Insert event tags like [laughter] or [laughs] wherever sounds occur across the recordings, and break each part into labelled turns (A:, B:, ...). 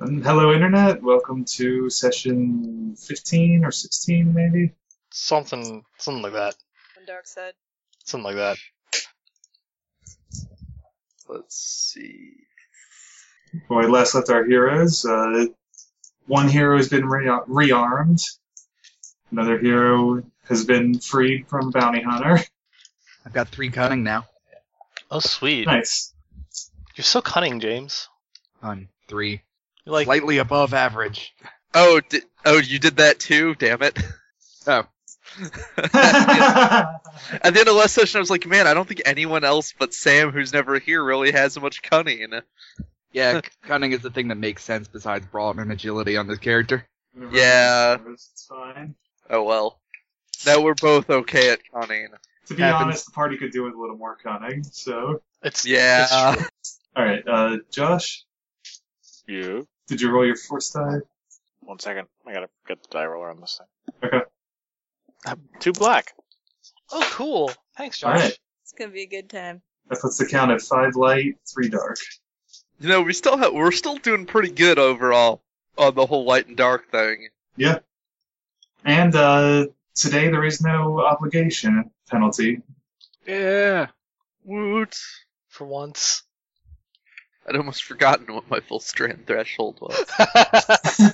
A: Um, Hello, Internet. Welcome to session 15 or 16, maybe.
B: Something, something like that.
C: on Dark Side.
B: Something like that. Let's see.
A: When we last left our heroes, uh, one hero has been re- rearmed, another hero has been freed from Bounty Hunter.
D: I've got three cunning now.
B: Oh, sweet.
A: Nice.
B: You're so cunning, James.
D: On three.
B: You're like,
D: Slightly above average.
E: Oh, di- oh, you did that too. Damn it!
D: Oh.
E: At the end of last session, I was like, man, I don't think anyone else but Sam, who's never here, really has much cunning.
F: [laughs]
D: Yeah, c- cunning is the thing that makes sense besides brawn and agility on this character.
E: Yeah.
A: It's fine.
E: Oh well. Now we're both okay at cunning.
A: To be
D: Happens.
A: honest, the party could do with a little more cunning, so.
B: it's
E: Yeah.
B: it's
A: Alright, uh, Josh,
F: You.
A: did you roll your force die?
F: One second. I gotta get the die roller on this thing.
A: Okay.
F: Uh, Two black.
B: Oh, cool. Thanks, Josh.
A: Alright.
C: It's gonna be a good time.
A: That puts the count at five light, three dark.
E: You know, we still have, we're still doing pretty good overall on the whole light and dark thing.
A: And uh, today there is no obligation penalty.
D: Yeah.
E: Woot!
B: For [laughs] once.
E: I'd almost forgotten what my full strand threshold was.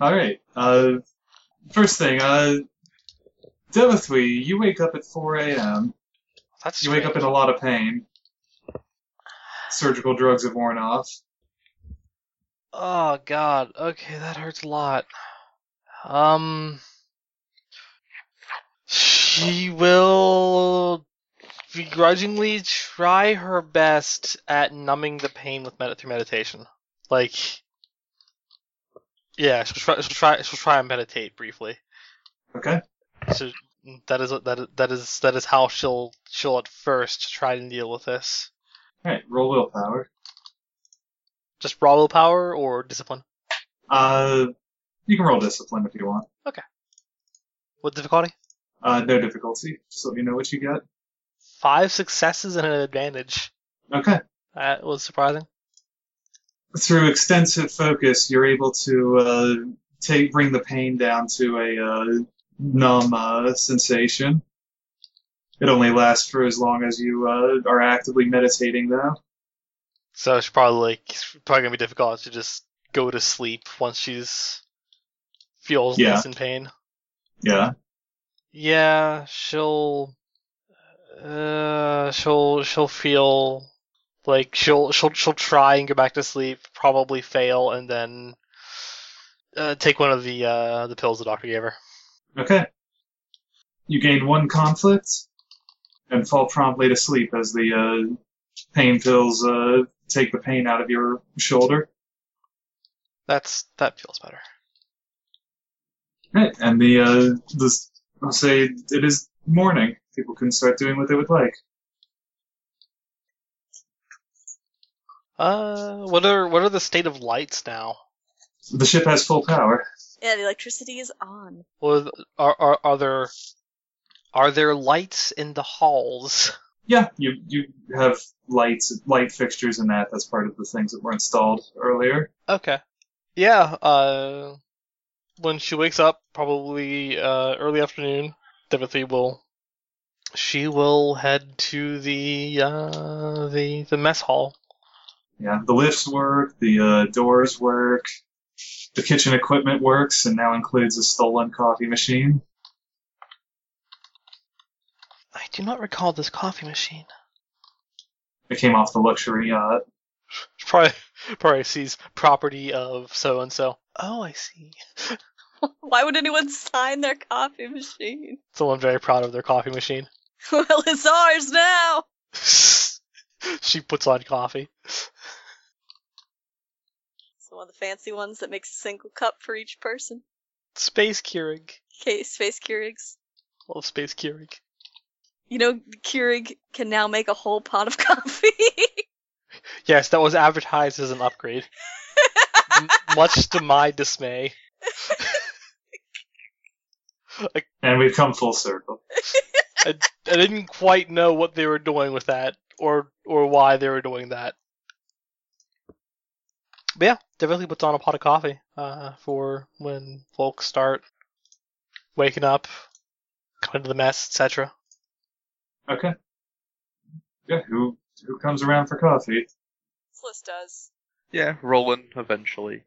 A: All right. Uh, first thing, uh, Devithwy, you wake up at 4 a.m.
B: That's
A: You wake up in a lot of pain. Surgical drugs have worn off.
B: Oh god. Okay, that hurts a lot. Um she will begrudgingly try her best at numbing the pain with med- through meditation. Like yeah, she'll try she'll try she'll try and meditate briefly.
A: Okay.
B: So that is that is, that is that is how she'll she'll at first try and deal with this.
A: All right. Roll willpower.
B: Just raw willpower or discipline.
A: Uh, you can roll discipline if you want.
B: What difficulty?
A: Uh, no difficulty. Just let me know what you get.
B: Five successes and an advantage.
A: Okay.
B: That was surprising.
A: through extensive focus, you're able to uh, take bring the pain down to a uh, numb uh, sensation. It only lasts for as long as you uh, are actively meditating, though.
B: So it's probably like it's probably gonna be difficult to just go to sleep once she's feels
A: Yeah.
B: less in pain.
A: Yeah.
B: Yeah, she'll uh she'll she'll feel like she'll she'll she'll try and go back to sleep, probably fail, and then uh, take one of the uh the pills the doctor gave her.
A: Okay. You gain one conflict and fall promptly to sleep as the uh, pain pills uh, take the pain out of your shoulder.
B: That's that feels better.
A: Right. And the uh, this, I'll say it is morning. People can start doing what they would like.
B: Uh, what are what are the state of lights now?
A: The ship has full power.
C: Yeah, the electricity is on.
B: Well, are are are there are there lights in the halls?
A: Yeah, you you have lights, light fixtures, and that. That's part of the things that were installed earlier.
B: Okay. Yeah, uh when she wakes up, probably uh early afternoon, Timothy will she will head to the uh the the mess hall.
A: Yeah, the lifts work, the uh, doors work, the kitchen equipment works, and now includes a stolen coffee machine.
B: I do not recall this coffee machine.
A: It came off the luxury yacht.
B: She [laughs] probably probably sees property of so and so. Oh, I see.
C: Why would anyone sign their coffee machine? [laughs]
B: Someone very proud of their coffee machine. [laughs]
C: well, it's ours now.
B: she puts on coffee.
C: It's one of the fancy ones that makes a single cup for each person.
B: Space Keurig.
C: Okay, space Keurigs.
B: Love Space Keurig.
C: You know, Keurig can now make a whole pot of [laughs] coffee.
B: Yes, that was advertised as an upgrade.
C: [laughs]
B: M- much to my dismay.
A: And we've come full circle.
B: I didn't quite know what they were doing with that or or why they were doing that. But yeah, definitely puts on a pot of coffee uh, for when folks start waking up, coming to the mess, etc.
A: Okay. Yeah, who who comes around for coffee?
C: Sliss does.
E: Yeah, Roland eventually.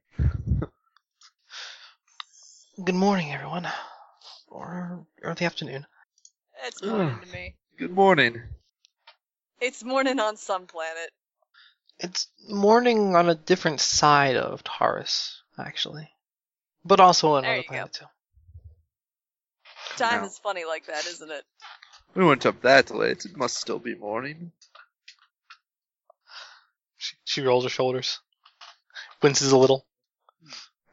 B: Good morning, everyone, or early afternoon.
C: It's morning to me.
E: Good morning.
C: It's morning on some planet.
B: It's morning on a different side of Taurus, actually, but also on
C: There
B: another
C: you
B: planet too.
C: Time
E: No.
C: is funny like that, isn't it?
E: We went up that late. It must still be morning.
B: She, she rolls her shoulders, winces a little.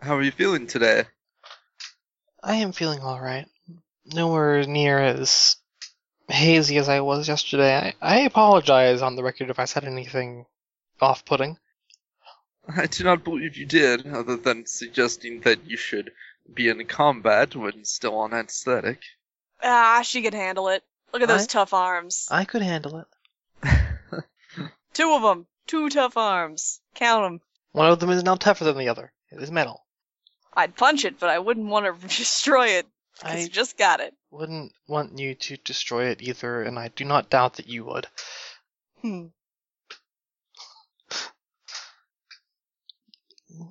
E: How are you feeling today?
B: I am feeling all right. Nowhere near as hazy as I was yesterday. I, I apologize on the record if I said anything off-putting.
E: I do not believe you did, other than suggesting that you should be in combat when still on anesthetic.
C: Ah, she can handle it. Look at those
B: I-
C: tough arms.
B: I could handle it.
C: Two of them. Two tough arms. Count them.
B: One of them is now tougher than the other. It is metal.
C: I'd punch it, but I wouldn't want to [laughs] destroy it. 'cause
B: I
C: you just got it.
B: wouldn't want you to destroy it either, and I do not doubt that you would.
C: Hmm.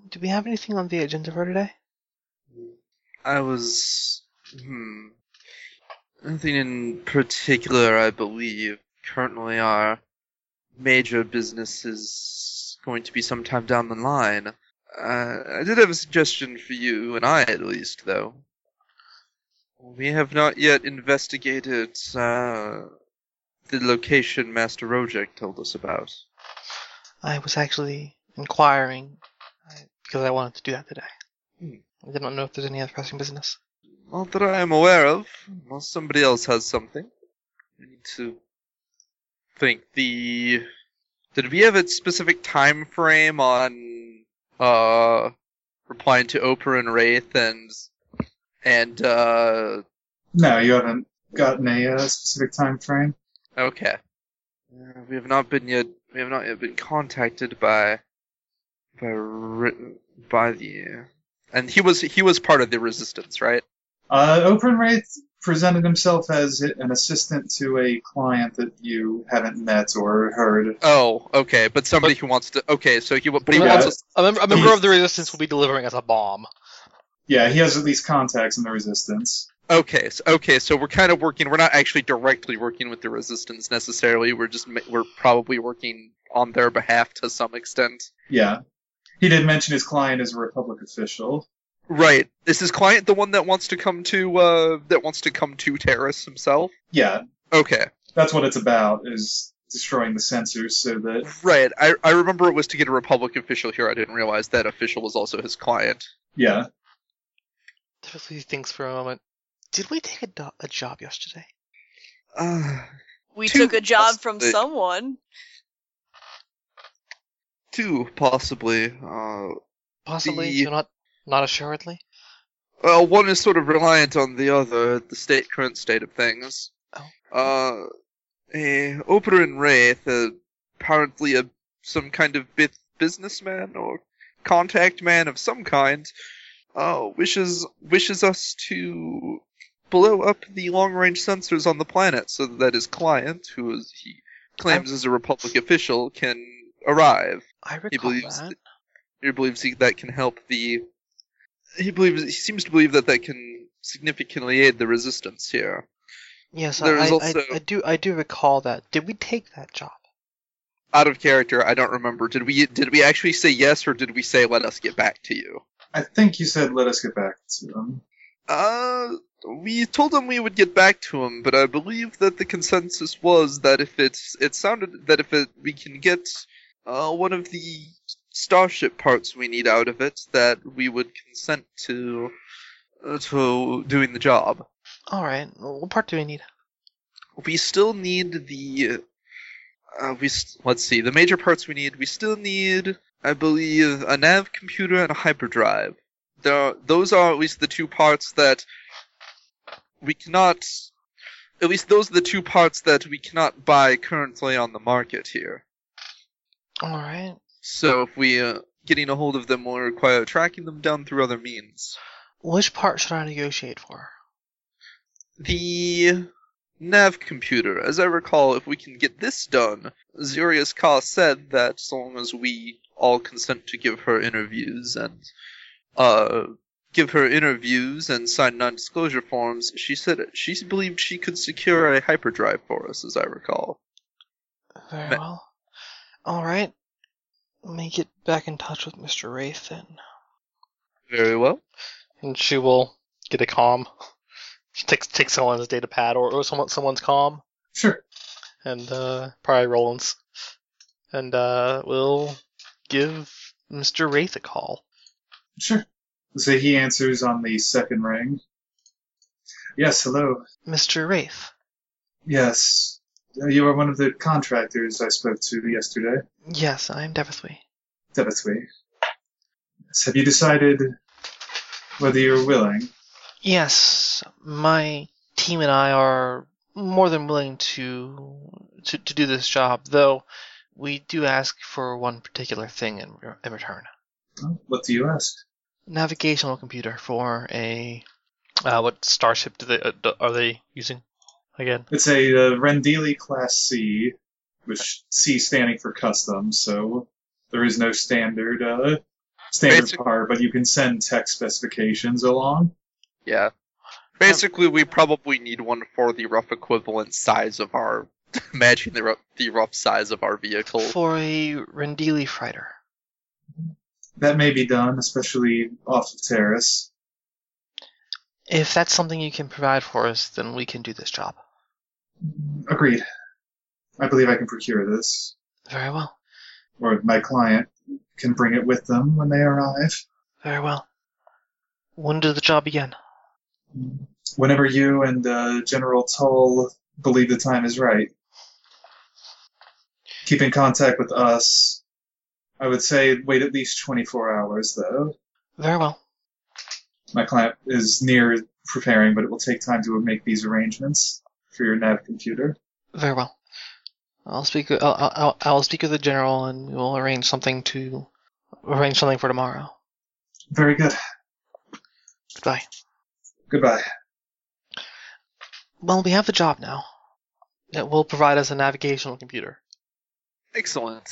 B: Do we have anything on the agenda for today?
E: I was. Hmm. Nothing in particular, I believe. Currently, our major business is going to be sometime down the line. Uh, I did have a suggestion for you and I, at least, though. We have not yet investigated uh, the location Master Rojek told us about.
B: I was actually inquiring uh, because I wanted to do that today.
E: Hmm.
B: I did not know if there's any other pressing business.
E: Not that I am aware of, unless somebody else has something. We need to think the. Did we have a specific time frame on uh replying to Oprah and Wraith and and uh
A: No, you haven't gotten a uh, specific time frame.
E: okay. Uh, we have not been yet. We have not yet been contacted by by written by the. And he was he was part of the resistance, right?
A: Uh, Oprah Wraith presented himself as an assistant to a client that you haven't met or heard.
E: Oh, okay, but somebody who wants to. Okay, so he wa- but he
A: Yeah.
E: wants us
B: A, mem- a member of
E: [clears throat]
B: the resistance will be delivering us a bomb.
A: Yeah, he has at least contacts in the Resistance.
E: Okay, so, okay, so we're kind of working. We're not actually directly working with the resistance necessarily. We're just ma- we're probably working on their behalf to some extent.
A: Yeah. He did mention his client is a Republic official.
E: Right. Is his client the one that wants to come to uh that wants to come to terrorists himself?
A: Yeah,
E: Okay.
A: that's what it's about, is destroying the sensors so that.
E: Right. I I remember it was to get a republic official here. I didn't realize that official was also his client.
A: Yeah.
B: Typically thinks for a moment. Did we take a, do- a job yesterday?
E: Uh,
C: We
E: Two
C: took a job from
E: possibly.
C: someone.
E: two possibly. Uh
B: Possibly,
E: The-
B: so not not assuredly.
E: Well, one is sort of reliant on the other, the state current state of things.
B: Oh.
E: Uh, eh, Oprah and Wraith, uh, apparently a some kind of bit businessman or contact man of some kind, uh, wishes wishes us to blow up the long range sensors on the planet so that his client, who is, he claims is a Republic official, can arrive
B: I recall
E: believes
B: that.
E: that- he believes he, that can help the he believes he seems to believe that that can significantly aid the resistance here
B: Yes, I,
E: there
B: I,
E: is
B: I,
E: also-
B: I do I do recall that. Did we take that job?
E: out of character i don't remember did we did we actually say yes or did we say let us get back to you
A: I think you said let us get back to him.
E: uh we told him we would get back to him but i believe that the consensus was that if it's it sounded that if it, we can get uh one of the starship parts we need out of it that we would consent to uh, to doing the job
B: All right. well, What part do we need?
E: we still need the uh, we s let's see the major parts we need we still need i believe a nav computer and a hyperdrive there are, those are at least the two parts that we cannot at least those are the two parts that we cannot buy currently on the market here
B: All right.
E: so if we uh, getting a hold of them will require tracking them down through other means.
B: Which part should I negotiate for?
E: The nav computer, as I recall, if we can get this done, Zurius Ka said that so long as we all consent to give her interviews and uh give her interviews and sign non-disclosure forms, she said it. she believed she could secure a hyperdrive for us, as I recall.
B: Very
E: Ma-
B: well. All right. Let me get back in touch with Mr. Wraith then.
E: Very well.
B: And she will get a com. She takes takes someone's data pad or, or someone someone's com
A: Sure.
B: and uh probably Roland's. And uh we'll give Mr. Wraith a call.
A: Sure. So he answers on the second ring. Yes, hello.
B: Mr. Wraith.
A: Yes. Uh, You are one of the contractors I spoke to yesterday.
B: Yes, I am Devithwy.
A: Devathwy. Yes. Have you decided whether you're willing?
B: Yes, my team and I are more than willing to, to to do this job, though we do ask for one particular thing in, re- in return:
A: Well, What do you ask?
B: navigational computer for a uh, what starship do they uh, do- are they using again?
A: It's a uh, Rendili Class C, which C standing for custom, so there is no standard uh, standard
E: Basic-
A: part, but you can send tech specifications along.
E: Yeah. Basically, we probably need one for the rough equivalent size of our, [laughs] matching the rough, the rough size of our vehicle.
B: For a Rendili freighter.
A: That may be done, especially off of Terrace.
B: If that's something you can provide for us, then we can do this job.
A: Agreed. I believe I can procure this,
B: Very well.
A: or my client can bring it with them when they arrive.
B: Very well. When does the job begin?
A: Whenever you and uh, General Toll believe the time is right, keep in contact with us. I would say wait at least 24 hours, though.
B: Very well.
A: My client is near preparing, but it will take time to make these arrangements for your nav computer.
B: Very well. I'll speak. I'll, I'll, I'll speak with the general, and we will arrange something to arrange something for tomorrow.
A: Very good.
B: Goodbye.
A: Goodbye.
B: Well, we have the job now. It will provide us a navigational computer.
E: Excellent.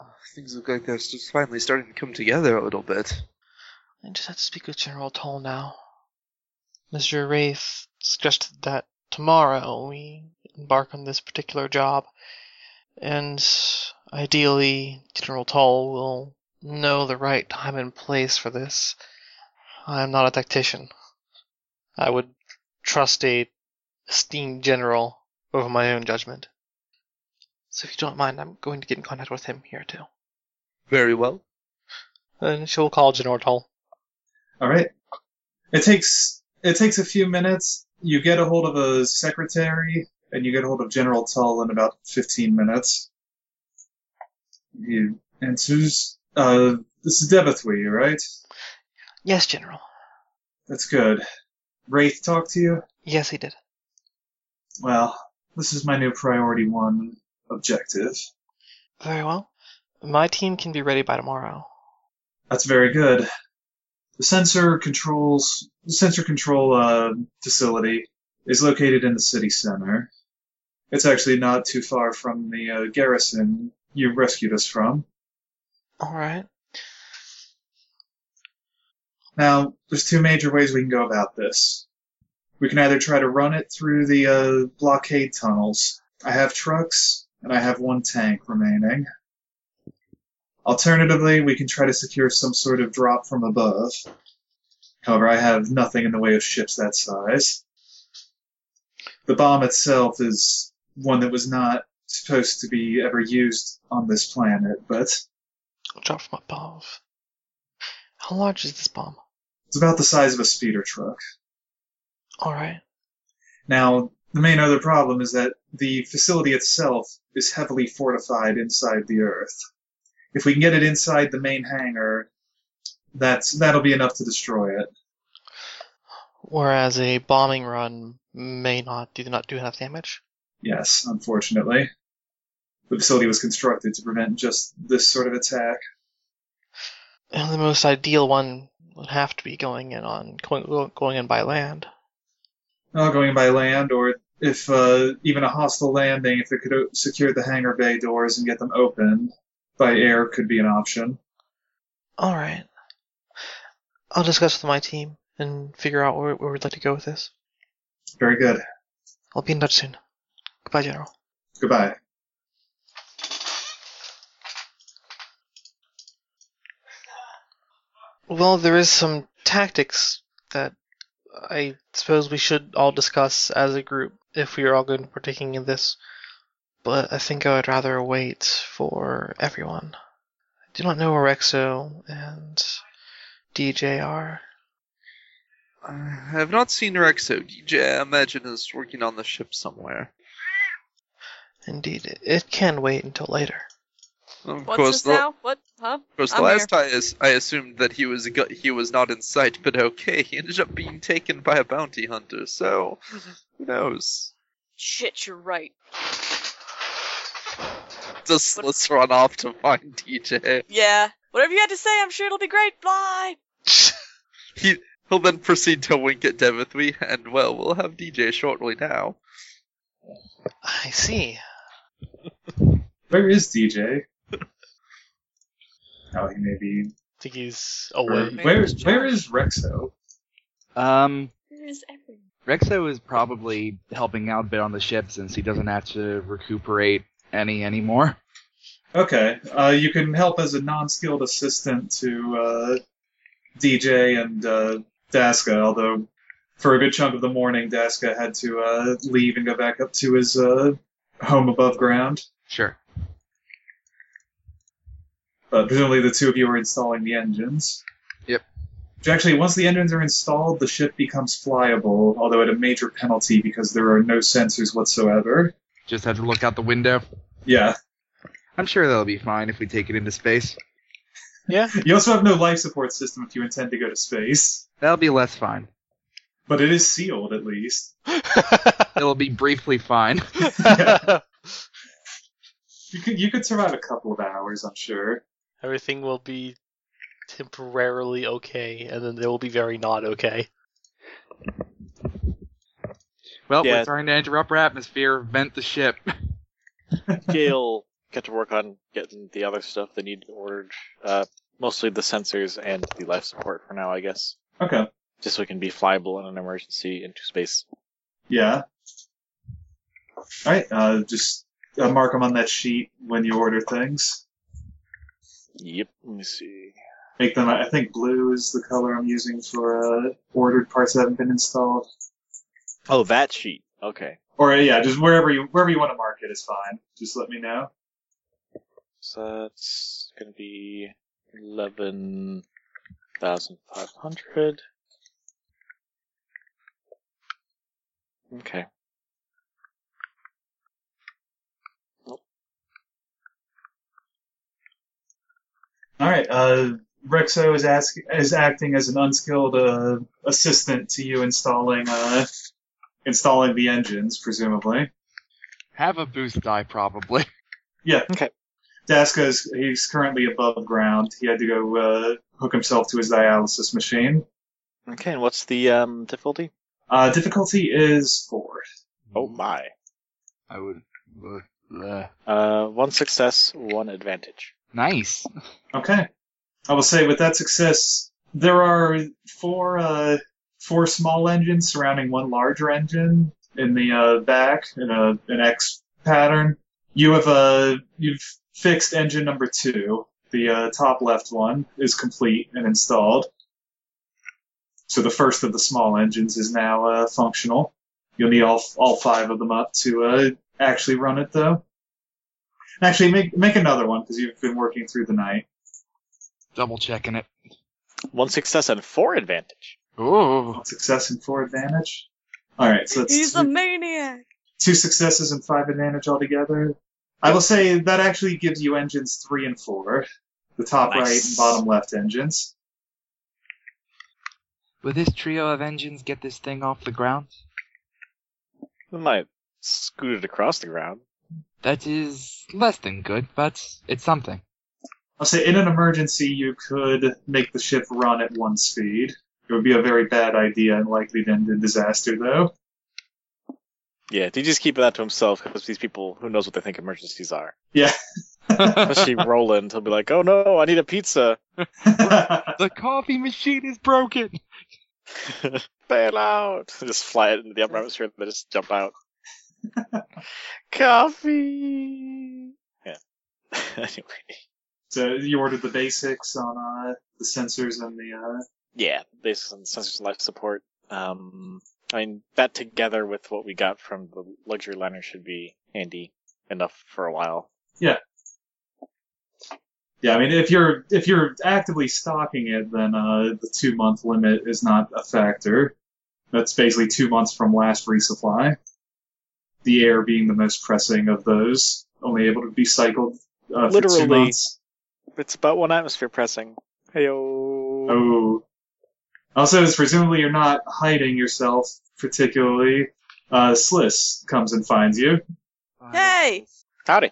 E: Uh, Things look like they're just finally starting to come together a little bit.
B: I just have to speak with General Toll now. Mr. Wraith suggested that tomorrow we embark on this particular job, and ideally, General Toll will know the right time and place for this. I am not a tactician. I would trust a esteemed general over my own judgment. So, if you don't mind, I'm going to get in contact with him here too.
E: Very well.
B: And she'll call General Toll.
A: All right. It takes it takes a few minutes. You get a hold of a secretary, and you get a hold of General Tull in about fifteen minutes. He answers. Uh, this is Devethwy, right?
B: Yes, General.
A: That's good. Wraith talk to you.
B: Yes, he did.
A: Well, this is my new priority one objective.
B: Very well. My team can be ready by tomorrow.
A: That's very good. The sensor controls the sensor control uh, facility is located in the city center. It's actually not too far from the uh, garrison you rescued us from.
B: All right.
A: Now, there's two major ways we can go about this. We can either try to run it through the uh, blockade tunnels. I have trucks, and I have one tank remaining. Alternatively, we can try to secure some sort of drop from above. However, I have nothing in the way of ships that size. The bomb itself is one that was not supposed to be ever used on this planet, but
B: Drop from above. How large is this bomb?
A: it's about the size of a speeder truck.
B: All right.
A: Now, the main other problem is that the facility itself is heavily fortified inside the Earth. If we can get it inside the main hangar, that's that'll be enough to destroy it.
B: Whereas a bombing run may not do not do enough damage.
A: Yes, unfortunately, the facility was constructed to prevent just this sort of attack.
B: And the most ideal one would have to be going in on going going in by land.
A: Not going by land, or if uh, even a hostile landing, if it could o- secure the hangar bay doors and get them open by air, could be an option.
B: All right. I'll discuss with my team and figure out where, where we'd like to go with this.
A: Very good.
B: I'll be in touch soon. Goodbye, General.
A: Goodbye.
B: Well, there is some tactics that I suppose we should all discuss as a group if we are all going to be partaking in this, but I think I would rather wait for everyone. I do not know where Exo and DJ are.
E: I have not seen Rexo DJ. I imagine is working on the ship somewhere.
B: Indeed, it can wait until [laughs] later.
E: Of
C: What's
E: course,
C: this
E: the,
C: now? What? Huh?
E: Of course, the
C: I'm
E: last I, as- I assumed that he was go- he was not in sight, but okay, he ended up being taken by a bounty hunter. So who knows?
C: Shit, you're right.
E: Just
C: What-
E: let's run off to find [laughs] DJ.
C: Yeah. Whatever you had to say, I'm sure it'll be great. Bye.
E: He he'll then proceed to wink at Devithwy, and well, we'll have DJ shortly now.
B: I see.
A: Where is DJ? Oh, he may be.
B: I think he's
A: Where,
B: away.
A: where, where is Rexo?
D: Um,
C: Where is everyone?
D: Rexo is probably helping out a bit on the ship since he doesn't have to recuperate any anymore.
A: Okay, uh, you can help as a non-skilled assistant to uh, DJ and uh, Daska. Although for a good chunk of the morning, Daska had to uh, leave and go back up to his uh, home above ground.
D: Sure.
A: But presumably, the two of you are installing the engines.
D: Yep.
A: Which actually, once the engines are installed, the ship becomes flyable, although at a major penalty because there are no sensors whatsoever.
D: Just have to look out the window.
A: Yeah.
D: I'm sure that'll be fine if we take it into space.
A: You also have no life support system if you intend to go to space,
D: That'll be less fine.
A: but it is sealed at least.
D: [laughs] It'll be briefly fine.
A: You could you could survive a couple of hours, I'm sure.
B: Everything will be temporarily okay, and then they will be very not okay.
D: [laughs] Well,
F: Yeah.
D: we're starting to enter upper atmosphere, vent the ship. [laughs]
F: Gail get to work on getting the other stuff they need ordered. Uh, mostly the sensors and the life support for now, I guess.
A: Okay.
F: Just so we can be flyable in an emergency into space.
A: Yeah. All right. Uh, just uh, mark them on that sheet when you order things.
F: Yep. Let me see.
A: Make them. I think blue is the color I'm using for uh, ordered parts that haven't been installed.
F: Oh, that sheet. Okay.
A: Or uh, yeah, just wherever you wherever you want to mark it is fine. Just let me know.
F: So that's gonna be eleven thousand five hundred. Okay.
A: All right. Uh, Rexo is ask, is acting as an unskilled uh, assistant to you installing uh, installing the engines, presumably.
D: Have a boost die, probably.
A: Yeah.
F: Okay.
A: Daska is he's currently above ground. He had to go uh, hook himself to his dialysis machine.
F: Okay. And what's the um difficulty?
A: Uh, difficulty is four.
F: Oh my.
D: I would. uh, bleh.
F: Uh, one success, one advantage.
D: Nice.
A: Okay. I will say with that success, there are four uh, four small engines surrounding one larger engine in the uh, back in a, an X pattern. You have uh, you've fixed engine number two. The uh, top left one is complete and installed. So the first of the small engines is now uh, functional. You'll need all all five of them up to uh, actually run it though. Actually, make make another one because you've been working through the night.
D: Double checking it.
F: One success and four advantage.
D: Ooh.
A: One success and four advantage. All right, so that's
C: He's
A: two,
C: a maniac.
A: two successes and five advantage altogether. I will say that actually gives you engines three and four, the top right and
F: Nice.
A: bottom left engines.
D: Will this trio of engines get this thing off the ground?
F: We might scoot it across the ground.
D: That is less than good, but it's something.
A: I'll say in an emergency, you could make the ship run at one speed. It would be a very bad idea and likely to end in disaster, though. [laughs]
F: Yeah, he just keep that to himself because these people, who knows what they think emergencies are.
A: Yeah.
F: Especially [laughs] Roland, he'll be like, "Oh no, I need a pizza." [laughs]
G: the coffee machine is broken.
F: Bail out! Just fly it into the upper atmosphere, and then just jump [laughs] out. Coffee. Yeah. [laughs] anyway.
A: so you ordered the basics on uh, the sensors and the. Uh...
F: Yeah, based on sensors and life support. Um, I mean that together with what we got from the luxury liner should be handy enough for a while.
A: Yeah, I mean, if you're if you're actively stocking it, then uh, the two month limit is not a factor. That's basically two months from last resupply. The air being the most pressing of those, only able to be cycled uh, for two
F: Literally.
A: months.
F: It's about one atmosphere pressing. Heyo.
A: Oh. Also, as presumably you're not hiding yourself particularly, uh, Sliss comes and finds you.
H: Hey!
F: Howdy.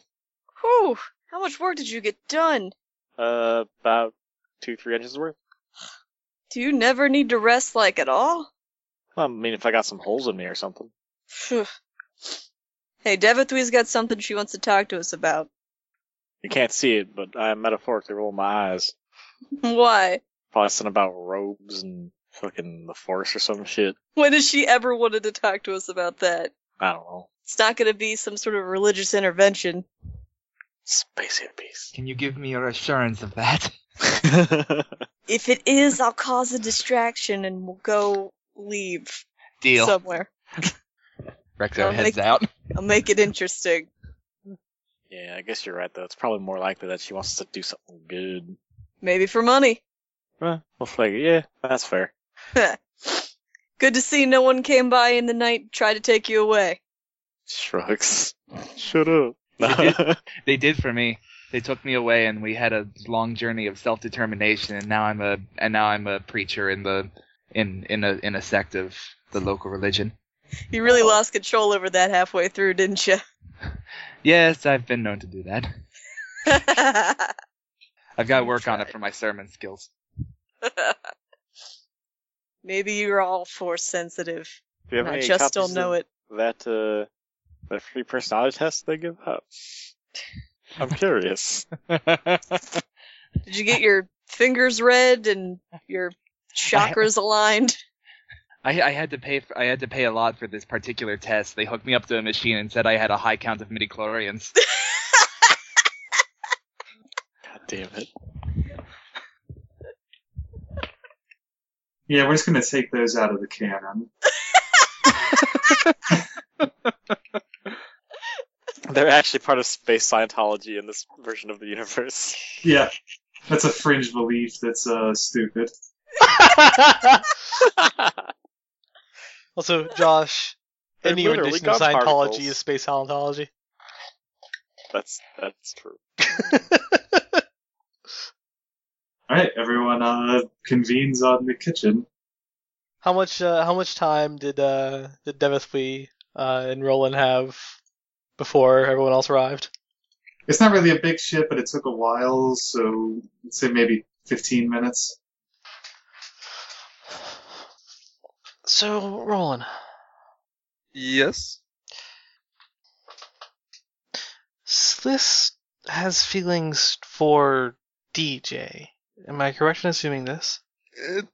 H: Whew! How much work did you get done?
F: Uh, about two, three inches worth.
H: Do you never need to rest like at all?
F: Well, I mean, if I got some holes in me or something.
H: Phew. hey, Devathui's got something she wants to talk to us about.
F: You can't see it, but I metaphorically roll my eyes.
H: Why?
F: Probably something about robes and fucking the force or some shit.
H: When has she ever wanted to talk to us about that?
F: I don't know.
H: It's not going to be some sort of religious intervention.
F: Space
G: [laughs]
F: [laughs] hippies.
G: Can you give me your assurance of that? [laughs]
H: If it is, I'll cause a distraction and we'll go leave
G: Deal.
H: somewhere.
G: Rexo
H: I'll
G: heads
H: make-
G: out.
H: I'll make it interesting.
F: yeah, I guess you're right though. It's probably more likely that she wants to do something good.
H: Maybe for money. [laughs]
F: Well, we'll flag it. Yeah, that's fair.
H: Good to see no one came by in the night and tried to take you away.
F: Shrugs. Shut [laughs] up.
G: They did for me. They took me away, and we had a long journey of self determination. And now I'm a and now I'm a preacher in the in in a in a sect of the local religion.
H: You really lost control over that halfway through, didn't you? [laughs]
G: Yes, I've been known to do that.
H: I
G: I've got to work on it for my sermon skills.
H: Maybe you're all force sensitive.
F: Do you
H: and I just don't know it.
F: that uh that free personality test they give out? I'm [laughs] curious.
H: Did you get your fingers red and your chakras aligned?
G: I, I had to pay. For, I had to pay a lot for this particular test. They hooked me up to a machine and said I had a high count of midi chlorians.
F: God damn it.
A: Yeah, we're just gonna take those out of the canon.
F: They're actually part of space Scientology in this version of the universe.
A: Yeah, that's a fringe belief that's uh, stupid.
B: [laughs] Also, Josh,
F: They're
B: any
F: literally
B: rendition of
F: God
B: Scientology
F: particles.
B: is space Scientology. [laughs]
F: That's that's true.
A: All right, everyone uh, convenes on the kitchen.
B: how much? Uh, how much time did uh, did Devithwy, uh and Roland have before everyone else arrived?
A: It's not really a big ship, but it took a while, so I'd say maybe 15 minutes.
B: So, Roland,
E: Yes.
B: Sliss has feelings for DJ. Am I correct in assuming this?
E: It,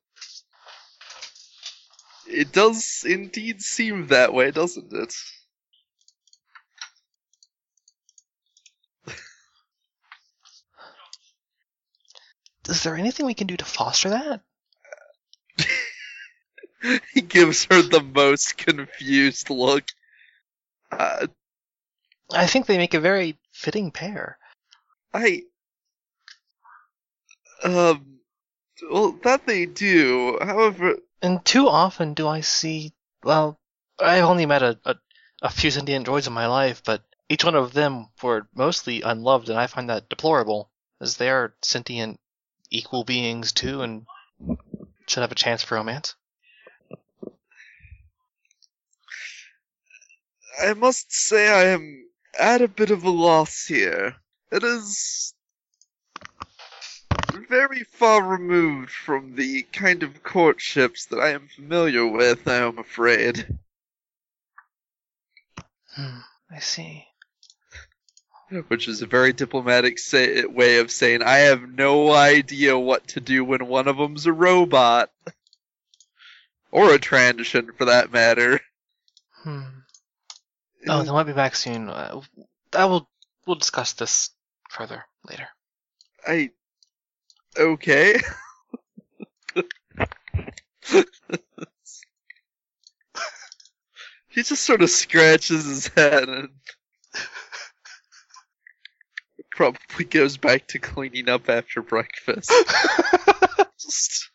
E: it does indeed seem that way, doesn't it? [laughs]
B: Is there anything we can do to foster that?
E: He gives her the most confused look. Uh,
B: I think they make a very fitting pair.
E: I. Um. Well, that they do. However,
B: And too often do I see, well, I've only met a, a, a few sentient droids in my life, but each one of them were mostly unloved, and I find that deplorable, as they are sentient, equal beings too, and should have a chance for romance.
E: I must say I am at a bit of a loss here. It is very far removed from the kind of courtships that I am familiar with, I am afraid.
B: Hmm, I see.
E: Which is a very diplomatic say- way of saying, I have no idea what to do when one of them's a robot. Or a transition, for that matter.
B: Hmm. Oh, they might be back soon. Uh, I will. We'll discuss this further later.
E: I. Okay. [laughs] he just sort of scratches his head and. Probably goes back to cleaning up after breakfast. just.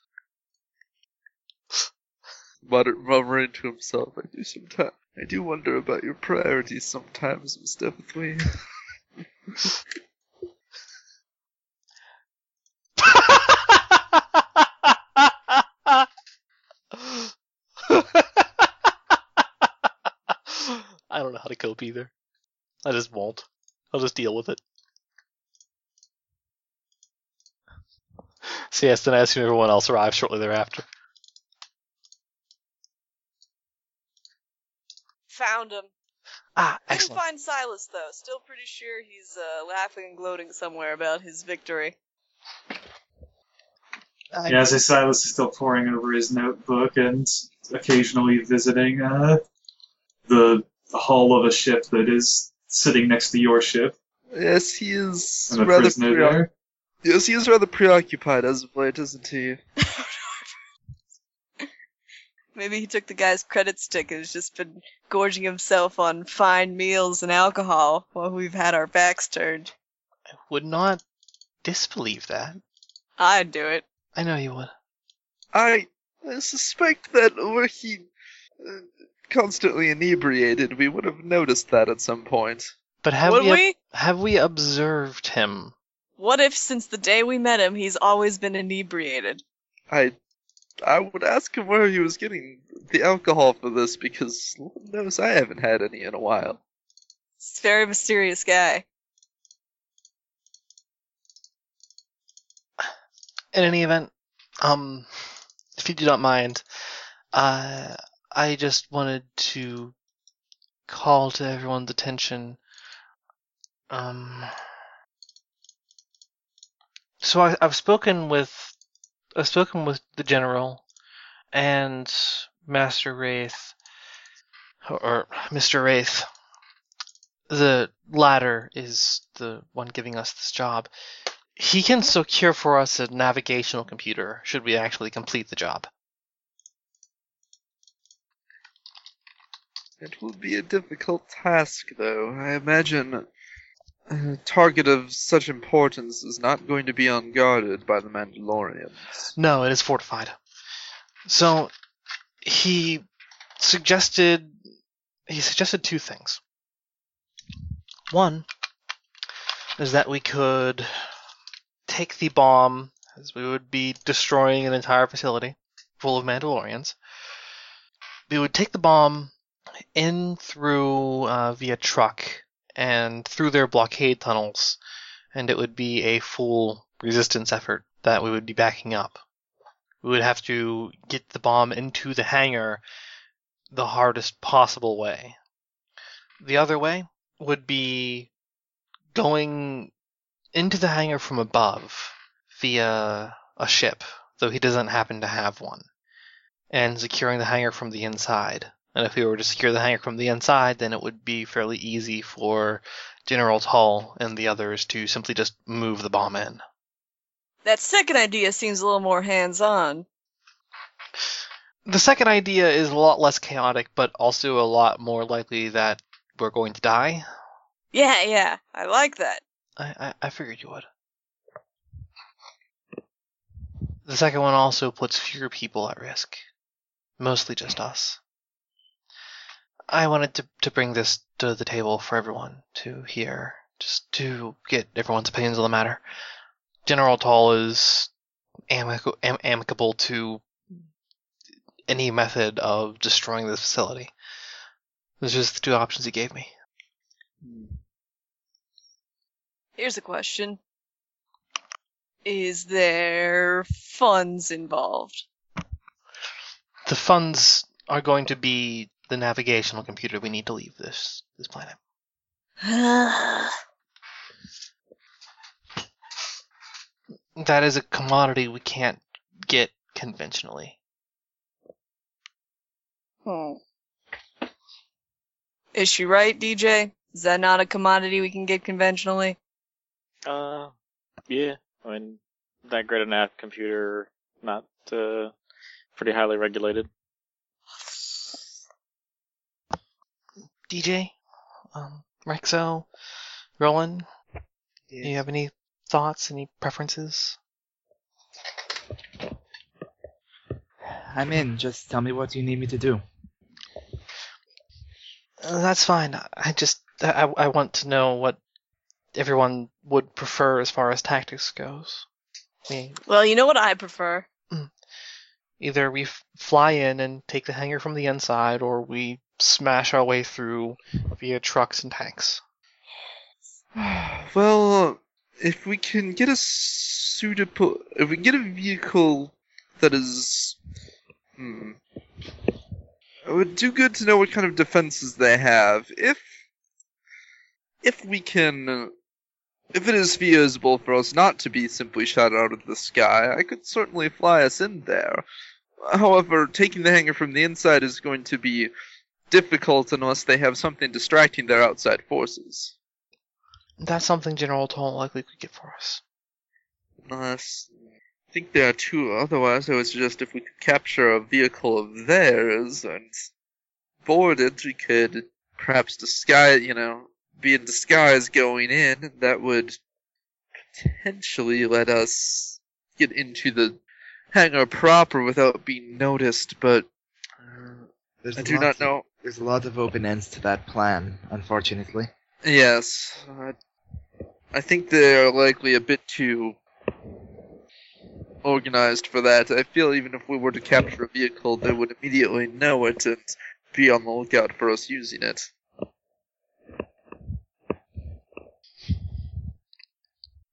E: Mutter, murmuring to himself, I do sometimes. I do wonder about your priorities sometimes, Miss Devithween.
B: I don't know how to cope either. I just won't. I'll just deal with it. So yes, then I assume everyone else arrives shortly thereafter.
C: Found him.
B: Ah,
C: Couldn't
B: excellent.
C: find Silas though. Still pretty sure he's uh, laughing and gloating somewhere about his victory.
B: I-
A: Yeah, as I Silas is still poring over his notebook and occasionally visiting uh, the hull of a ship that is sitting next to your ship
E: Yes, he is
A: and a
E: rather
A: prisoner
E: preoccupied.
A: there.
E: Yes, he is rather preoccupied as of late, isn't he?
C: Maybe he took the guy's credit stick and has just been gorging himself on fine meals and alcohol while we've had our backs turned.
B: would not disbelieve that.
C: I'd do it.
B: I know you would.
E: I, I suspect that were he uh, constantly inebriated, we would have noticed that at some point.
B: But have
C: Would
B: we,
C: we?
B: ob- have we observed him?
C: What if since the day we met him, he's always been inebriated?
E: I, I would ask him where he was getting the alcohol for this because Lord knows I haven't had any in a while.
C: He's a very mysterious guy.
B: In any event, um, if you do not mind, uh, I just wanted to call to everyone's attention. Um, so I, I've spoken with, I've spoken with the general, and Master Wraith, or, or Mister Wraith. The latter is the one giving us this job he can secure for us a navigational computer should we actually complete the job.
E: It will be a difficult task, though. I imagine a target of such importance is not going to be unguarded by the Mandalorians.
B: No, it is fortified. So he suggested he suggested two things. One is that we could take the bomb as we would be destroying an entire facility full of Mandalorians. We would take the bomb in through uh, via truck and through their blockade tunnels, and it would be a full resistance effort that we would be backing up. We would have to get the bomb into the hangar the hardest possible way. The other way would be going into the hangar from above via a ship, though he doesn't happen to have one, and securing the hangar from the inside. And if we were to secure the hangar from the inside, then it would be fairly easy for General Tull and the others to simply just move the bomb in.
C: That second idea seems a little more hands on.
B: The second idea is a lot less chaotic, but also a lot more likely that we're going to die.
C: Yeah, yeah, I like that.
B: I, I, I figured you would. The second one also puts fewer people at risk, mostly just us. I wanted to, to bring this to the table for everyone to hear, just to get everyone's opinions on the matter. General Tall is amic- am- amicable to any method of destroying this facility. Those are just the two options he gave me.
C: Here's a question Is there funds involved?
B: The funds are going to be the navigational computer we need to leave this this planet.
C: [sighs] Hmm.
B: That is a commodity we can't get conventionally.
C: Hmm. Is she right, DJ? Is that not a commodity we can get conventionally?
F: Uh, yeah. I mean, that great enough computer, not uh, pretty highly regulated.
B: DJ, um, Rexo, Roland, do you have any thoughts, any preferences?
D: I'm in. Just tell me what you need me to do.
B: Uh, that's fine. I just I I want to know what everyone would prefer as far as tactics goes. I mean,
C: Well, you know what I prefer.
B: either we f- fly in and take the hangar from the inside, or we smash our way through via trucks and tanks.
E: Well, if we can get a suitable, if we can get a vehicle that is, hmm, it would do good to know what kind of defenses they have. If, if we can, if it is feasible for us not to be simply shot out of the sky, I could certainly fly us in there. However, taking the hangar from the inside is going to be difficult unless they have something distracting their outside forces.
B: That's something General Toll likely could get for us.
E: Unless I think there are two. Otherwise, I would suggest if we could capture a vehicle of theirs and board it, we could perhaps disguise, you know, be in disguise going in. and That would potentially let us get into the hangar proper without being noticed. But uh,
D: There's
E: I do not know.
D: There's a lot of open ends to that plan, unfortunately.
E: Yes, I, I think they're likely a bit too organized for that. I feel even if we were to capture a vehicle, they would immediately know it and be on the lookout for us using it.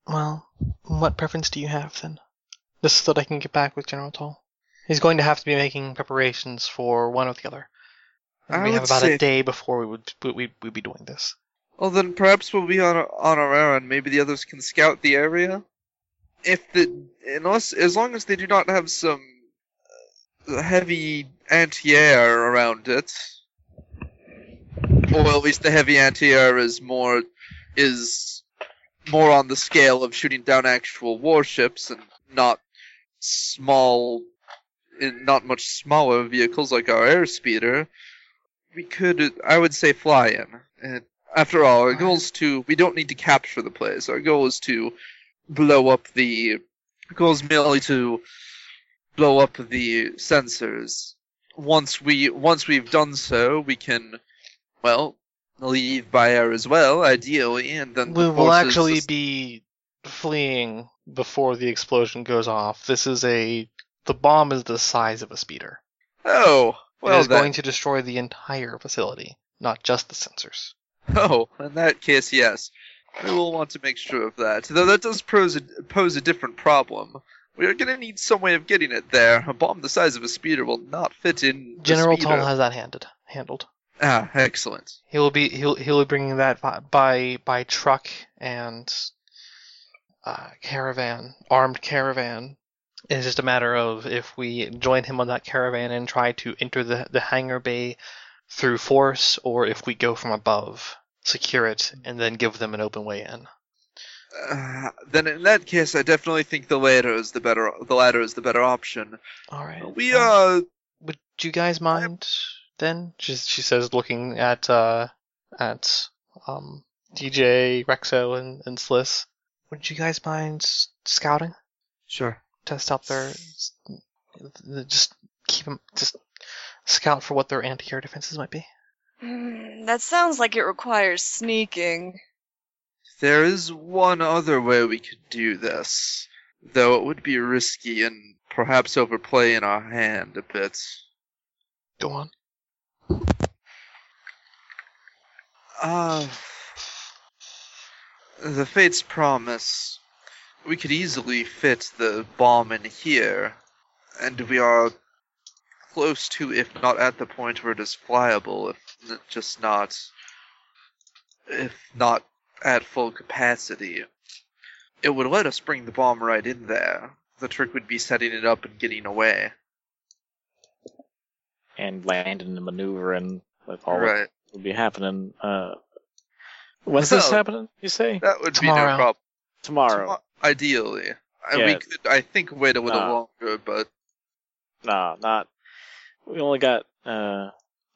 B: Well, what preference do you have then? Just so that I can get back with General Toll. He's going to have to be making preparations for one or the other. And
E: I
B: we have
E: would
B: about
E: say-
B: a day before we would we we would be doing this.
E: Well, then perhaps we'll be on our, on our errand. Maybe the others can scout the area. If the unless as long as they do not have some uh, heavy anti-air around it, or at least the heavy anti-air is more is more on the scale of shooting down actual warships and not small, and not much smaller vehicles like our air speeder. We could, I would say, fly in. And after all, our goal is to. We don't need to capture the place. Our goal is to blow up the. Our goal is merely to blow up the sensors. Once we once we've done so, we can, well, leave by air as well, ideally, and then
B: We
E: the
B: will
E: forces-
B: actually be fleeing before the explosion goes off. This is a the bomb is the size of a speeder.
E: Oh,
B: it
E: well,
B: is
E: that,
B: going to destroy the entire facility, not just the sensors.
E: [laughs] Oh, in that case, yes. We will want to make sure of that. Though that does pose a, pose a different problem. We are going to need some way of getting it there. A bomb the size of a speeder will not fit in. the
B: General
E: speeder.
B: Toll has that handed handled.
E: Ah, excellent.
B: He will be he'll he'll be bringing that by by, by truck and uh, caravan, armed caravan. It's just a matter of if we join him on that caravan and try to enter the the hangar bay through force, or if we go from above, secure it, and then give them an open way in.
E: Uh, then in that case, I definitely think the latter is the better. The latter is the better option.
B: All right.
E: We uh,
B: um,
E: are
B: Would you guys mind then? She she says, looking at uh at um DJ Rexo and and Sliss. Would you guys mind s- scouting?
D: Sure.
B: Test out their s- th- just keep 'em- just scout for what their anti-air defenses might be.
C: Hmm, that sounds like it requires sneaking.
E: There is one other way we could do this, though it would be risky and perhaps overplay in our hand a bit.
B: Go on.
E: Uh, Ah, the fates promise we could easily fit the bomb in here, and we are close to, if not at the point where it is flyable, if n- just not, if not at full capacity. It would let us bring the bomb right in there. The trick would be setting it up and getting away.
F: and land and maneuver and with all
E: All
F: that
E: right,
F: will be happening. Uh, when's this
E: So-
F: happening? You say
E: that would be
B: Tomorrow.
E: no problem.
F: tomorrow?
E: Tomo- Ideally, I we
F: Yeah.
E: could, I think, wait a little
F: Nah.
E: longer, but
F: Nah, not. We only got uh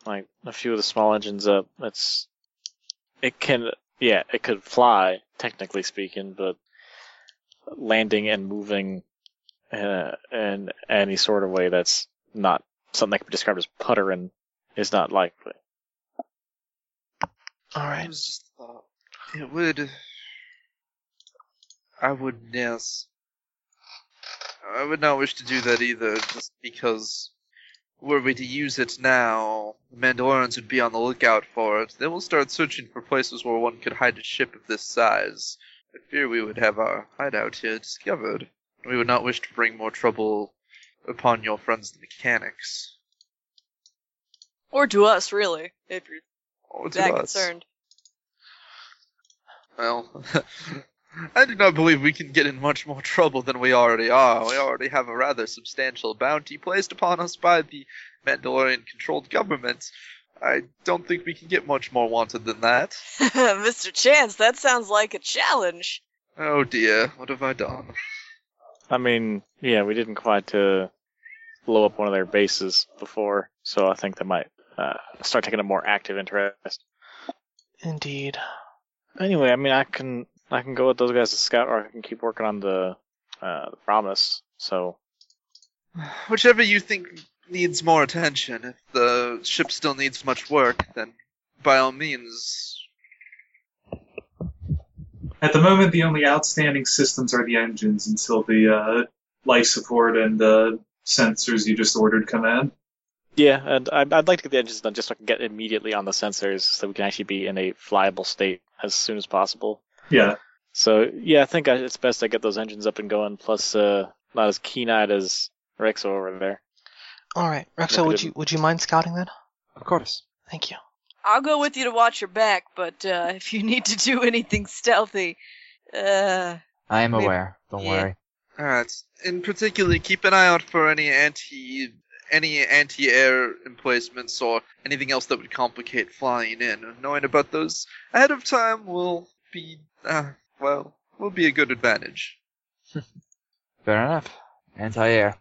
F: like a few of the small engines up. That's it can yeah it could fly technically speaking, but landing and moving uh, in any sort of way that's not something that can be described as puttering is not likely.
B: All
E: It
B: right.
E: was just a thought. It would. I would yes. I would not wish to do that either, just because were we to use it now, the Mandalorians would be on the lookout for it. They will start searching for places where one could hide a ship of this size. I fear we would have our hideout here discovered. We would not wish to bring more trouble upon your friends the mechanics.
C: Or to us, really, if you're
E: Or to
C: that
E: us.
C: concerned. [laughs]
E: Well, [laughs] I do not believe we can get in much more trouble than we already are. We already have a rather substantial bounty placed upon us by the Mandalorian controlled government. I don't think we can get much more wanted than that.
C: Mr. Chance, that sounds like a challenge.
E: Oh dear, what have I done?
F: I mean, yeah, we didn't quite uh, blow up one of their bases before, so I think they might uh, start taking a more active interest.
B: Indeed.
F: Anyway, I mean, I can I can go with those guys as scout, or I can keep working on the uh, promise. So
E: Whichever you think needs more attention, if the ship still needs much work, then by all means.
A: At the moment, the only outstanding systems are the engines until the uh, life support and uh, sensors you just ordered come in.
F: yeah, and I'd, I'd like to get the engines done just so I can get immediately on the sensors, so we can actually be in a flyable state as soon as possible.
A: Yeah,
F: So yeah, I think I, it's best I get those engines up and going. Plus, uh, not as keen-eyed as Rex over there.
B: All right,
F: Look
B: Rexo,
F: at
B: would
F: him.
B: you would you mind scouting then?
D: Of course.
B: Thank you.
C: I'll go with you to watch your back, but uh, [laughs] if you need to do anything stealthy, uh,
G: I am
C: Maybe-
G: aware. Don't
C: yeah.
G: worry.
E: Alright, in particular, keep an eye out for any anti any anti-air emplacements or anything else that would complicate flying in. Knowing about those ahead of time will be, uh, well, will be a good advantage.
G: Fair enough. Anti-air.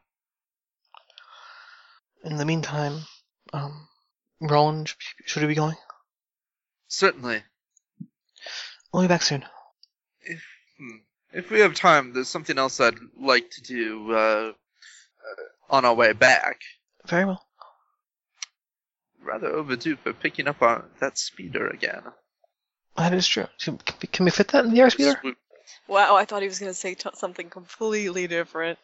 B: In the meantime, um, Roland, sh- should we be going?
E: Certainly,
B: We'll be back soon.
E: if we have time, there's something else I'd like to do uh, uh, on our way back.
B: Very well.
E: Rather overdue for picking up our that speeder again.
B: That is true. Can, can we- can we fit that in the air speeder?
E: Swoop-
C: wow, I thought he was going to say t- something completely different.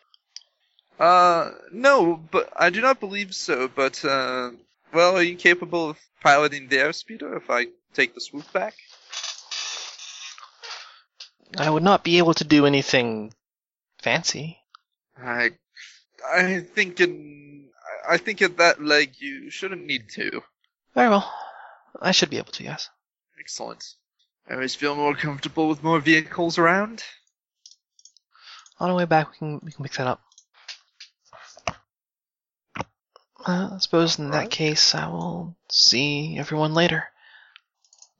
E: Uh, no, but I do not believe so. But uh, well, are you capable of piloting the airspeeder if I take the swoop back?
B: I would not be able to do anything fancy.
E: I, I think in, I I think at that leg you shouldn't need to.
B: Very well. I should be able to, yes.
E: Excellent. I always feel more comfortable with more vehicles around.
B: On our way back, we can we can pick that up. Uh, I suppose in that
E: Right.
B: case, I will see everyone later.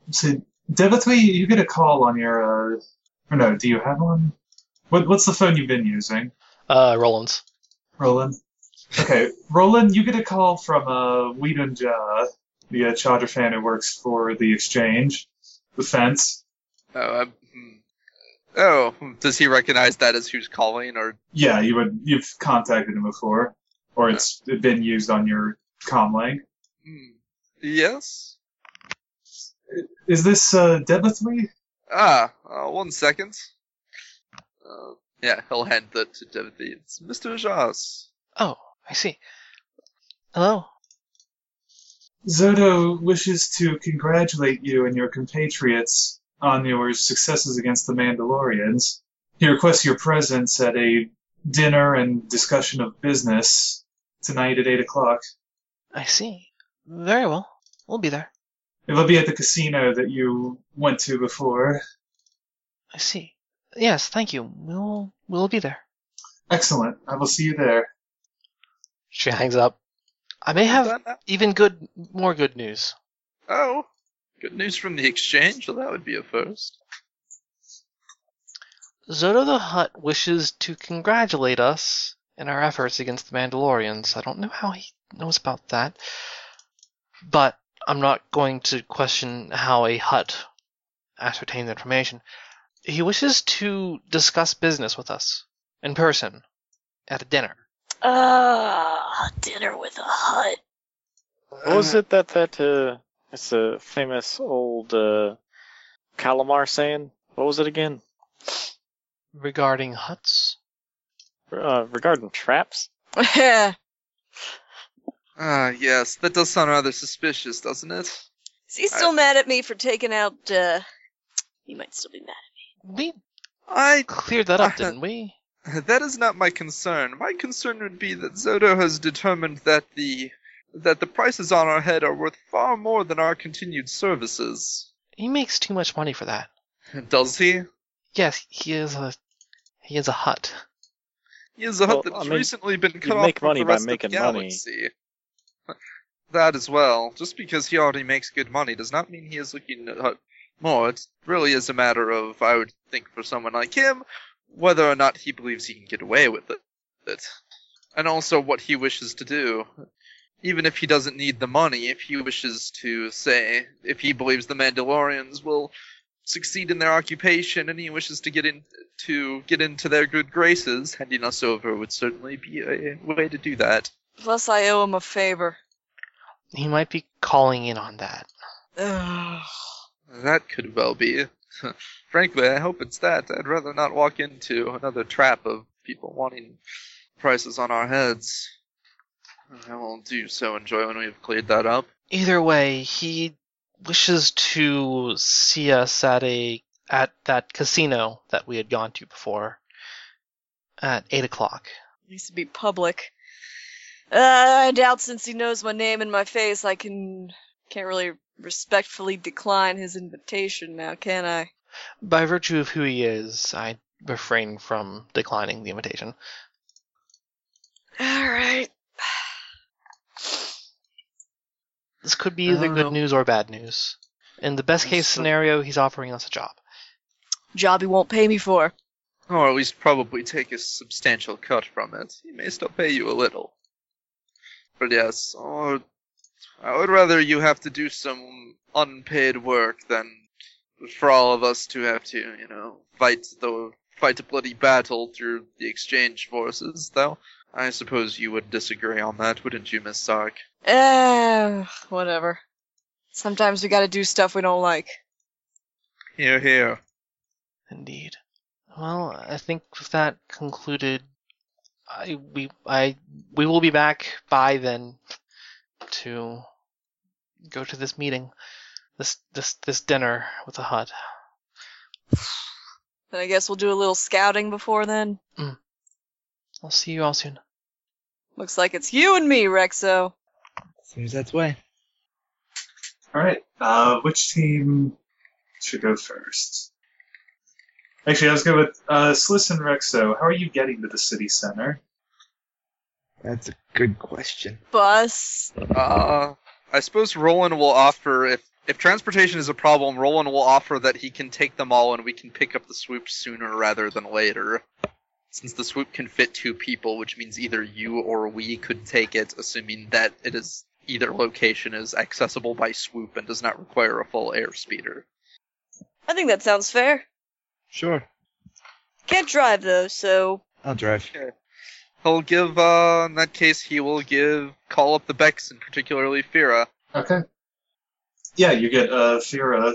A: So, Devithy, you get a call on your. Uh, or no, do you have one? What, what's the phone you've been using,
B: Uh, Roland's.
A: Roland? Okay, Roland, you get a call from uh, Weedunja, the uh, Chadra fan who works for the exchange, the fence.
E: Oh, I'm, hmm. oh, hmm, does he recognize that as who's calling or?
A: Yeah, you would you've contacted him before, or it's been used on your comlink.
E: Hmm. Yes.
A: Is this uh, Devithy?
E: Ah, uh, one second. Uh, yeah, he'll hand that to Timothy. It's Mr. Jas.
B: Oh, I see. Hello.
A: Zodo wishes to congratulate you and your compatriots on your successes against the Mandalorians. He requests your presence at a dinner and discussion of business tonight at 8 o'clock.
B: I see. Very well. We'll be there.
A: It'll be at the casino that you went to before.
B: I see. Yes, thank you. We'll we'll be there.
A: Excellent. I will see you there.
B: She hangs up. I may have even good more good news.
E: Oh, good news from the exchange. Well, that would be a first.
B: Zodo the Hutt wishes to congratulate us in our efforts against the Mandalorians. I don't know how he knows about that, but I'm not going to question how a Hutt ascertained the information. He wishes to discuss business with us in person at a dinner.
C: Ah, dinner with a hut.
F: What was it that that uh, it's a famous old uh, calamar saying? What was it again?
B: Regarding huts?
F: Uh, regarding traps.
C: [laughs]
E: Ah, yes, that does sound rather suspicious, doesn't it?
C: Is he still mad at me for taking out? uh He might still be mad.
B: We
E: I
B: cleared that up,
E: Uh,
B: didn't we?
E: That is not my concern. My concern would be that Zodo has determined that the that the prices on our head are worth far more than our continued services.
B: He makes too much money for that.
E: Does he?
B: Yes, he is a he is a hut.
E: He is a
F: Well,
E: hut that
F: I
E: has
F: mean,
E: recently been cut
F: you
E: off
F: make
E: from
F: money
E: the
F: by
E: rest
F: making
E: of the
F: money.
E: galaxy. [laughs] That as well. Just because he already makes good money does not mean he is looking at hut more. It really is a matter of, I would think, for someone like him, whether or not he believes he can get away with it, it. and also what he wishes to do. Even if he doesn't need the money, if he wishes to say, if he believes the Mandalorians will succeed in their occupation and he wishes to get in to get into their good graces, handing us over would certainly be a way to do that.
C: Plus, I owe him a favor.
B: He might be calling in on that.
C: Ugh.
E: That could well be. [laughs] Frankly, I hope it's that. I'd rather not walk into another trap of people wanting prices on our heads. I will do so enjoy when we've cleared that up.
B: Either way, he wishes to see us at a at that casino that we had gone to before at eight o'clock.
C: needs to be public. Uh, I doubt since he knows my name and my face, I can can't really respectfully decline his invitation now, can I?
B: By virtue of who he is, I refrain from declining the invitation.
C: All right.
B: This could be
E: I
B: either
E: don't
B: good
E: know.
B: news or bad news. In the best case
E: That's-
B: scenario, he's offering us a job.
C: Job he won't pay me for.
E: Or at least probably take a substantial cut from it. He may still pay you a little. But yes, or I would rather you have to do some unpaid work than for all of us to have to, you know, fight the fight a bloody battle through the exchange forces, though I suppose you would disagree on that, wouldn't you, Miss Sark?
C: Eh, whatever. Sometimes we gotta do stuff we don't like.
E: Here, here.
B: Indeed. Well, I think with that concluded, I we I we will be back by then to go to this meeting, this this this dinner with the hut.
C: Then I guess we'll do a little scouting before then.
B: I'll see you all soon.
C: Looks like it's you and me, Rexo.
D: Seems that's way.
A: All right. Uh, which team should go first? Actually, I was going with uh, Sliss and Rexo. How are you getting to the city center?
D: That's a good question.
C: Bus.
E: Uh, I suppose Roland will offer if if transportation is a problem, Roland will offer that he can take them all and we can pick up the swoop sooner rather than later. Since the swoop can fit two people, which means either you or we could take it, assuming that it is either location is accessible by swoop and does not require a full airspeeder.
C: I think that sounds fair.
D: Sure,
C: Can't drive though, so [laughs]
D: I'll drive.
E: He'll give uh in that case he will give call up the Becks and particularly Fira.
A: Okay. Yeah, you get uh, Fira.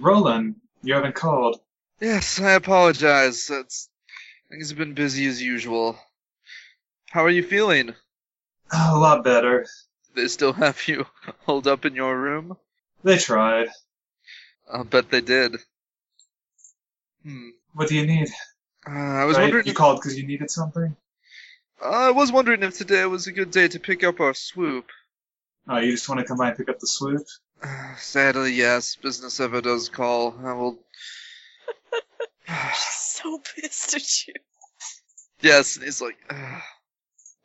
A: Roland, you haven't called.
E: Yes, I apologize. It's, things have been busy as usual. How are you feeling?
A: Oh, a lot better.
E: They still have you [laughs] holed up in your room?
A: They tried.
E: I'll bet they did. Hmm.
A: What do you need?
E: Uh, I was
A: Right?
E: wondering.
A: You
E: If,
A: called because you needed something.
E: I was wondering if today was a good day to pick up our swoop.
A: Oh, you just want to come by and pick up the swoop?
E: Uh, Sadly, yes. Business ever does call. I will. [sighs]
C: She's so pissed at you.
E: yes, and he's like. "Ugh.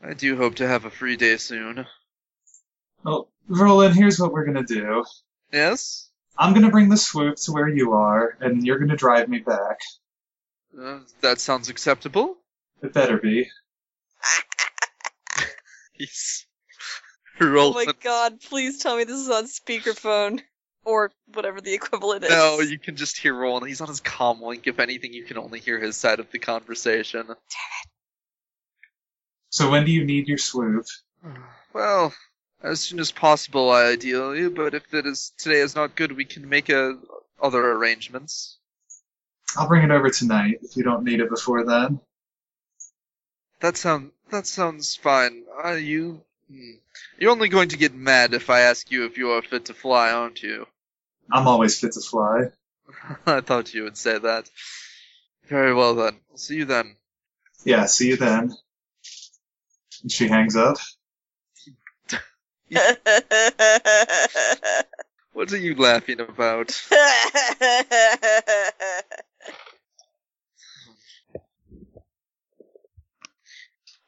E: I do hope to have a free day soon.
A: Well, Roland, here's what we're gonna do.
E: Yes.
A: I'm gonna bring the swoop to where you are, and you're gonna drive me back.
E: Uh, that sounds acceptable. [laughs]
A: It better be.
E: He's
C: Oh
E: rolling.
C: my god, please tell me this is on speakerphone. Or whatever the equivalent is. [laughs]
E: No, [laughs] you can just hear Roland. He's on his comm link. If anything, you can only hear his side of the conversation.
A: So when do you need your swoop?
E: [sighs] Well, as soon as possible, ideally. But if it is today is not good, we can make uh other arrangements.
A: I'll bring it over tonight if you don't need it before then.
E: That sound that sounds fine. Are you? hmm. You're only going to get mad if I ask you if you are fit to fly, aren't you? [laughs]
A: I'm always fit to fly.
E: I thought you would say that. Very well then. I'll see you then.
A: Yeah, see you then. And she hangs up.
E: What are you laughing about?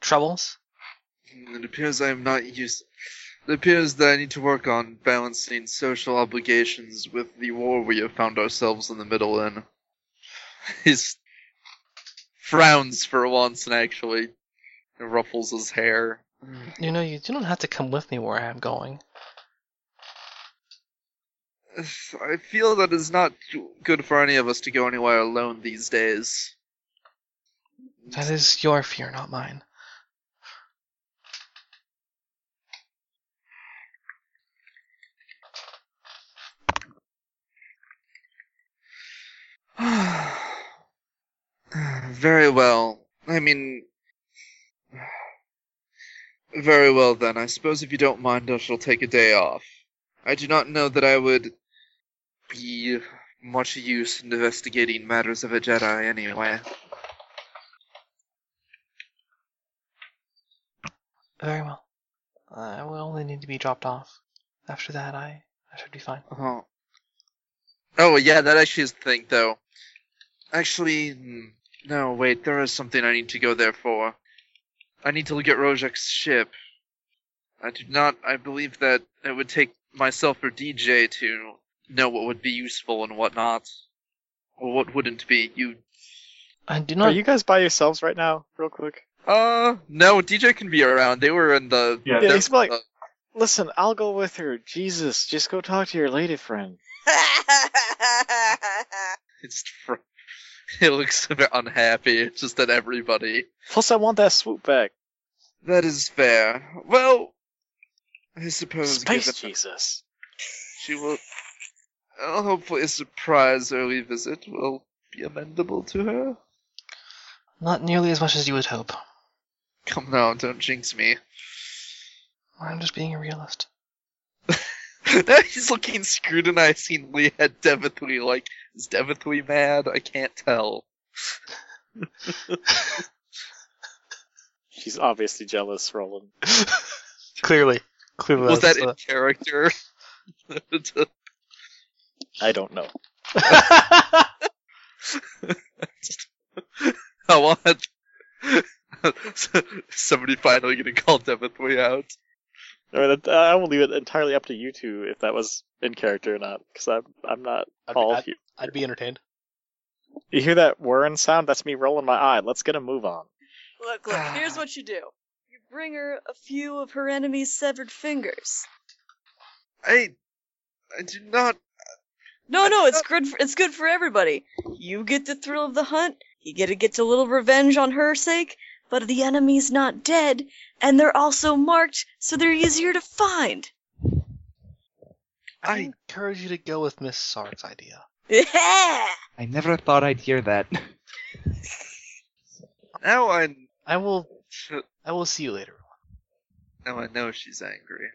B: Troubles?
E: It appears I am not used. It appears that I need to work on balancing social obligations with the war we have found ourselves in the middle in. [laughs] He frowns for once and actually ruffles his hair. [sighs]
B: You know, you, you don't have to come with me where I'm going.
E: I feel that it's not good for any of us to go anywhere alone these days.
B: That is your fear, not mine.
E: [sighs] Very well. I mean, [sighs] very well then. I suppose if you don't mind, I shall take a day off. I do not know that I would be much use in investigating matters of a Jedi anyway.
B: Very well. I will only need to be dropped off. After that, I, I should be fine.
E: Oh. Oh, yeah, that actually is the thing, though. Actually, hmm, no, wait, there is something I need to go there for. I need to look at Rojak's ship. I do not, I believe that it would take myself or DJ to know what would be useful and what not. Or what wouldn't be. You,
B: I do
F: Are
B: not.
F: you guys by yourselves right now, real quick?
E: uh, no, DJ can be around. They were in the.
A: Yeah,
F: Yeah,
E: they're-
F: he's like,
E: uh,
F: listen, I'll go with her. Jesus, just go talk to your lady friend.
E: It's, fr- [laughs] it looks a bit unhappy, just at everybody.
F: Plus, I want that swoop back.
E: That is fair. Well, I suppose
F: Space
E: given-
F: Jesus.
E: she will. Well, hopefully, a surprise early visit will be amendable to her.
B: Not nearly as much as you would hope.
E: Come now, don't jinx me. [laughs]
B: I'm just being a realist.
E: now he's looking scrutinizingly at Devithly, like, is Devithly mad? I can't tell.
F: She's obviously jealous, Roland.
B: Clearly. Clearly.
E: Was that
B: that's
E: in
B: the-
E: character? [laughs]
F: I don't know.
B: [laughs]
E: I want. [laughs] Somebody finally gonna call Devithly out.
F: I mean, I I will leave it entirely up to you two if that was in character or not, because I'm I'm not
B: I'd,
F: all
B: I'd-
F: here.
B: I'd be entertained.
F: You hear that whirring sound? That's me rolling my eye. Let's get a move on.
C: Look, look,
E: [sighs]
C: here's what you do. You bring her a few of her enemy's severed fingers.
E: I. I do not
C: No, no, it's good for, it's good for everybody. You get the thrill of the hunt, you get to get a little revenge on her sake, but the enemy's not dead, and they're also marked, so they're easier to
F: [laughs]
C: find.
B: I
E: I-
B: encourage you to go with Miss Sark's idea.
C: Yeah!
G: I never thought I'd hear that.
E: Now I
B: I will. I will see you later.
E: now I know she's angry.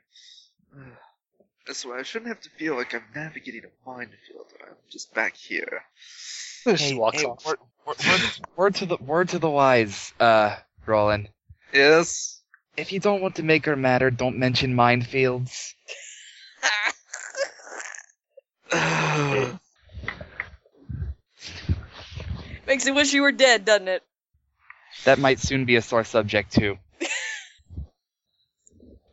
E: That's why I shouldn't have to feel like I'm navigating a minefield. I'm just back here.
B: Just walks off.
G: Word, word, word- word to the word to the wise, uh, Roland.
E: Yes. [sighs]
G: If you don't want to make her matter, don't mention minefields.
H: Makes me wish you were dead, doesn't it?
G: That might soon be a sore subject too.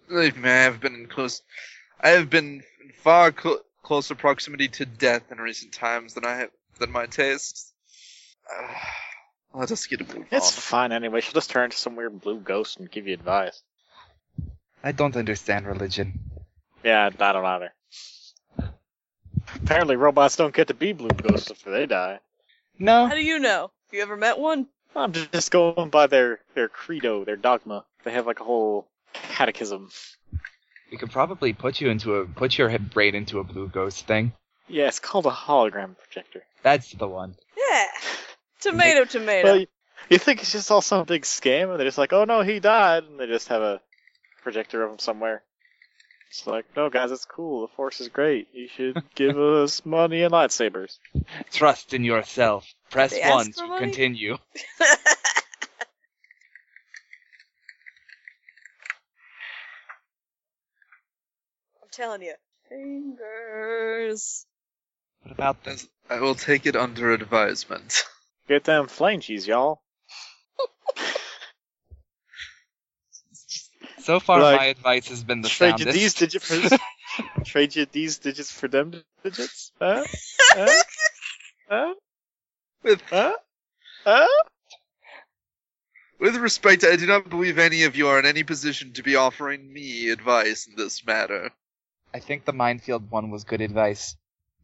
E: Believe me, I have been in close. I have been in far cl- closer proximity to death in recent times than I have than my tastes. [sighs] let us get a move
F: It's
E: on.
F: fine anyway. She'll just turn into some weird blue ghost and give you advice.
G: I don't understand religion.
F: Yeah, I don't either. Apparently, robots don't get to be blue ghosts after they die.
G: No,
H: How do you know? Have you ever met one?
F: I'm ju- just going by their their credo, their dogma. They have like a whole catechism.
G: we could probably put you into a put your head brain into a blue ghost thing.
F: Yeah, it's called a hologram projector.
G: That's the one.
C: [laughs]
H: Yeah. Tomato, tomato.
F: Well, you, you think it's just all some big scam, and they're just like, "Oh no, he died," and they just have a projector of him somewhere. It's like, no, guys, it's cool. The force is great. You
G: [laughs]
F: should give us money and lightsabers.
G: Trust in yourself. Press
H: They ask
G: one
H: for
G: to
H: money?
G: continue.
H: I'm telling you.
C: [laughs]
H: Fingers.
G: What about this?
E: As- I will take it under advisement.
F: Get them flanges, y'all.
G: So far,
F: Like,
G: my advice has been the
F: Trade you
G: soundest.
F: these digits for
G: [laughs]
F: [laughs] trade you these digits for them digits. Huh? Huh? Huh?
E: With
F: Huh? Huh?
E: with respect, I do not believe any of you are in any position to be offering me advice in this matter.
G: I think the minefield one was good advice.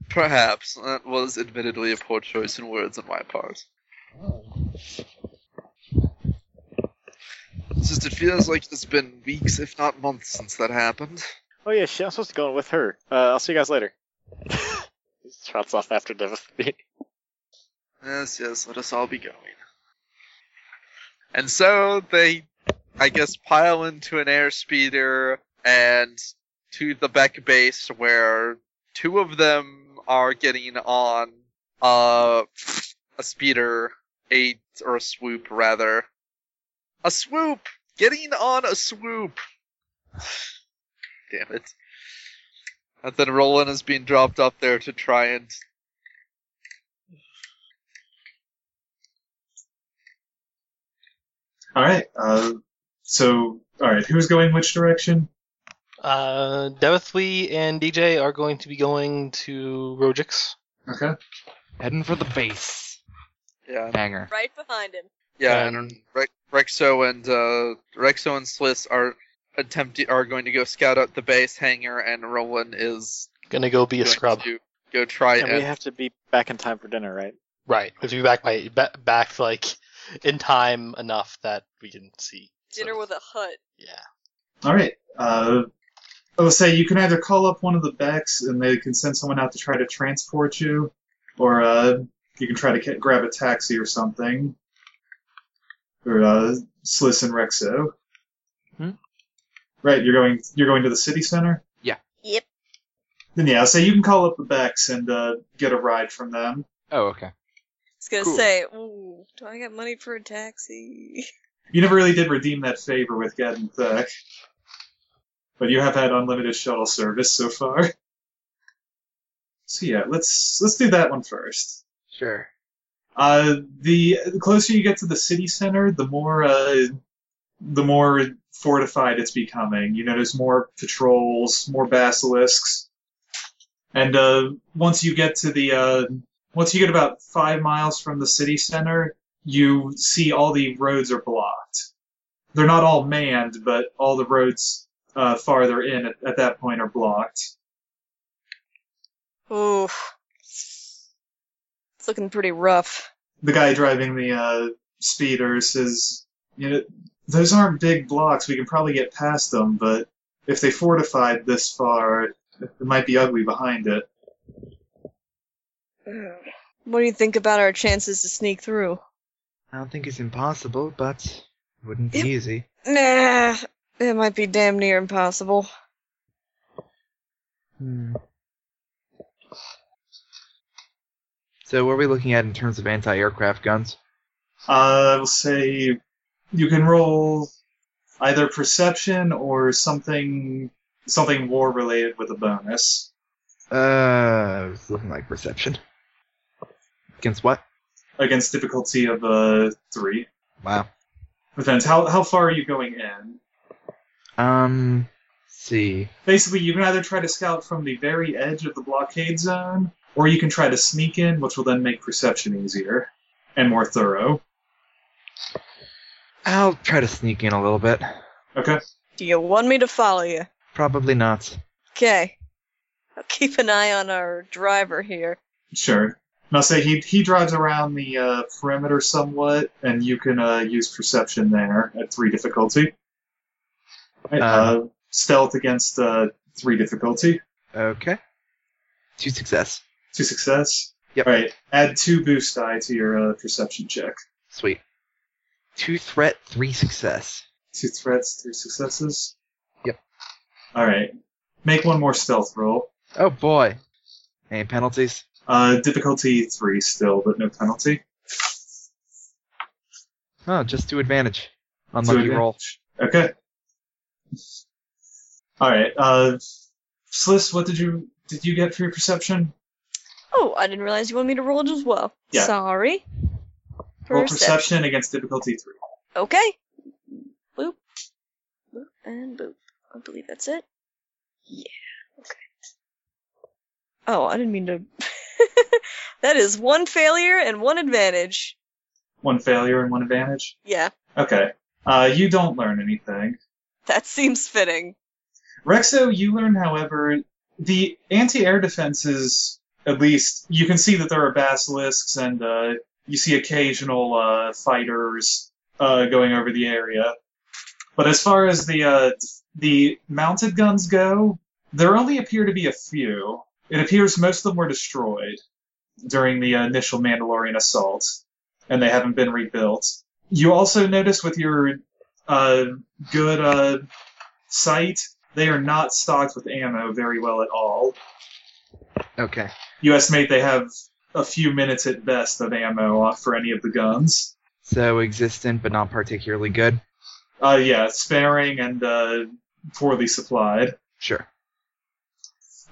E: Perhaps that was admittedly a poor choice in words on my part. It's just it feels like it's been weeks, if not months, since that happened.
F: Oh yeah, shit, I'm supposed to go in with her. Uh, I'll see you guys later. he trots off after [laughs] Devastate.
E: Yes, yes, let us all be going. And so they, I guess, pile into an airspeeder and to the Beck base where two of them are getting on uh, a speeder, a, or a swoop rather. A swoop! Getting on a swoop! [sighs] Damn it. And then Roland is being dropped off there to try and
A: All right. Uh, so, all right. Who's going which direction?
B: Uh, Devathwee and DJ are going to be going to Rojix.
A: Okay.
G: Heading for the base.
E: yeah,
G: Banger.
H: Right behind him.
E: Yeah,
B: Um,
E: and Rex, Rexo and uh, Rexo and Sliss are attempting are going to go scout out the base hangar, and Roland is
B: Gonna go be a
E: going
B: scrub.
E: to go try
F: And we
E: and
F: have to be back in time for dinner, [laughs] right?
B: Right. We have to be back by ba- back like in time enough that we can see. So,
H: Dinner with a hut.
B: yeah.
A: All right. Uh, let's say you can either call up one of the Becks and they can send someone out to try to transport you, or uh, you can try to ca- grab a taxi or something. Or uh, Sliss and Rexo.
G: Hmm?
A: Right. You're going. You're going to the city center.
H: Yep.
A: Then yeah, so you can call up the Becks and uh, get a ride from them.
G: Oh, okay.
H: I was gonna
G: Cool.
H: say, ooh, do I got money for a taxi?
A: You never really did redeem that favor with Gadden Thack. But you have had unlimited shuttle service so far. So yeah, let's let's do that one first.
G: Sure.
A: Uh, the, the closer you get to the city center, the more uh, the more fortified it's becoming. You know, there's more patrols, more basilisks, and uh, once you get to the uh, once you get about five miles from the city center, you see all the roads are blocked. They're not all manned, but all the roads uh, farther in at, at that point are blocked.
H: [laughs] Oof. It's looking pretty rough.
A: the guy driving the uh, speeder says, you know, those aren't big blocks. We can probably get past them, but if they fortified this far, it might be ugly behind it.
H: What do you think about our chances to sneak through?
G: I don't think it's impossible, but wouldn't be
H: Yep.
G: easy.
H: Nah, it might be damn near impossible.
G: Hmm. So what are we looking at in terms of anti-aircraft guns?
A: Uh, I will say you can roll either perception or something something war related with a bonus.
G: Uh, it's looking like perception. Against what?
A: Against difficulty of uh, three.
G: Wow.
A: Depends. How how far are you going in?
G: Um, let's see.
A: Basically, you can either try to scout from the very edge of the blockade zone, or you can try to sneak in, which will then make perception easier and more thorough.
G: I'll try to sneak in a little bit.
A: Okay.
H: Do you want me to follow you?
G: Probably not.
H: Okay. I'll keep an eye on our driver here.
A: Sure. And I'll say he he drives around the uh, perimeter somewhat, and you can uh, use perception there at three difficulty. Right,
G: Uh.
A: uh, stealth against uh, three difficulty,
G: Okay. Two success.
A: two success.
G: Yep.
A: All right. Add two boost die to your uh, perception check.
G: Sweet. Two threat, three success.
A: Two threats, three successes.
G: Yep.
A: All right. Make one more stealth roll.
G: Oh boy. Any penalties?
A: Uh, difficulty three still, but no penalty.
G: Oh, just to advantage. Unlucky
A: advantage.
G: roll.
A: Okay. All right. Uh, Sliss, what did you did you get for your perception?
H: Oh, I didn't realize you wanted me to roll it as well.
A: Yeah.
H: Sorry.
A: Roll
H: Perception.
A: perception against difficulty three.
H: Okay. Boop. Boop and boop. I believe that's it. Yeah. Okay. Oh, I didn't mean to. [laughs] that is one failure and one advantage.
A: One failure and one advantage.
H: Yeah,
A: Okay. Uh, you don't learn anything.
H: that [laughs] seems fitting.
A: Rexo, you learn, however, the anti-air defenses. At least you can see that there are basilisks, and uh, you see occasional uh, fighters uh, going over the area. But as far as the uh, the mounted guns go, there only appear to be a few. It appears most of them were destroyed during the initial Mandalorian assault, and they haven't been rebuilt. You also notice with your uh, good uh, sight they are not stocked with ammo very well at all.
G: Okay.
A: You estimate they have a few minutes at best of ammo off for any of the guns.
G: So existent, but not particularly good.
A: Uh, yeah, sparing and uh, poorly supplied.
G: Sure.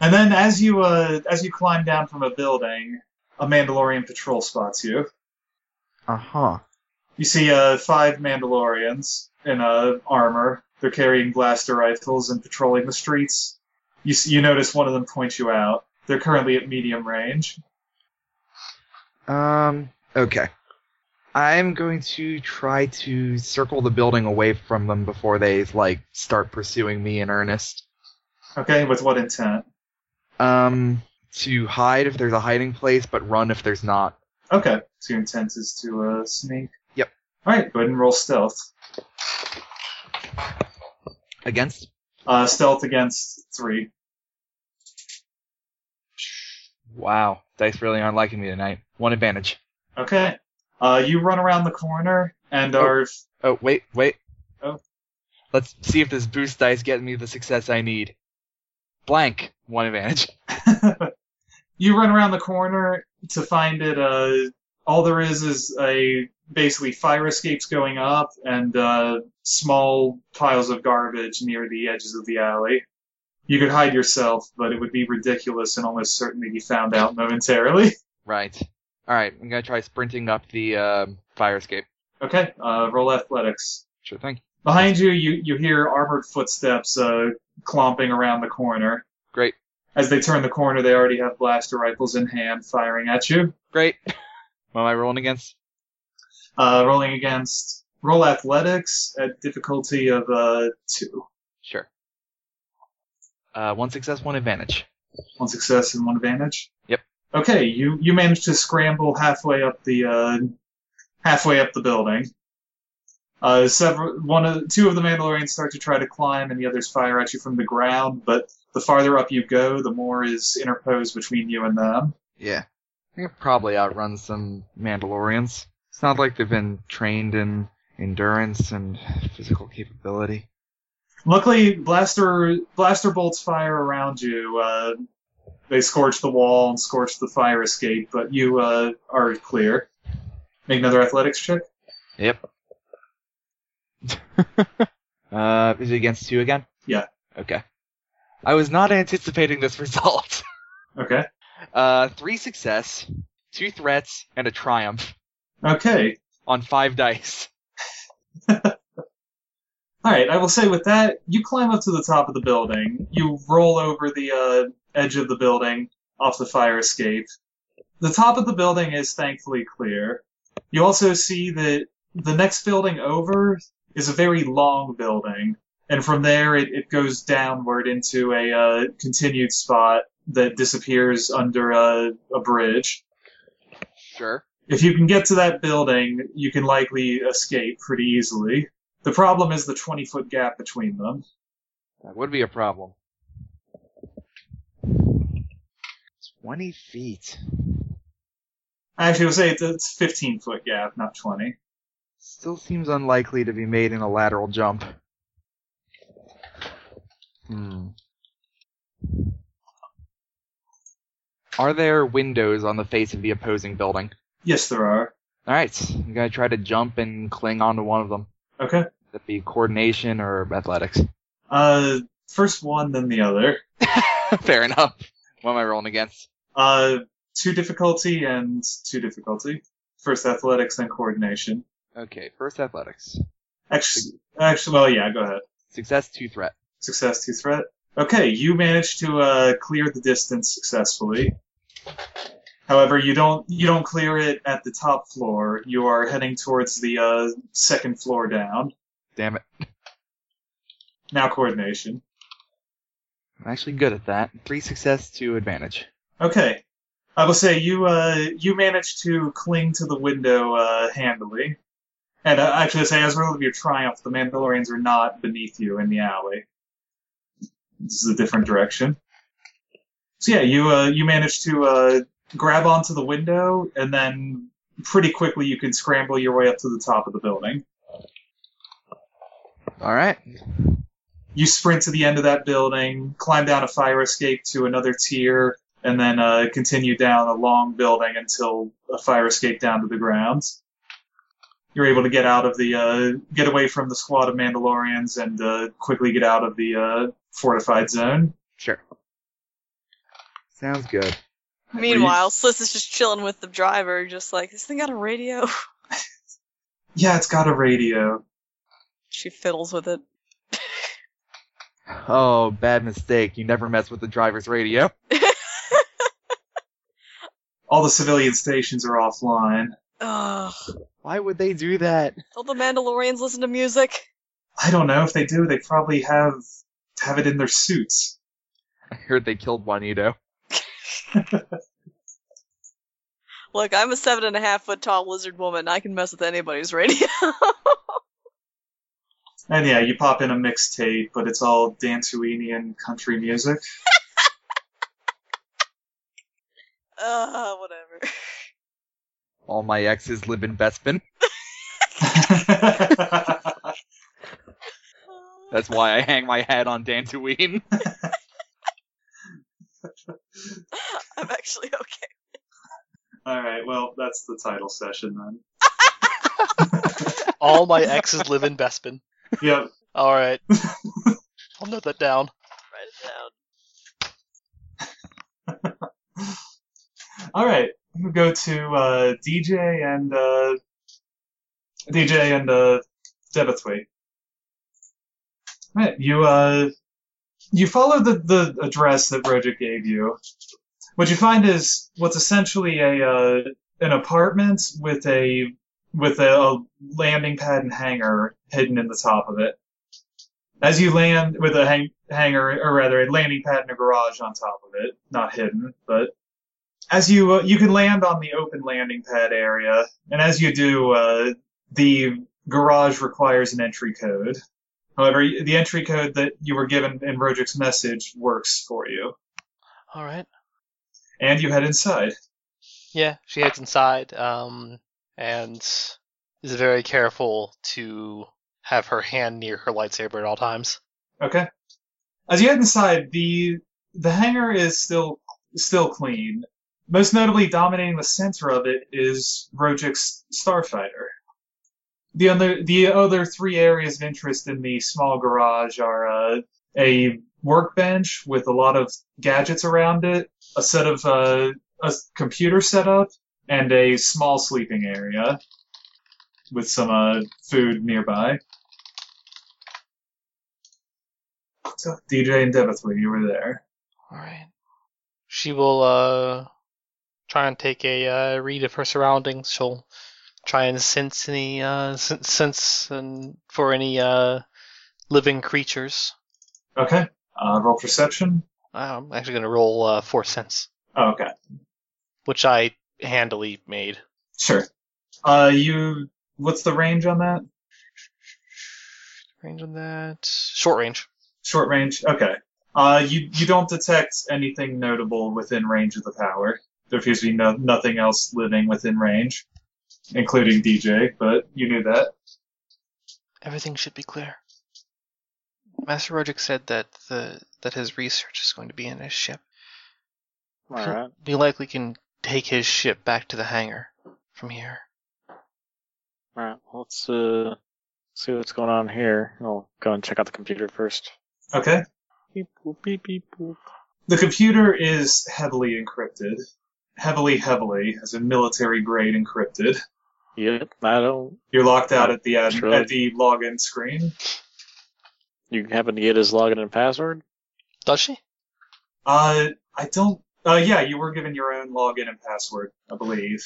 A: And then as you uh, as you climb down from a building, a Mandalorian patrol spots you.
G: Uh huh.
A: You see uh, five Mandalorians in uh, armor. They're carrying blaster rifles and patrolling the streets. You, s you notice one of them points you out. They're currently at medium range.
G: Um. Okay. I'm going to try to circle the building away from them before they like start pursuing me in earnest.
A: Okay, with what intent?
G: Um. To hide if there's a hiding place, but run if there's not.
A: Okay. So your intent is to uh, sneak.
G: Yep.
A: All right. Go ahead and roll stealth.
G: Against.
A: Uh, stealth against three.
G: Wow. Dice really aren't liking me tonight. One advantage.
A: Okay. Uh, you run around the corner and are [laughs]
G: Oh wait, wait.
A: Oh.
G: Let's see if this boost dice get me the success I need. Blank. One advantage. [laughs]
A: you run around the corner to find it. Uh, all there is is a basically fire escapes going up and uh, small piles of garbage near the edges of the alley. You could hide yourself, but it would be ridiculous and almost certainly be found out momentarily. [laughs]
G: Right. All right. I'm gonna try sprinting up the um, fire escape.
A: Okay, uh, roll athletics.
G: Sure thing.
A: Behind you, you, you hear armored footsteps uh, clomping around the corner.
G: Great.
A: As they turn the corner, they already have blaster rifles in hand firing at you.
G: Great. [laughs] what am I rolling against?
A: Uh, rolling against. Roll athletics at difficulty of uh, 2.
G: Sure. Uh, one success, one advantage.
A: One success and one advantage.
G: Yep.
A: Okay, you, you manage to scramble halfway up the uh, halfway up the building. Uh, several one of two of the Mandalorians start to try to climb, and the others fire at you from the ground. But the farther up you go, the more is interposed between you and them.
G: Yeah. I think I've probably outrun some Mandalorians. It's not like they've been trained in endurance and physical capability.
A: Luckily, blaster blaster bolts fire around you, uh, They scorch the wall and scorch the fire escape, but you uh, are clear. Make another athletics check.
G: Yep. uh, is it against two again?
A: Yeah.
G: Okay. I was not anticipating this [laughs] result.
A: Okay.
G: Uh, three success, two threats, and a triumph
A: Okay.
G: on five dice.
A: All right, I will say with that, you climb up to the top of the building. You roll over the uh, edge of the building off the fire escape. The top of the building is thankfully clear. You also see that the next building over is a very long building, and from there it, it goes downward into a uh, continued spot that disappears under a, a bridge.
G: Sure.
A: If you can get to that building, you can likely escape pretty easily. The problem is the 20 foot gap between them.
G: That would be a problem. Twenty feet.
A: Actually, I'll say it's it's 15 foot gap, not 20.
G: Still seems unlikely to be made in a lateral jump. Hmm. Are there windows on the face of the opposing building?
A: Yes, there are.
G: Alright, I'm gonna try to jump and cling onto one of them.
A: Okay.
G: That be coordination or athletics. [laughs]
A: Uh, first one, then the other.
G: Fair enough. What am I rolling against?
A: Uh, two difficulty and two difficulty. First athletics, then coordination.
G: Okay, first athletics.
A: Actually, actually, well, yeah, go ahead.
G: Success, two threat.
A: Success, two threat. Okay, you manage to uh, clear the distance successfully. However, you don't you don't clear it at the top floor. You are heading towards the uh, second floor down.
G: Damn it.
A: Now coordination.
G: I'm actually good at that. Three success, two advantage.
A: Okay. I will say you uh, you managed to cling to the window uh, handily, and uh, actually, say as well of your triumph, the Mandalorians are not beneath you in the alley. This is a different direction. So yeah, you uh, you managed to uh, grab onto the window, and then pretty quickly you can scramble your way up to the top of the building.
G: Alright.
A: you sprint to the end of that building, climb down a fire escape to another tier, and then uh, continue down a long building until a fire escape down to the ground. You're able to get out of the, uh, get away from the squad of Mandalorians and uh, quickly get out of the uh, fortified zone.
G: Sure. Sounds good.
H: Meanwhile, Sliss is just chilling with the driver, just like, this thing got a radio? [laughs]
A: Yeah, it's got a radio.
H: she fiddles with it.
G: Oh, bad mistake. You never mess with the driver's radio.
A: All the civilian stations are offline.
H: Ugh.
G: Why would they do that?
H: Don't the Mandalorians listen to music?
A: I don't know if they do. They probably have have it in their suits.
G: I heard they killed Juanito.
H: Look, I'm a seven and a half foot tall lizard woman. I can mess with anybody's radio. [laughs]
A: And yeah, you pop in a mixtape, but it's all Dantuanian country music.
H: uh, whatever.
G: All my exes live in Bespin.
A: [laughs]
G: That's why I hang my hat on Dantooine.
H: [laughs] I'm actually okay.
A: all right, well, that's the title session then.
B: All
H: [laughs]
B: my exes live in Bespin.
A: Yep.
B: All right. I'll note that down.
H: Write it down.
A: All right, we'll go to uh, DJ and uh, DJ and uh, Debithwaite. All right, you uh, you follow the the address that Roger gave you. What you find is what's essentially a uh, an apartment with a with a, a landing pad and hangar hidden in the top of it. As you land with a hang- hangar, or rather a landing pad and a garage on top of it, not hidden, but as you uh, you can land on the open landing pad area, and as you do, uh, the garage requires an entry code. However, y- the entry code that you were given in Rojik's message works for you,
B: All right.
A: and you head inside.
B: Yeah, she heads inside, um, and is very careful to have her hand near her lightsaber at all times.
A: Okay. As you head inside, the the hangar is still still clean. Most notably, dominating the center of it is Rojik's Starfighter. The other, the other three areas of interest in the small garage are uh, a workbench with a lot of gadgets around it, a set of uh, a computer setup, and a small sleeping area with some uh, food nearby. So DJ and Devithwin, you were there.
B: Alright. She will uh try and take a uh, read of her surroundings. She'll try and sense any uh sen- sense and for any uh living creatures.
A: Okay. Uh, roll perception.
B: I'm actually gonna roll uh, four sense,
A: Oh, okay.
B: which I handily made.
A: Sure. Uh, you. What's the range on that?
B: Range on that short range.
A: Short range. Okay. Uh, you you don't detect anything notable within range of the power. There appears to be no, nothing else living within range, including DJ. But you knew that.
B: Everything should be clear. Master Roderick said that the that his research is going to be in his ship.
F: All right.
B: We likely can take his ship back to the hangar from here.
F: All right. Well, let's uh, see what's going on here. I'll go and check out the computer first.
A: Okay.
F: Beep boop beep beep boop.
A: The computer is heavily encrypted. Heavily, heavily, as a military grade encrypted.
F: Yep. I don't.
A: You're locked
F: Oh,
A: out at the ad,
F: Sure.
A: at the login screen.
F: You happen to get his login and password?
B: Does she?
A: Uh, I don't. Uh, yeah, you were given your own login and password, I believe.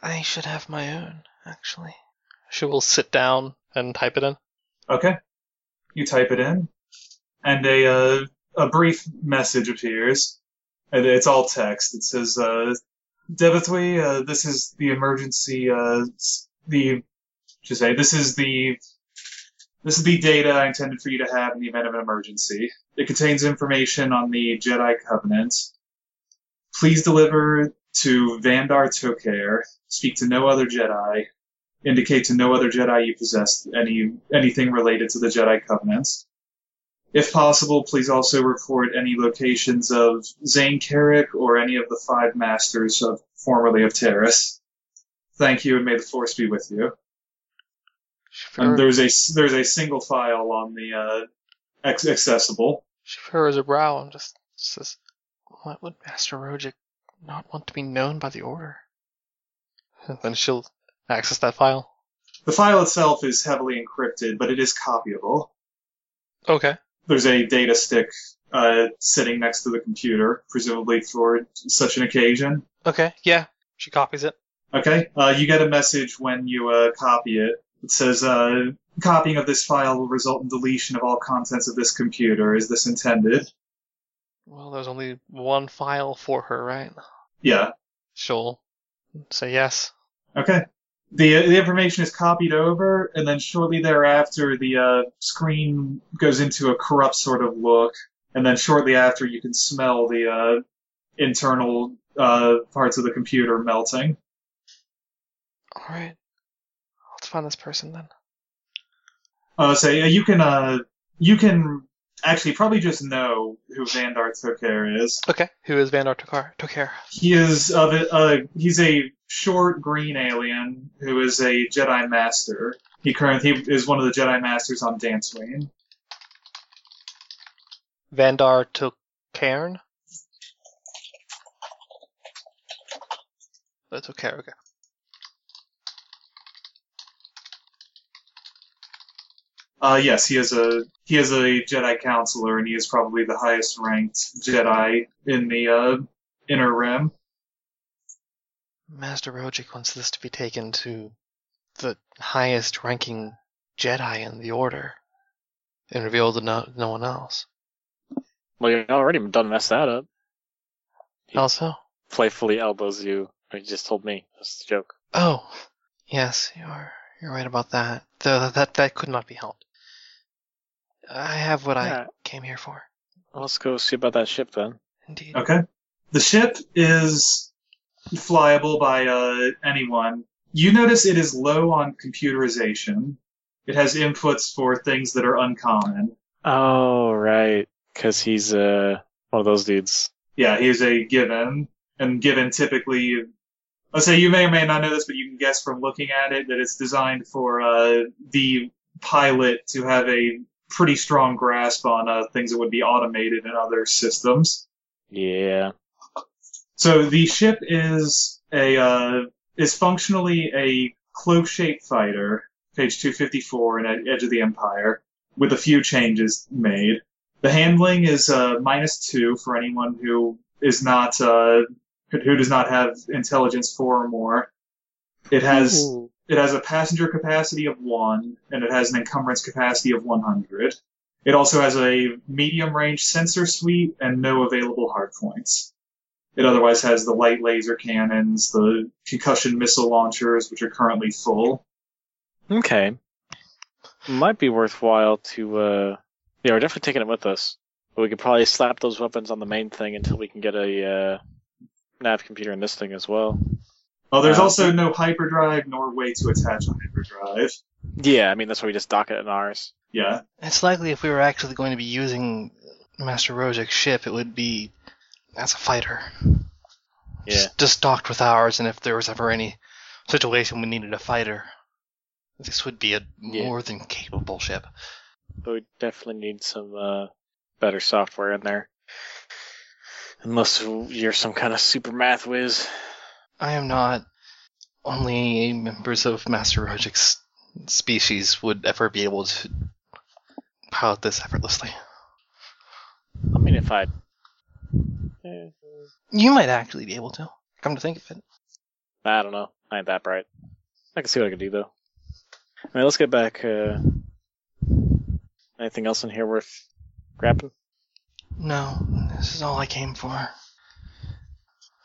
B: I should have my own, actually. She will sit down and type it in.
A: Okay. You type it in, and a uh, a brief message appears, and it's all text. It says, uh, "Devithwy, uh, this is the emergency. Uh, s- the should say this is the this is the data intended for you to have in the event of an emergency. It contains information on the Jedi Covenant. Please deliver to Vandar Tokare. Speak to no other Jedi." indicate to no other Jedi you possess any anything related to the Jedi covenants. If possible, please also report any locations of Zane Carrick or any of the five masters of formerly of Terrace. Thank you, and may the force be with you.
B: She
A: And
B: furrows,
A: there's a s- there's a single file on the uh, ex- accessible.
B: she furrows her brow and just says, What would Master Rogic not want to be known by the Order? And then she'll access that file.
A: The file itself is heavily encrypted, but it is copyable.
B: Okay.
A: there's a data stick uh, sitting next to the computer, presumably for such an occasion.
B: Okay, yeah. She copies it.
A: Okay. Uh, you get a message when you uh, copy it. It says, uh, copying of this file will result in deletion of all contents of this computer. Is this intended?
B: Well, there's only one file for her, right?
A: Yeah.
B: She'll say yes.
A: Okay. The, uh, the information is copied over, and then shortly thereafter, the uh, screen goes into a corrupt sort of look, and then shortly after, you can smell the uh, internal uh, parts of the computer melting.
B: Alright. Let's find this person then.
A: Uh, so yeah, you can uh, you can actually probably just know who Vandar Tokare is.
B: Okay, who is Vandar Tokar? Tokar.
A: He is of a, uh, he's a short green alien who is a Jedi Master. He currently is one of the Jedi Masters on Dantooine.
B: Vandar Tokarn? That's okay, uh, okay.
A: Uh, yes, he is a he is a Jedi counselor, and he is probably the highest ranked Jedi in the uh, Inner Rim.
B: Master Rogic wants this to be taken to the highest ranking Jedi in the Order and revealed to no, no one else.
F: Well, you already done messed that up.
B: Also?
F: Playfully elbows you. You just told me. That's a joke.
B: Oh, yes, you're you're right about that. Though that that, that could not be helped. I have what I
F: Alright.
B: came here for.
F: Well, Let's go see about that ship then.
B: Indeed.
A: Okay. The ship is flyable by uh, anyone. You notice it is low on computerization. It has inputs for things that are uncommon.
F: Oh right, because he's uh one of those dudes.
A: yeah, he's a given, and given typically, I say you may or may not know this, but you can guess from looking at it that it's designed for uh, the pilot to have a pretty strong grasp on uh, things that would be automated in other systems.
F: Yeah.
A: So the ship is a uh, is functionally a cloak-shaped fighter, page 254 in Ed- Edge of the Empire, with a few changes made. The handling is uh, minus two for anyone who is not uh, who does not have intelligence four or more. It has
B: Ooh.
A: it has a passenger capacity of one, and it has an encumbrance capacity of 100. It also has a medium range sensor suite and no available hard points. It otherwise has the light laser cannons, the concussion missile launchers, which are currently full.
F: Okay. Might be worthwhile to. uh Yeah, we're definitely taking it with us. But we could probably slap those weapons on the main thing until we can get a uh, nav computer in this thing as well.
A: Oh, there's
F: Uh,
A: also no hyperdrive nor way to attach a hyperdrive.
F: Yeah, I mean that's why we just dock it in ours.
A: Yeah.
B: It's likely if we were actually going to be using Master Rozek's ship, it would be as a fighter.
F: Yeah.
B: Just, just docked with ours, and if there was ever any situation we needed a fighter, this would be a
F: Yeah.
B: more than capable ship.
F: But we definitely need some uh, better software in there. Unless you're some kind of super math whiz.
B: I am not. Only members of Master Rozek's species would ever be able to pilot this effortlessly.
F: I mean, if I. Eh,
B: You might actually be able to. Come to think of it.
F: I don't know. I ain't that bright. I can see what I can do, though. All right, let's get back. Uh, anything else in here worth grabbing?
B: No, this is all I came for.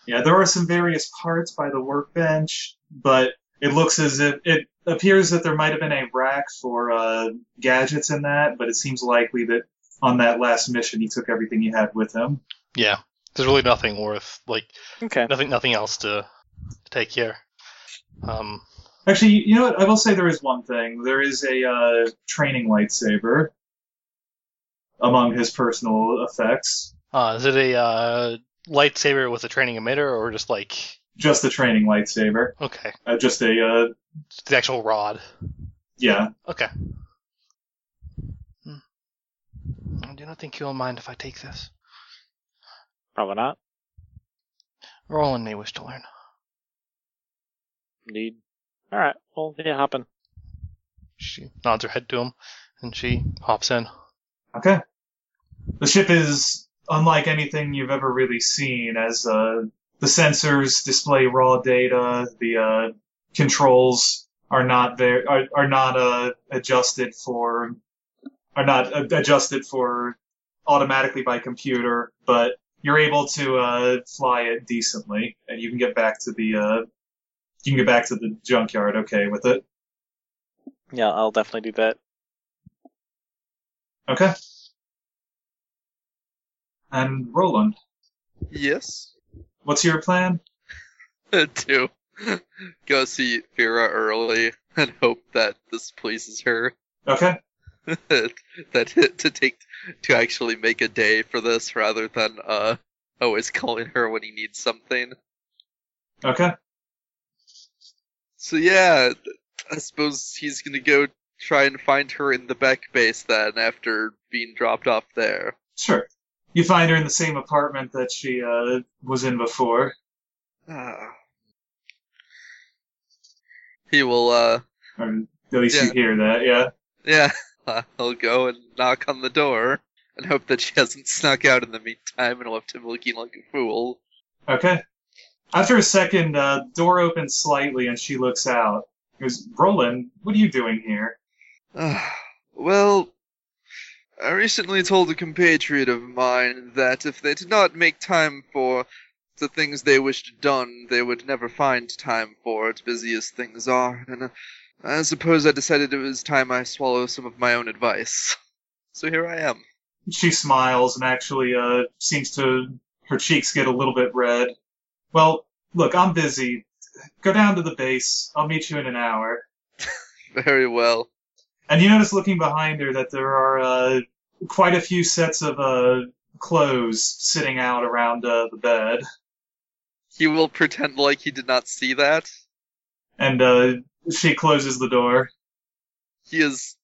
A: Yeah, there are some various parts by the workbench, but it looks as if it appears that there might have been a rack for uh, gadgets in that, but it seems likely that on that last mission he took everything he had with him.
B: Yeah, there's really nothing worth like
F: Okay.
B: nothing nothing else to, to take here. Um,
A: Actually, you know what? I will say there is one thing. There is a uh, training lightsaber among his personal effects.
B: uh, is it a uh, lightsaber with a training emitter, or just like
A: Just the training lightsaber.
B: okay,
A: Uh, just a, uh,
B: the actual rod?
A: yeah.
B: Okay. Hmm. I do not think you'll mind if I take this.
F: Probably not.
B: Roland may wish to learn.
F: Indeed. All right. Well, yeah, hopping.
B: She nods her head to him, and she hops in. [gasps]
A: Okay. The ship is unlike anything you've ever really seen, as uh, the sensors display raw data. The uh, controls are not there, are, are not uh, adjusted for, are not uh, adjusted for automatically by computer, but you're able to uh, fly it decently, and you can get back to the uh, you can get back to the junkyard okay with it.
F: Yeah, I'll definitely do that.
A: Okay. And Roland.
E: Yes? [laughs]
A: What's your plan?
E: Two. Go see Vera early and hope that this pleases her. [laughs]
A: Okay.
E: that to take to actually make a day for this rather than uh always calling her when he needs something.
A: Okay.
E: So yeah, I suppose he's gonna go try and find her in the back base then after being dropped off there. [sighs]
A: Sure. You find her in the same apartment that she uh, was in before.
E: Ah. He will uh
A: Or at least you
E: Yeah.
A: hear that, yeah.
E: yeah, [laughs] uh, he'll go and knock on the door and hope that she hasn't snuck out in the meantime and left him looking like a fool.
A: Okay. After a second, uh, door opens slightly and she looks out. Goes, Roland, what are you doing here?
E: Ah, [sighs] well, I recently told a compatriot of mine that if they did not make time for the things they wished done, they would never find time for it, busy as things are, and uh, I suppose I decided it was time I swallow some of my own advice. [laughs] So here I am.
A: She smiles and actually uh, seems to her cheeks get a little bit red. Well, look, I'm busy. Go down to the base. I'll meet you in an hour.
E: Very well.
A: And you notice looking behind her that there are uh, quite a few sets of uh, clothes sitting out around uh, the bed,
E: He will pretend like he did not see that.
A: and uh, she closes the door.
E: He is,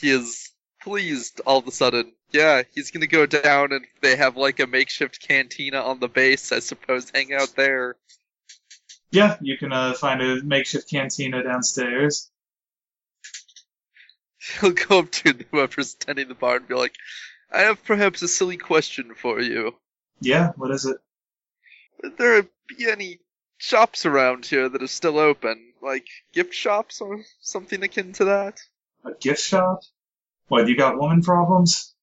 E: he is pleased all of a sudden. Yeah, he's gonna go down and they have like a makeshift cantina on the base. I suppose hang out there. [laughs]
A: Yeah, you can uh, find a makeshift cantina downstairs.
E: He'll go up to whoever's tending the bar and be like, "I have perhaps a silly question for you.
A: Yeah, what is it?
E: Would there be any shops around here that are still open, like gift shops or something akin to that?" [laughs]
A: A gift shop? What, you got woman problems?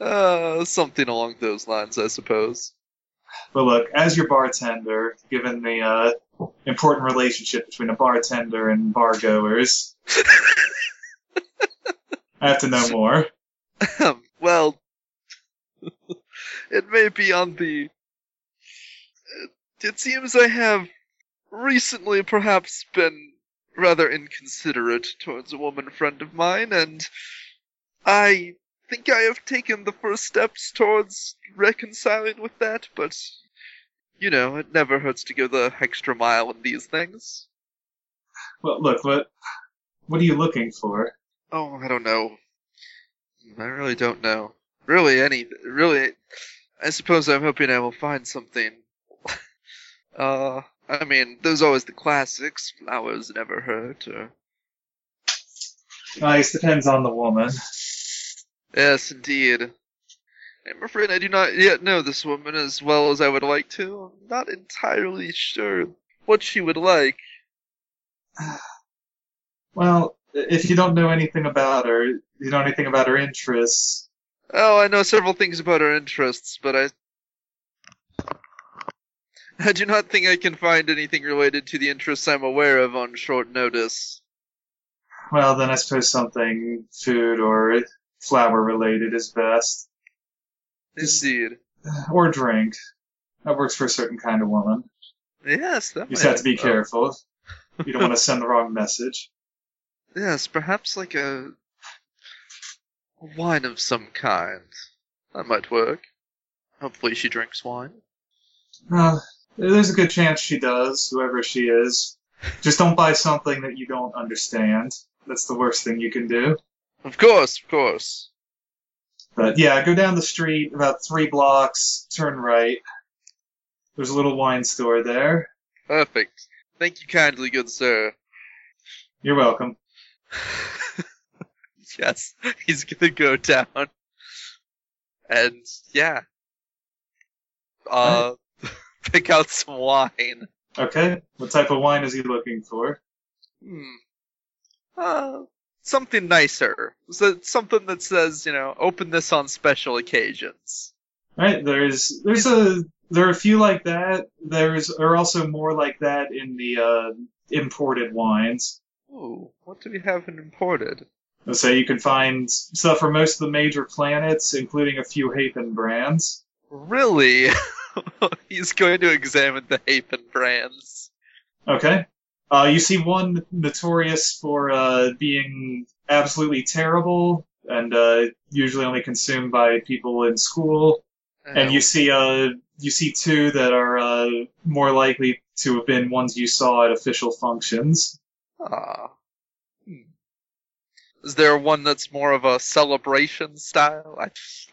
E: uh, something along those lines, I suppose.
A: But look, as your bartender, given the uh, important relationship between a bartender and bar goers, I have to know more.
E: well, it may be on the. It seems I have recently perhaps been rather inconsiderate towards a woman friend of mine, and I think I have taken the first steps towards reconciling with that, but. You know, it never hurts to go the extra mile in these things.
A: Well, look, what what are you looking for?
E: Oh, I don't know. I really don't know. Really, any, really, I suppose I'm hoping I will find something. [laughs] uh, I mean, there's always the classics, flowers never hurt, or
A: I guess depends on the woman.
E: yes, indeed. I'm afraid I do not yet know this woman as well as I would like to. I'm not entirely sure what she would like.
A: Well, if you don't know anything about her, you know anything about her interests.
E: Oh, I know several things about her interests, but I. I do not think I can find anything related to the interests I'm aware of on short notice.
A: Well, then I suppose something food or flower related is best, This-
E: Indeed.
A: or drink. That works for a certain kind of woman.
E: Yes, that
A: You just
E: might
A: have to be
E: uh,
A: careful. You don't want to send the wrong message.
E: Yes, perhaps like a wine of some kind. That might work. Hopefully, she drinks wine.
A: Uh, there's a good chance she does, whoever she is. Just don't buy something that you don't understand. That's the worst thing you can do.
E: Of course, of course.
A: But yeah, go down the street about three blocks, turn right. There's a little wine store there.
E: Perfect. Thank you kindly, good sir.
A: You're welcome.
E: [laughs] yes, he's gonna go down. And yeah. Uh [laughs] pick out some wine.
A: Okay. What type of wine is he looking for?
E: Hmm. Uh something nicer. So something that says, you know, open this on special occasions.
A: All Right. There's there's a there are a few like that. There's there are also more like that in the uh, imported wines.
E: Ooh, what do we have in imported?
A: So you can find stuff for most of the major planets, including a few Haven brands.
E: Really? [laughs] he's going to examine the Haven brands.
A: Okay. Uh, you see one notorious for uh, being absolutely terrible and uh, usually only consumed by people in school. And you see uh, you see two that are uh, more likely to have been ones you saw at official functions.
E: Ah. Hmm. Is there one that's more of a celebration style? I,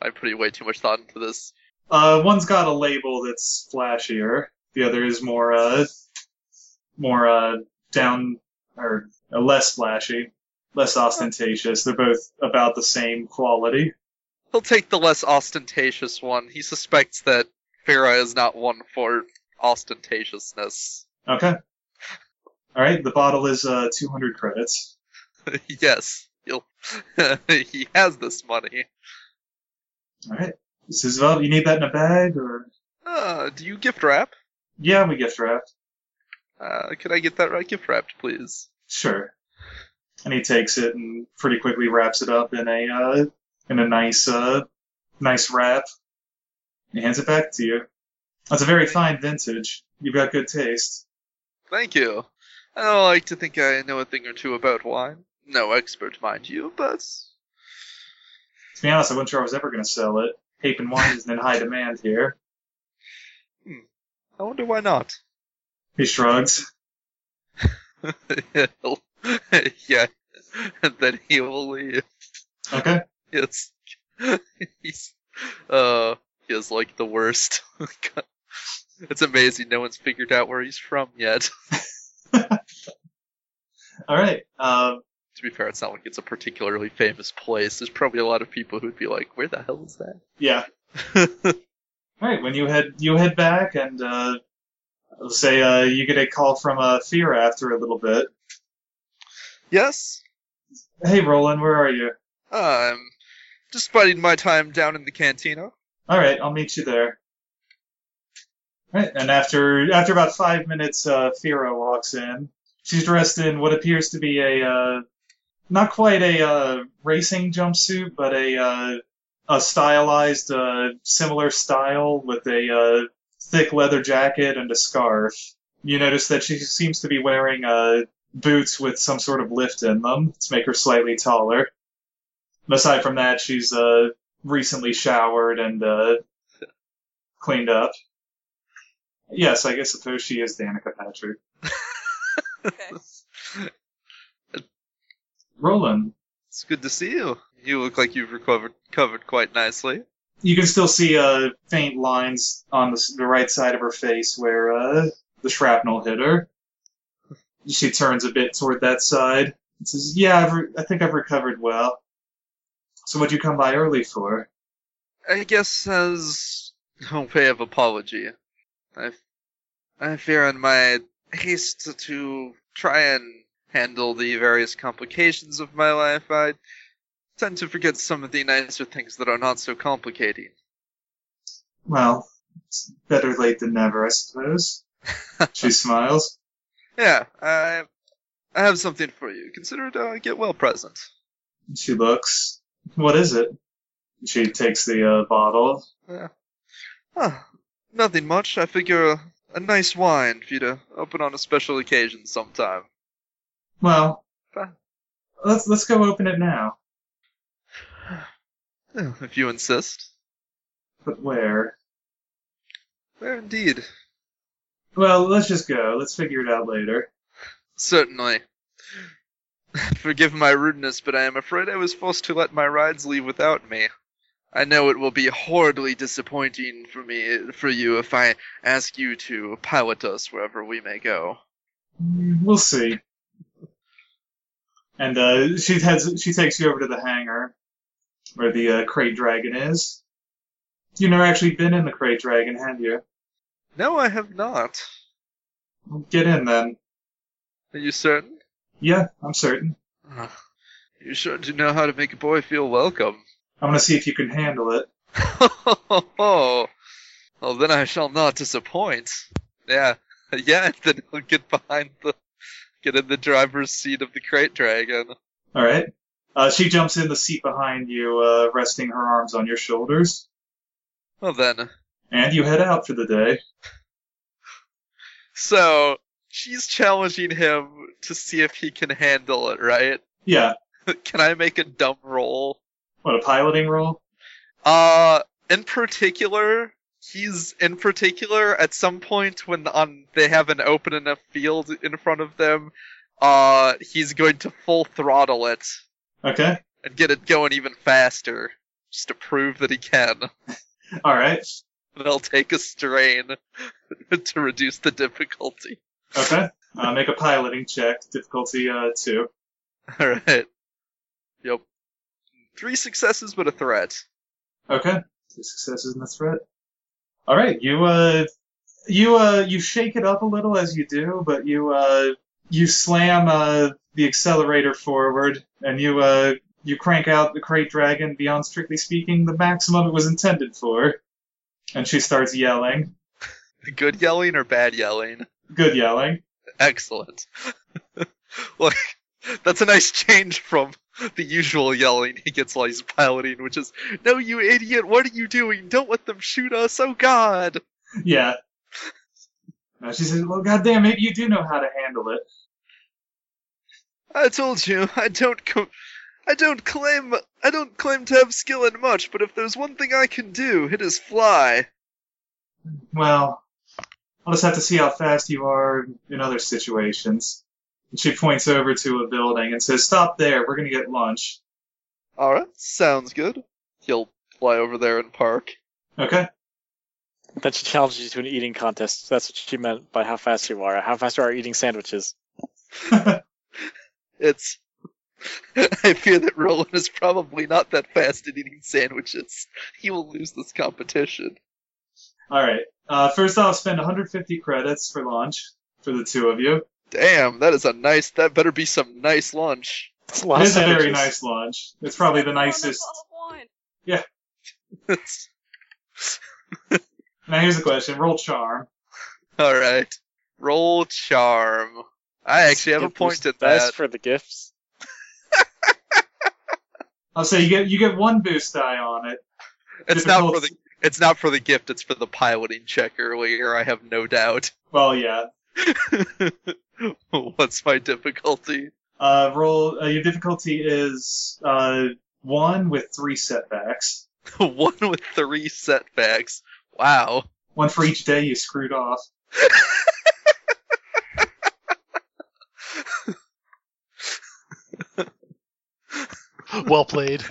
E: I put way too much thought into this.
A: Uh, one's got a label that's flashier. The other is more uh, more uh, down or uh, less flashy, less ostentatious. They're both about the same quality.
E: He'll take the less ostentatious one. He suspects that Farah is not one for ostentatiousness. [laughs]
A: Okay. All right. The bottle is uh, 200 credits.
E: yes, he'll, [laughs] he has this money.
A: All right. This is well. You need that in a bag, or
E: Uh, do you gift wrap?
A: yeah, we gift wrap.
E: Uh, could I get that right gift wrapped, please?
A: Sure. And he takes it and pretty quickly wraps it up in a uh, in a nice uh, nice wrap. And hands it back to you. That's a very fine vintage. You've got good taste.
E: Thank you. I don't like to think I know a thing or two about wine. No expert, mind you, but
A: To be honest, I wasn't sure I was ever going to sell it. Pape and wine isn't in high demand here.
E: I wonder why not.
A: He shrugs.
E: He'll- [laughs] yeah, and then he will leave.
A: Okay.
E: Yes, he's uh, he is like the worst. [laughs] it's amazing no one's figured out where he's from yet. [laughs]
A: All right. Um,
E: to be fair, it's not like it's a particularly famous place. There's probably a lot of people who'd be like, "Where the hell is
A: yeah.
E: that?"
A: All [laughs] right. When you head you head back and uh, let's say uh, you get a call from uh, Fear after a little bit.
E: yes,
A: Hey, Roland, where are you?
E: I'm just spending my time down in the cantina.
A: All right, I'll meet you there. All right, and after after about five minutes, uh, Fira walks in. She's dressed in what appears to be a uh, not quite a uh, racing jumpsuit, but a uh, a stylized, uh, similar style with a uh, thick leather jacket and a scarf. You notice that she seems to be wearing uh, boots with some sort of lift in them to make her slightly taller. Aside from that, she's uh, recently showered and uh, cleaned up. Yes, I guess suppose she is Danica Patrick.
C: Okay.
A: Roland,
E: It's good to see you. You look like you've recovered covered quite nicely.
A: you can still see uh, faint lines on the, s- the right side of her face where uh, the shrapnel hit her. She turns a bit toward that side and says, "Yeah, I've re- I think I've recovered well." So what'd you come by early for?
E: I guess as no way of apology, I, I fear in my haste to try and handle the various complications of my life, I tend to forget some of the nicer things that are not so complicating.
A: Well, it's better late than never, I suppose. she smiles.
E: Yeah, I, I have something for you. Consider it a get well present.
A: She looks. What is it? She takes the uh, bottle.
E: Huh, nothing much. I figure a, a nice wine for you to open on a special occasion sometime.
A: Well,
E: Fine.
A: let's let's go open it now.
E: Yeah, if you insist.
A: But where?
E: There indeed.
A: Well, let's just go. Let's figure it out later.
E: Certainly. [laughs] Forgive my rudeness, but I am afraid I was forced to let my rides leave without me. I know it will be horribly disappointing for me for you if I ask you to pilot us wherever we may go.
A: Mm, We'll see. And uh, she heads. She takes you over to the hangar, where the uh, crate dragon is. You've never actually been in the crate dragon, have you?
E: No, I have not.
A: Get in then.
E: Are you certain?
A: Yeah, I'm certain.
E: Ugh. You sure do know how to make a boy feel welcome. [laughs]
A: I'm gonna see if you can handle it.
E: well, then I shall not disappoint. Yeah, [laughs] yeah. Then he'll get behind the, get in the driver's seat of the crate dragon.
A: All right. Uh, she jumps in the seat behind you, uh, resting her arms on your shoulders,
E: Well then,
A: and you head out for the day.
E: so she's challenging him to see if he can handle it, right? [laughs]
A: Yeah.
E: can I make a dumb roll?
A: What a piloting role.
E: Uh, in particular, he's in particular at some point when on they have an open enough field in front of them. Uh, he's going to full throttle it.
A: Okay.
E: and get it going even faster, just to prove that he can. [laughs]
A: All right.
E: They'll take a strain [laughs] to reduce the difficulty.
A: Okay. Uh, make a piloting check. Difficulty uh, two.
E: [laughs] All right. Yep. Three successes, but a threat.
A: Okay. Two successes and a threat. All right. You uh, you uh, you shake it up a little as you do, but you uh, you slam uh, the accelerator forward, and you uh, you crank out the crate dragon beyond strictly speaking the maximum it was intended for. And she starts yelling.
E: Good yelling or bad yelling?
A: Good yelling.
E: Excellent. [laughs] Look, that's a nice change from the usual yelling he gets while he's piloting, which is, "No, you idiot! What are you doing? Don't let them shoot us! Oh God!"
A: Yeah. Now she says, "Well, goddamn, maybe you do know how to handle it."
E: I told you, I don't com- I don't claim I don't claim to have skill in much, but if there's one thing I can do, it is fly.
A: Well, I'll just have to see how fast you are in other situations. And she points over to a building and says, Stop there, we're gonna get lunch.
E: Alright, sounds good. He'll fly over there and park.
A: Okay? [laughs]
F: Then she challenges you to an eating contest. That's what she meant by how fast you are. How fast you are eating sandwiches.
E: It's [laughs] I fear that Roland is probably not that fast at eating sandwiches. He will lose this competition.
A: Alright. Uh, first I'll spend 150 credits for lunch for the two of you.
E: Damn, that is a nice that better be some nice lunch. [laughs]
F: It's a lot
A: It
F: of
A: is a very
F: sandwiches.
A: nice lunch. [laughs] It's probably the nicest. Now here's the question. Roll charm.
E: Alright. Roll charm. I actually have a
F: Give
E: point
F: Bruce
E: at
F: the best
E: that.
F: for the gifts.
A: I'll say you get you get one boost die on it.
E: It's not for
A: Difficult-
E: the it's not for the gift, it's for the piloting check earlier, I have no doubt. [laughs]
A: Well, yeah.
E: What's my difficulty? [laughs]
A: Uh, roll. Uh, your difficulty is uh, one with three setbacks.
E: One with three setbacks. Wow.
A: One for each day you screwed off.
B: Well played.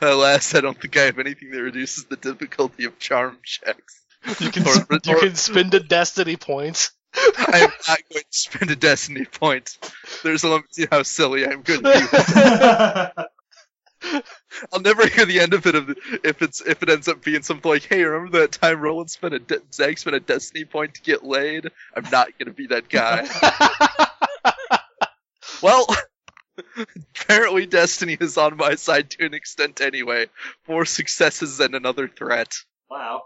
E: Alas, I don't think I have anything that reduces the difficulty of charm checks.
B: [laughs] You can
E: Or-
B: s- you
E: or-
B: can spend the destiny [laughs] points.
E: I am not going to spend a destiny point. There's a limit to how silly I'm going to be. I'll never hear the end of it if, if it's if it ends up being something like, "Hey, remember that time Roland spent a de- Zag spent a destiny point to get laid?" I'm not going to be that guy. Well, [laughs] apparently destiny is on my side to an extent anyway. More successes and another threat.
A: wow.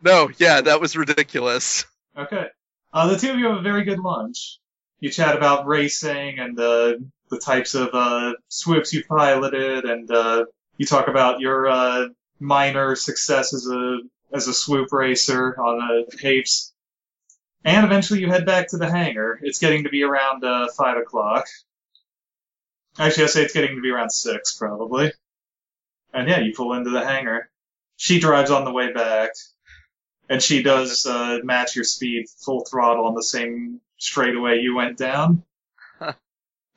E: No, yeah, that was ridiculous.
A: Okay. Uh, the two of you have a very good lunch. You chat about racing and uh, the types of uh, swoops you piloted, and uh, you talk about your uh, minor success as a as a swoop racer on the Capes. And eventually, you head back to the hangar. It's getting to be around uh, five o'clock. Actually, I'd say it's getting to be around six, probably. And yeah, you pull into the hangar. She drives on the way back. And she does uh, match your speed full throttle on the same straightaway you went down.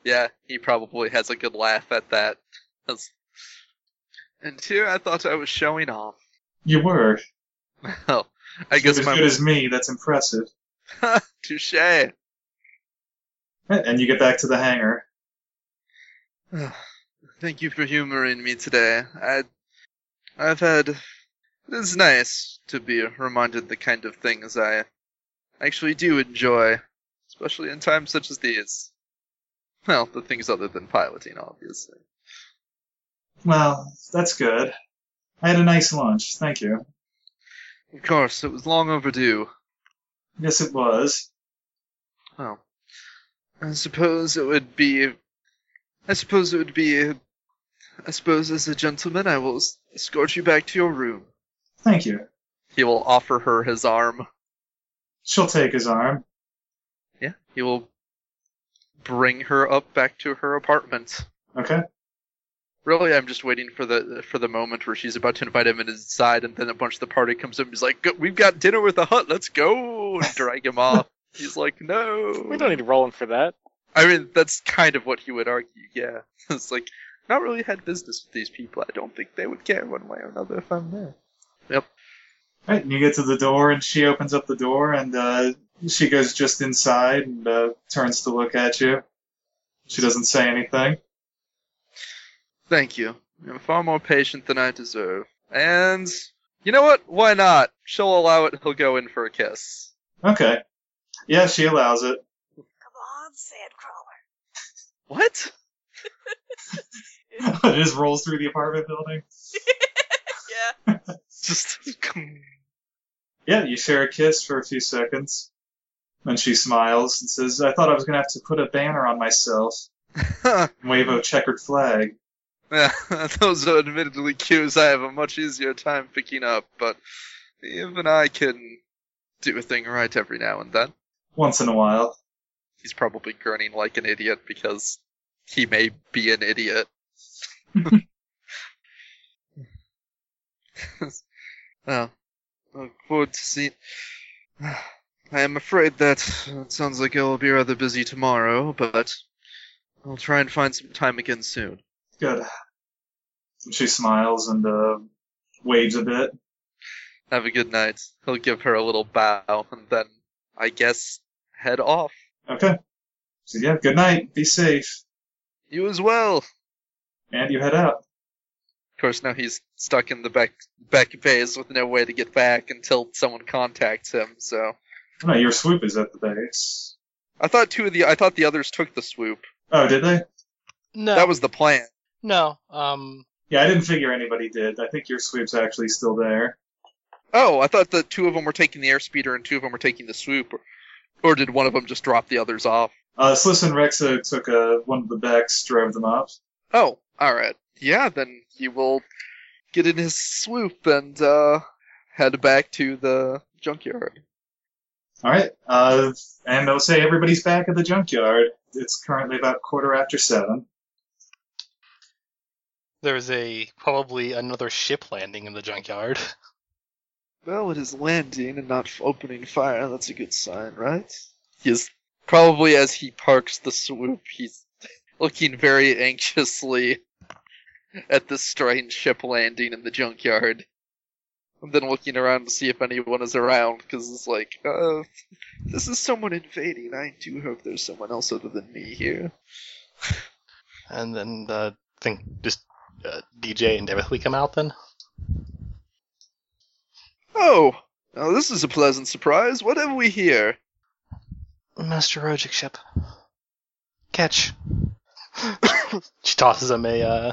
E: Yeah, he probably has a good laugh at that. That's- And here I thought I was showing off. [laughs]
A: You were.
E: Well, I
A: You're
E: guess
A: as
E: my
A: good as me. That's impressive.
E: touche. [sighs] I
A: And you get back to the hangar.
E: Thank you for humoring me today. I, I've had. It is nice to be reminded the kind of things I actually do enjoy, especially in times such as these. Well, the things other than piloting, obviously.
A: Well, that's good. I had a nice lunch. Thank you.
E: Of course, it was long overdue.
A: Yes, it was.
E: Well, I suppose it would be. I suppose it would be. I suppose, as a gentleman, I will s- escort you back to your room.
A: Thank you.
E: He will offer her his arm.
A: She'll take his arm.
E: Yeah, he will bring her up back to her apartment.
A: Okay.
E: Really, I'm just waiting for the for the moment where she's about to invite him inside, and then a bunch of the party comes up. and He's like, "Go- "We've got dinner with the hut. Let's go!" and [laughs] drag him off. He's like, "No."
F: We don't need Roland for that.
E: I mean, that's kind of what he would argue, yeah. [laughs] It's like, not really had business with these people. I don't think they would care one way or another if I'm there.
A: Right, and you get to the door, and she opens up the door, and uh, she goes just inside and uh, turns to look at you. She doesn't say anything.
E: Thank you. You're far more patient than I deserve. And, you know what? Why not? She'll allow it, he'll go in for a kiss.
A: Okay. Yeah, she allows it.
C: Come on, Sandcrawler.
E: What?
A: it just rolls through the apartment building.
C: Yeah.
E: [laughs] Just. [laughs]
A: Yeah, you share a kiss for a few seconds. And she smiles and says, I thought I was going to have to put a banner on myself and wave a checkered flag.
E: Yeah, [laughs] those are admittedly cues I have a much easier time picking up, but even I can do a thing right every now and then.
A: Once in a while.
E: he's probably grinning like an idiot because he may be an idiot. [laughs] well, look forward to seeing. [sighs] I am afraid that uh, it sounds like I will be rather busy tomorrow, but I'll try and find some time again soon.
A: Good. She smiles and uh, waves a bit.
E: Have a good night. He'll give her a little bow and then, I guess, head off.
A: Okay. So yeah, good night. Be safe.
E: You as well. Of
A: And you head out.
E: course, now he's stuck in the back back bays with no way to get back until someone contacts him. So
A: "Oh, No, your swoop is at the base.
E: I thought two of the I thought the others took the swoop.
A: Oh, did they?
B: No,
E: That was the plan.
B: no. Um,
A: Yeah, I didn't figure anybody did. I think your swoop's actually still there.
E: Oh, I thought that two of them were taking the airspeeder and two of them were taking the swoop, or, or did one of them just drop the others off?
A: Uh, Sliss and Rexa took uh, one of the backs, drove them up.
E: Oh, all right. Yeah, then he will get in his swoop and uh, head back to the junkyard.
A: All right. Uh, and I'll say everybody's back at the junkyard. It's currently about quarter after seven.
B: there's a probably another ship landing in the junkyard.
E: Well, it is landing and not f- opening fire. That's a good sign, right? He is probably as he parks the swoop, he's looking very anxiously at this strange ship landing in the junkyard. And then looking around to see if anyone is around, because it's like, uh, this is someone invading. I do hope there's someone else other than me here.
B: And then the thing just uh, DJ and Devilly come out then.
E: Oh, now this is a pleasant surprise. What have we here?
B: Master Rogic ship. Catch. [coughs] she tosses him a uh,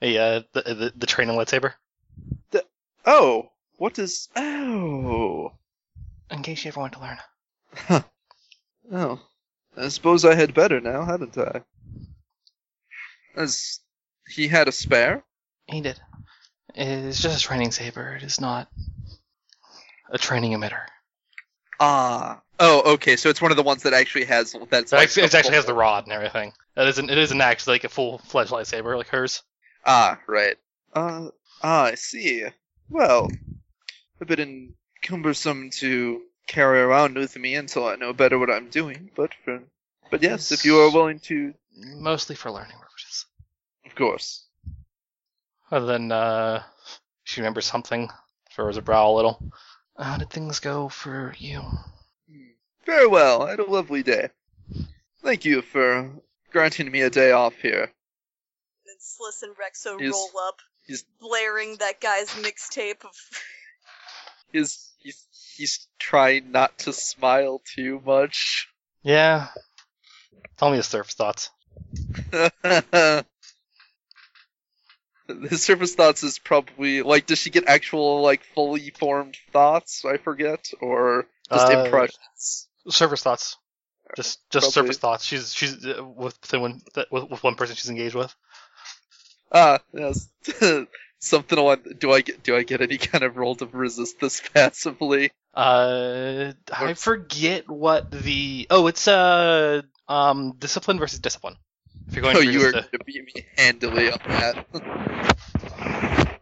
B: a uh, the, the the train and lightsaber.
E: Oh, what is. Oh.
B: In case you ever want to learn.
E: Oh. I suppose I had better now, hadn't I? As he had a spare?
B: He did. It is just a training saber. It is not a training emitter.
E: Ah. Oh, okay, so it's one of the ones that actually has that's
B: It
E: like
B: actually, it actually has the rod and everything. It isn't. It isn't actually like a full fledged lightsaber like hers.
E: Ah, right. Uh ah, I see. Well a bit in- cumbersome to carry around with me until I know better what I'm doing, but for, but yes, if you are willing to
B: Mostly for learning purposes.
E: of course.
B: Other than uh, she remembers something, furrows her brow a little. How did things go for you?
E: Very well. I had a lovely day. Thank you for granting me a day off here.
C: And Sliss and Rexo
E: He's-
C: roll up,
E: he's-
C: blaring that guy's mixtape of. [laughs]
E: He's he's he's trying not to smile too much. [laughs]
B: Yeah. Tell me his surf thoughts.
E: the surface thoughts is probably like does she get actual like fully formed thoughts? I forget or just
B: Uh,
E: impressions.
B: Surface thoughts. Just just
E: Probably.
B: surface thoughts. She's she's uh, with the one that- with, with one person she's engaged with.
E: Ah, yes. [laughs] Something on do I get do I get any kind of roll to resist this [laughs] passively?
B: Uh, I
E: What's-
B: forget what the oh, it's uh um discipline versus discipline. If you're going
E: Oh,
B: to
E: you are
B: resist
E: going to beat me handily on that.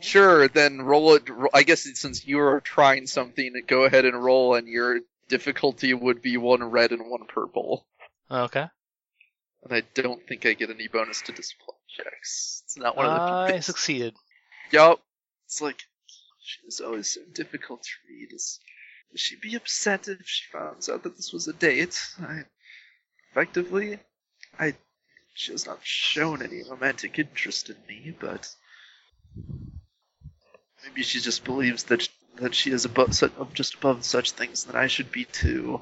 E: sure, then roll it. ro- I guess it's- since you are trying something, go ahead and roll, and your difficulty would be one red and one purple.
B: a- oh, okay,
E: And I don't think I get any bonus to discipline checks. It's not one of the.
B: I
E: things-
B: succeeded.
E: Yup. It's like she's always so difficult to read. Is would she be upset if she finds out that this was a date? I effectively, I she has not shown any romantic interest in me, but maybe she just believes that that she is above such, just above such things that I should be too.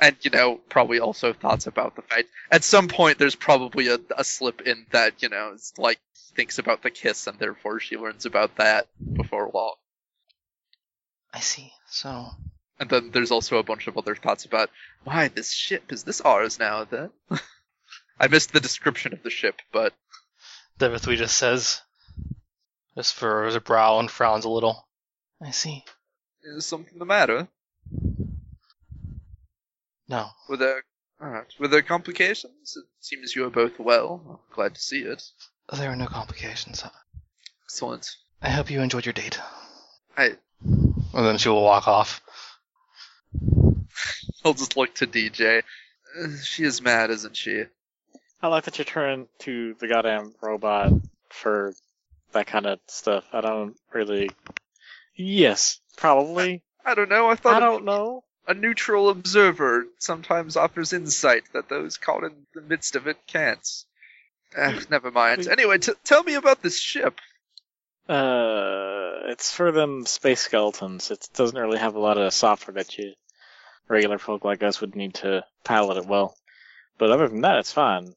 E: And you know, probably also thoughts about the fact at some point there's probably a, a slip in that you know it's like thinks about the kiss and therefore she learns about that before long
B: I see. So
E: and then there's also a bunch of other thoughts about why this ship is this ours now then [laughs] i missed the description of the ship but
B: Devith we just says, just furrows her brow and frowns a little. I see.
E: is something the matter
B: No.
E: Were there all right? Were there complications? It seems you are both well. I'm glad to see it.
B: There are no complications.
E: Excellent.
B: I hope you enjoyed your date.
E: I-
B: And then she will walk off.
E: I'll just look to DJ. Uh, She is mad, isn't she?
F: I like that you turn to the goddamn robot for that kind of stuff. I don't really. Yes, probably.
E: I don't know. I thought
F: I
E: a-
F: don't know.
E: a neutral observer sometimes offers insight that those caught in the midst of it can't. Eh, never mind. Anyway, t- tell me about this ship.
F: Uh, it's for them space skeletons. It doesn't really have a lot of software that you regular folk like us would need to pilot it well. But other than that, it's fine.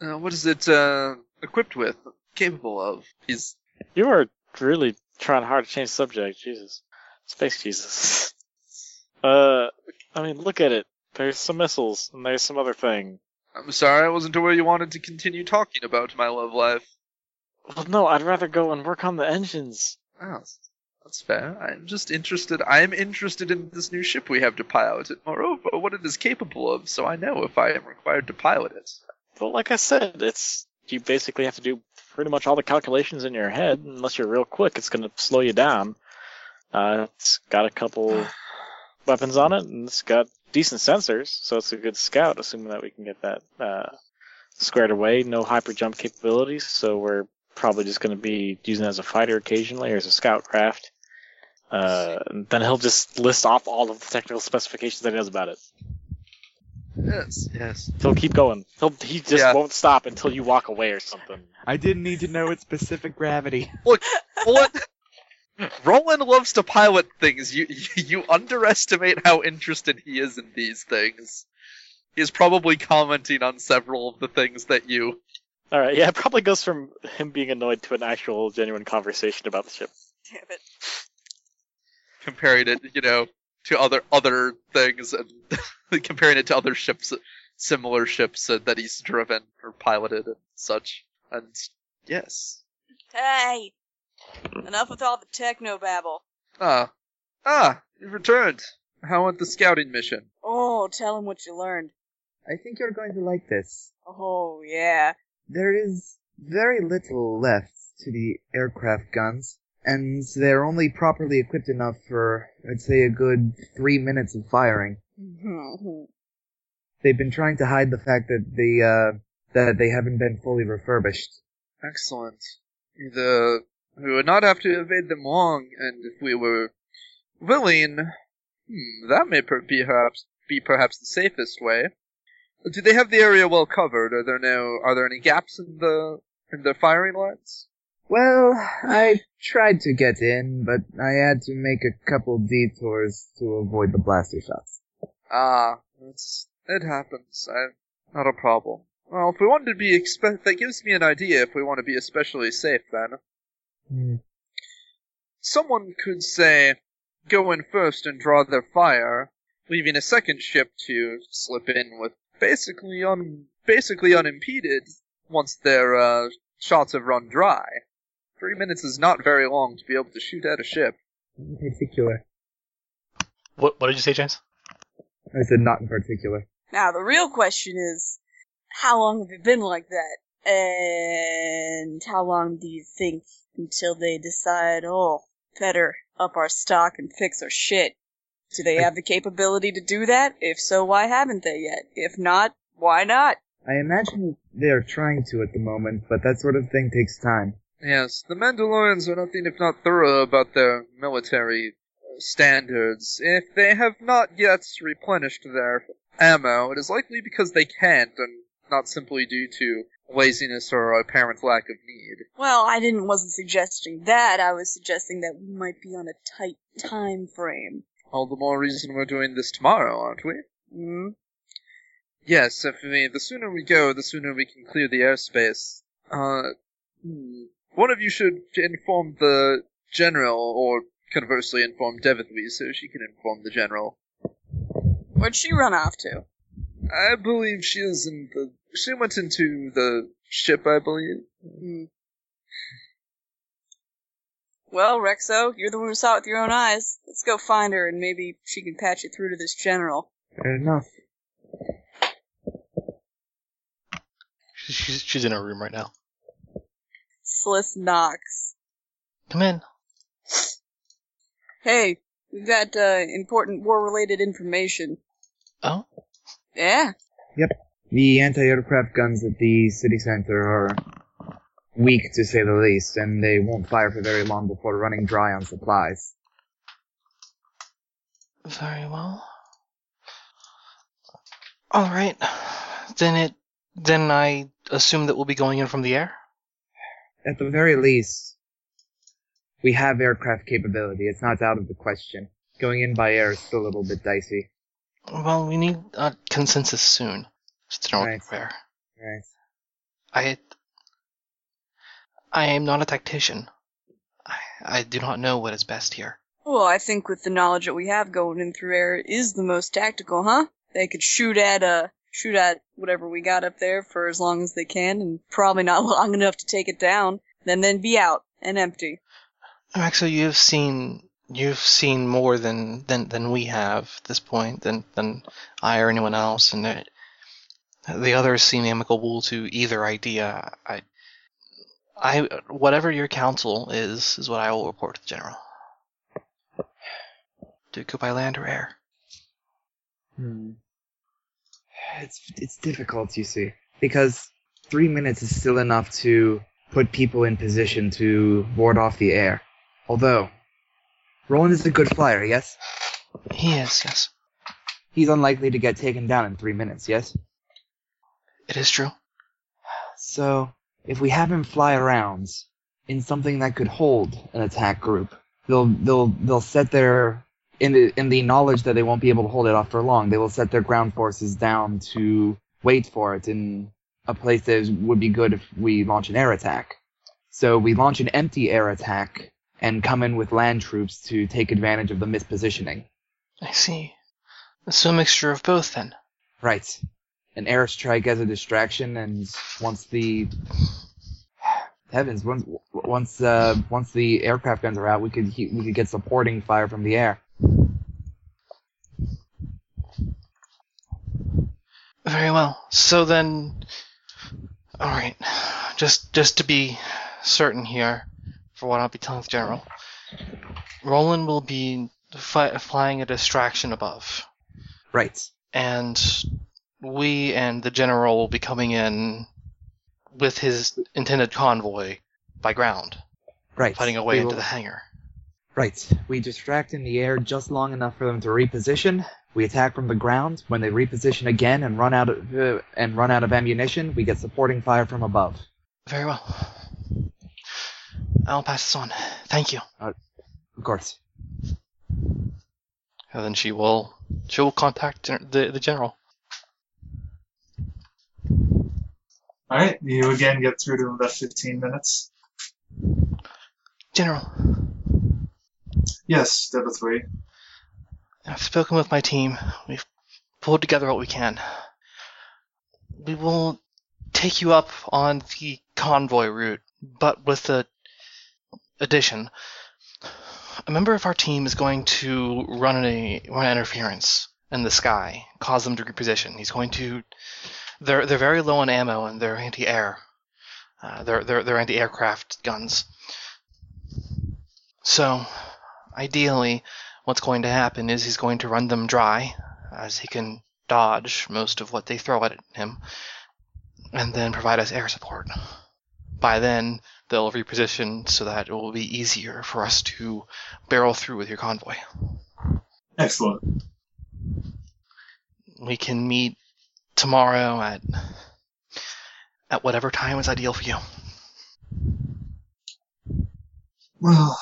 E: Uh, what is it uh, equipped with? Capable of? He's
F: You are really trying hard to change the subject. Jesus, space Jesus. [laughs] Uh, I mean, look at it. There's some missiles and there's some other thing.
E: I'm sorry, I wasn't aware you wanted to continue talking about my love life.
F: Well, no, I'd rather go and work on the engines.
E: Oh, that's fair. I'm just interested. I'm interested in this new ship we have to pilot, and moreover, what it is capable of, so I know if I am required to pilot it.
F: But like I said, it's you basically have to do pretty much all the calculations in your head. Unless you're real quick, it's gonna slow you down. Uh, it's got a couple weapons on it, and it's got decent sensors, so it's a good scout. Assuming that we can get that uh, squared away, no hyper jump capabilities, so we're probably just gonna be using it as a fighter occasionally or as a scout craft. Uh, and then he'll just list off all of the technical specifications that he knows about it.
E: Yes, yes.
F: He'll keep going. He'll he just
E: Yeah.
F: won't stop until you walk away or something.
G: [laughs] I didn't need to know its specific gravity.
E: What? Roland loves to pilot things. You you underestimate how interested he is in these things. He is probably commenting on several of the things that you.
F: All right, yeah, it probably goes from him being annoyed to an actual genuine conversation about the ship.
C: Damn it.
E: comparing it, you know, to other other things, and [laughs] comparing it to other ships, similar ships uh, that he's driven or piloted and such. And yes,
C: Hey! Enough with all the techno babble.
E: ah, ah, you've returned. How went the scouting mission?
C: Oh, tell him what you learned.
G: I think you're going to like this.
C: Oh, yeah.
G: There is very little left to the aircraft guns, and they're only properly equipped enough for, I'd say, a good three minutes of firing. They've been trying to hide the fact that the uh, that they haven't been fully refurbished.
E: Excellent. The we would not have to evade them long, and if we were willing, hmm, that may per- be perhaps be perhaps the safest way. Do they have the area well covered? Are there no are there any gaps in the in their firing lines?
G: Well, I tried to get in, but I had to make a couple detours to avoid the blaster shots.
E: Ah, it's, it happens. I, not a problem. Well, if we wanted to be expe- that gives me an idea. If we want to be especially safe, then
G: Hmm.
E: someone could say, go in first and draw their fire, leaving a second ship to slip in with basically un- basically unimpeded once their uh, shots have run dry. Three minutes is not very long to be able to shoot at a ship.
G: In particular,
B: What What did you say, James?
G: I said not in particular.
C: Now, the real question is, how long have you been like that? And how long do you think until they decide, oh, better up our stock and fix our shit? Do they have the capability to do that? If so, why haven't they yet? If not, why not?
G: I imagine they are trying to at the moment, but that sort of thing takes time.
E: Yes, the Mandalorians are nothing if not thorough about their military uh, standards. If they have not yet replenished their ammo, it is likely because they can't, and not simply due to laziness or apparent lack of need.
C: Well, I didn't wasn't suggesting that. I was suggesting that we might be on a tight time frame.
E: All the more reason we're doing this tomorrow, aren't we?
C: Mm?
E: Yes, if we, the sooner we go, the sooner we can clear the airspace. Uh, hmm. one of you should inform the general, or conversely inform Devithley, so she can inform the general.
C: Where'd she run off to?
E: I believe she is in the. She went into the ship, I believe.
C: Mm.
H: Well, Rexo, you're the one who saw it with your own eyes. Let's go find her and maybe she can patch it through to this general.
G: Fair enough.
B: She's, she's, she's in her room right now.
H: Slith Knox.
B: Come in.
H: Hey, we've got uh, important war-related information.
B: Oh?
H: Yeah.
G: The anti-aircraft guns at the city center are weak, to say the least, and they won't fire for very long before running dry on supplies.
B: Very well. All right. Then it. Then I assume that we'll be going in from the air.
G: At the very least, we have aircraft capability. It's not out of the question. Going in by air is still a little bit dicey.
B: Well, we need a consensus soon. It's not
G: Right.
B: fair.
G: Right.
B: I. I am not a tactician. I, I do not know what is best here.
H: Well, I think with the knowledge that we have going in through air it is the most tactical, huh? They could shoot at uh shoot at whatever we got up there for as long as they can, and probably not [laughs] long enough to take it down. Then then be out and empty.
B: Maxo, you have seen you've seen more than than than we have at this point than than I or anyone else, and it, the others seem amicable to either idea. I, I whatever your counsel is is what I will report to the general. Do you go by land or air?
G: Hmm. It's it's difficult, you see, because three minutes is still enough to put people in position to ward off the air. Although, Roland is a good flyer, yes.
B: He is yes,
G: He's unlikely to get taken down in three minutes, yes.
B: it is true.
G: So if we have him fly around in something that could hold an attack group, they'll they'll they'll set their in the in the knowledge that they won't be able to hold it off for long. They will set their ground forces down to wait for it in a place that is- would be good if we launch an air attack. So we launch an empty air attack and come in with land troops to take advantage of the mispositioning.
B: I see. So a mixture of both then.
G: Right. An airstrike as a distraction, and once the heavens, once once uh, once the aircraft guns are out, we could he- we could get supporting fire from the air.
B: Very well. So then, all right. Just just to be certain here, for what I'll be telling the general, Roland will be fi- flying a distraction above,
G: Right.
B: and we and the general will be coming in with his intended convoy by ground,
G: Right.
B: fighting away
G: We
B: into
G: will-
B: the hangar.
G: Right. We distract in the air just long enough for them to reposition. We attack from the ground. When they reposition again and run out of uh, and run out of ammunition, we get supporting fire from above.
B: Very well. I'll pass this on. Thank you.
G: Of course.
B: And then she will she will contact gen- the the general.
A: All right, you again get through to about 15 minutes.
B: General,
A: Yes, Deba 3.
B: I've spoken with my team. We've pulled together what we can. We will take you up on the convoy route, but with the addition. A member of our team is going to run a run interference in the sky, cause them to reposition. He's going to. They're they're very low on ammo and they're anti-air. Uh, they're they're they're anti-aircraft guns. So, ideally, what's going to happen is he's going to run them dry, as he can dodge most of what they throw at him, and then provide us air support. By then, they'll reposition so that it will be easier for us to barrel through with your convoy.
A: Excellent.
B: We can meet tomorrow at at whatever time is ideal for you.
A: Well,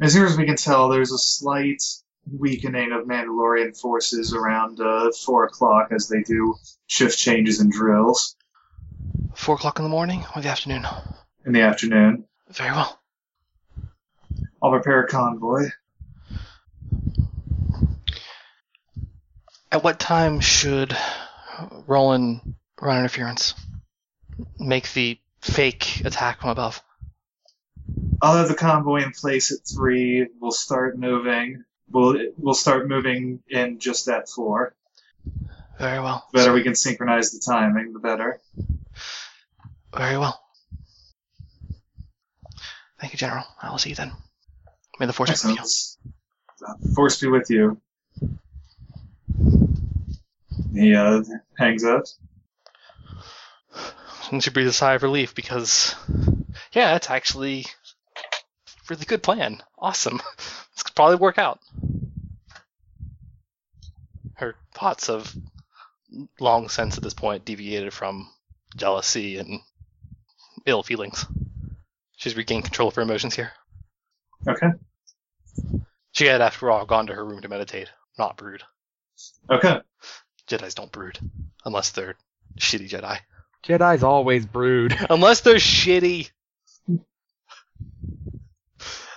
A: as near as we can tell, there's a slight weakening of Mandalorian forces around uh, 4 o'clock as they do shift changes and drills
B: Four o'clock in the morning or the afternoon.
A: in the afternoon.
B: Very well.
A: I'll prepare a convoy.
B: At what time should Roland run interference? Make the fake attack from above.
A: I'll have the convoy in place at three. We'll start moving. We'll we'll start moving in just at four.
B: Very well.
A: The better we can synchronize the timing, the better.
B: Very well. Thank you, General. I will see you then. May the force be with you.
A: Excellent. uh, Force be with you. He uh, hangs up.
B: And she breathes a sigh of relief because, yeah, that's actually a really good plan. Awesome. [laughs] This could probably work out. Her thoughts have long since at this point deviated from jealousy and ill feelings. She's regained control of her emotions here.
A: Okay.
B: She had, after all, gone to her room to meditate, not brood.
A: Okay.
B: Jedi's don't brood, unless they're shitty Jedi.
G: Jedi's always [laughs] brood.
B: Unless they're shitty.
G: They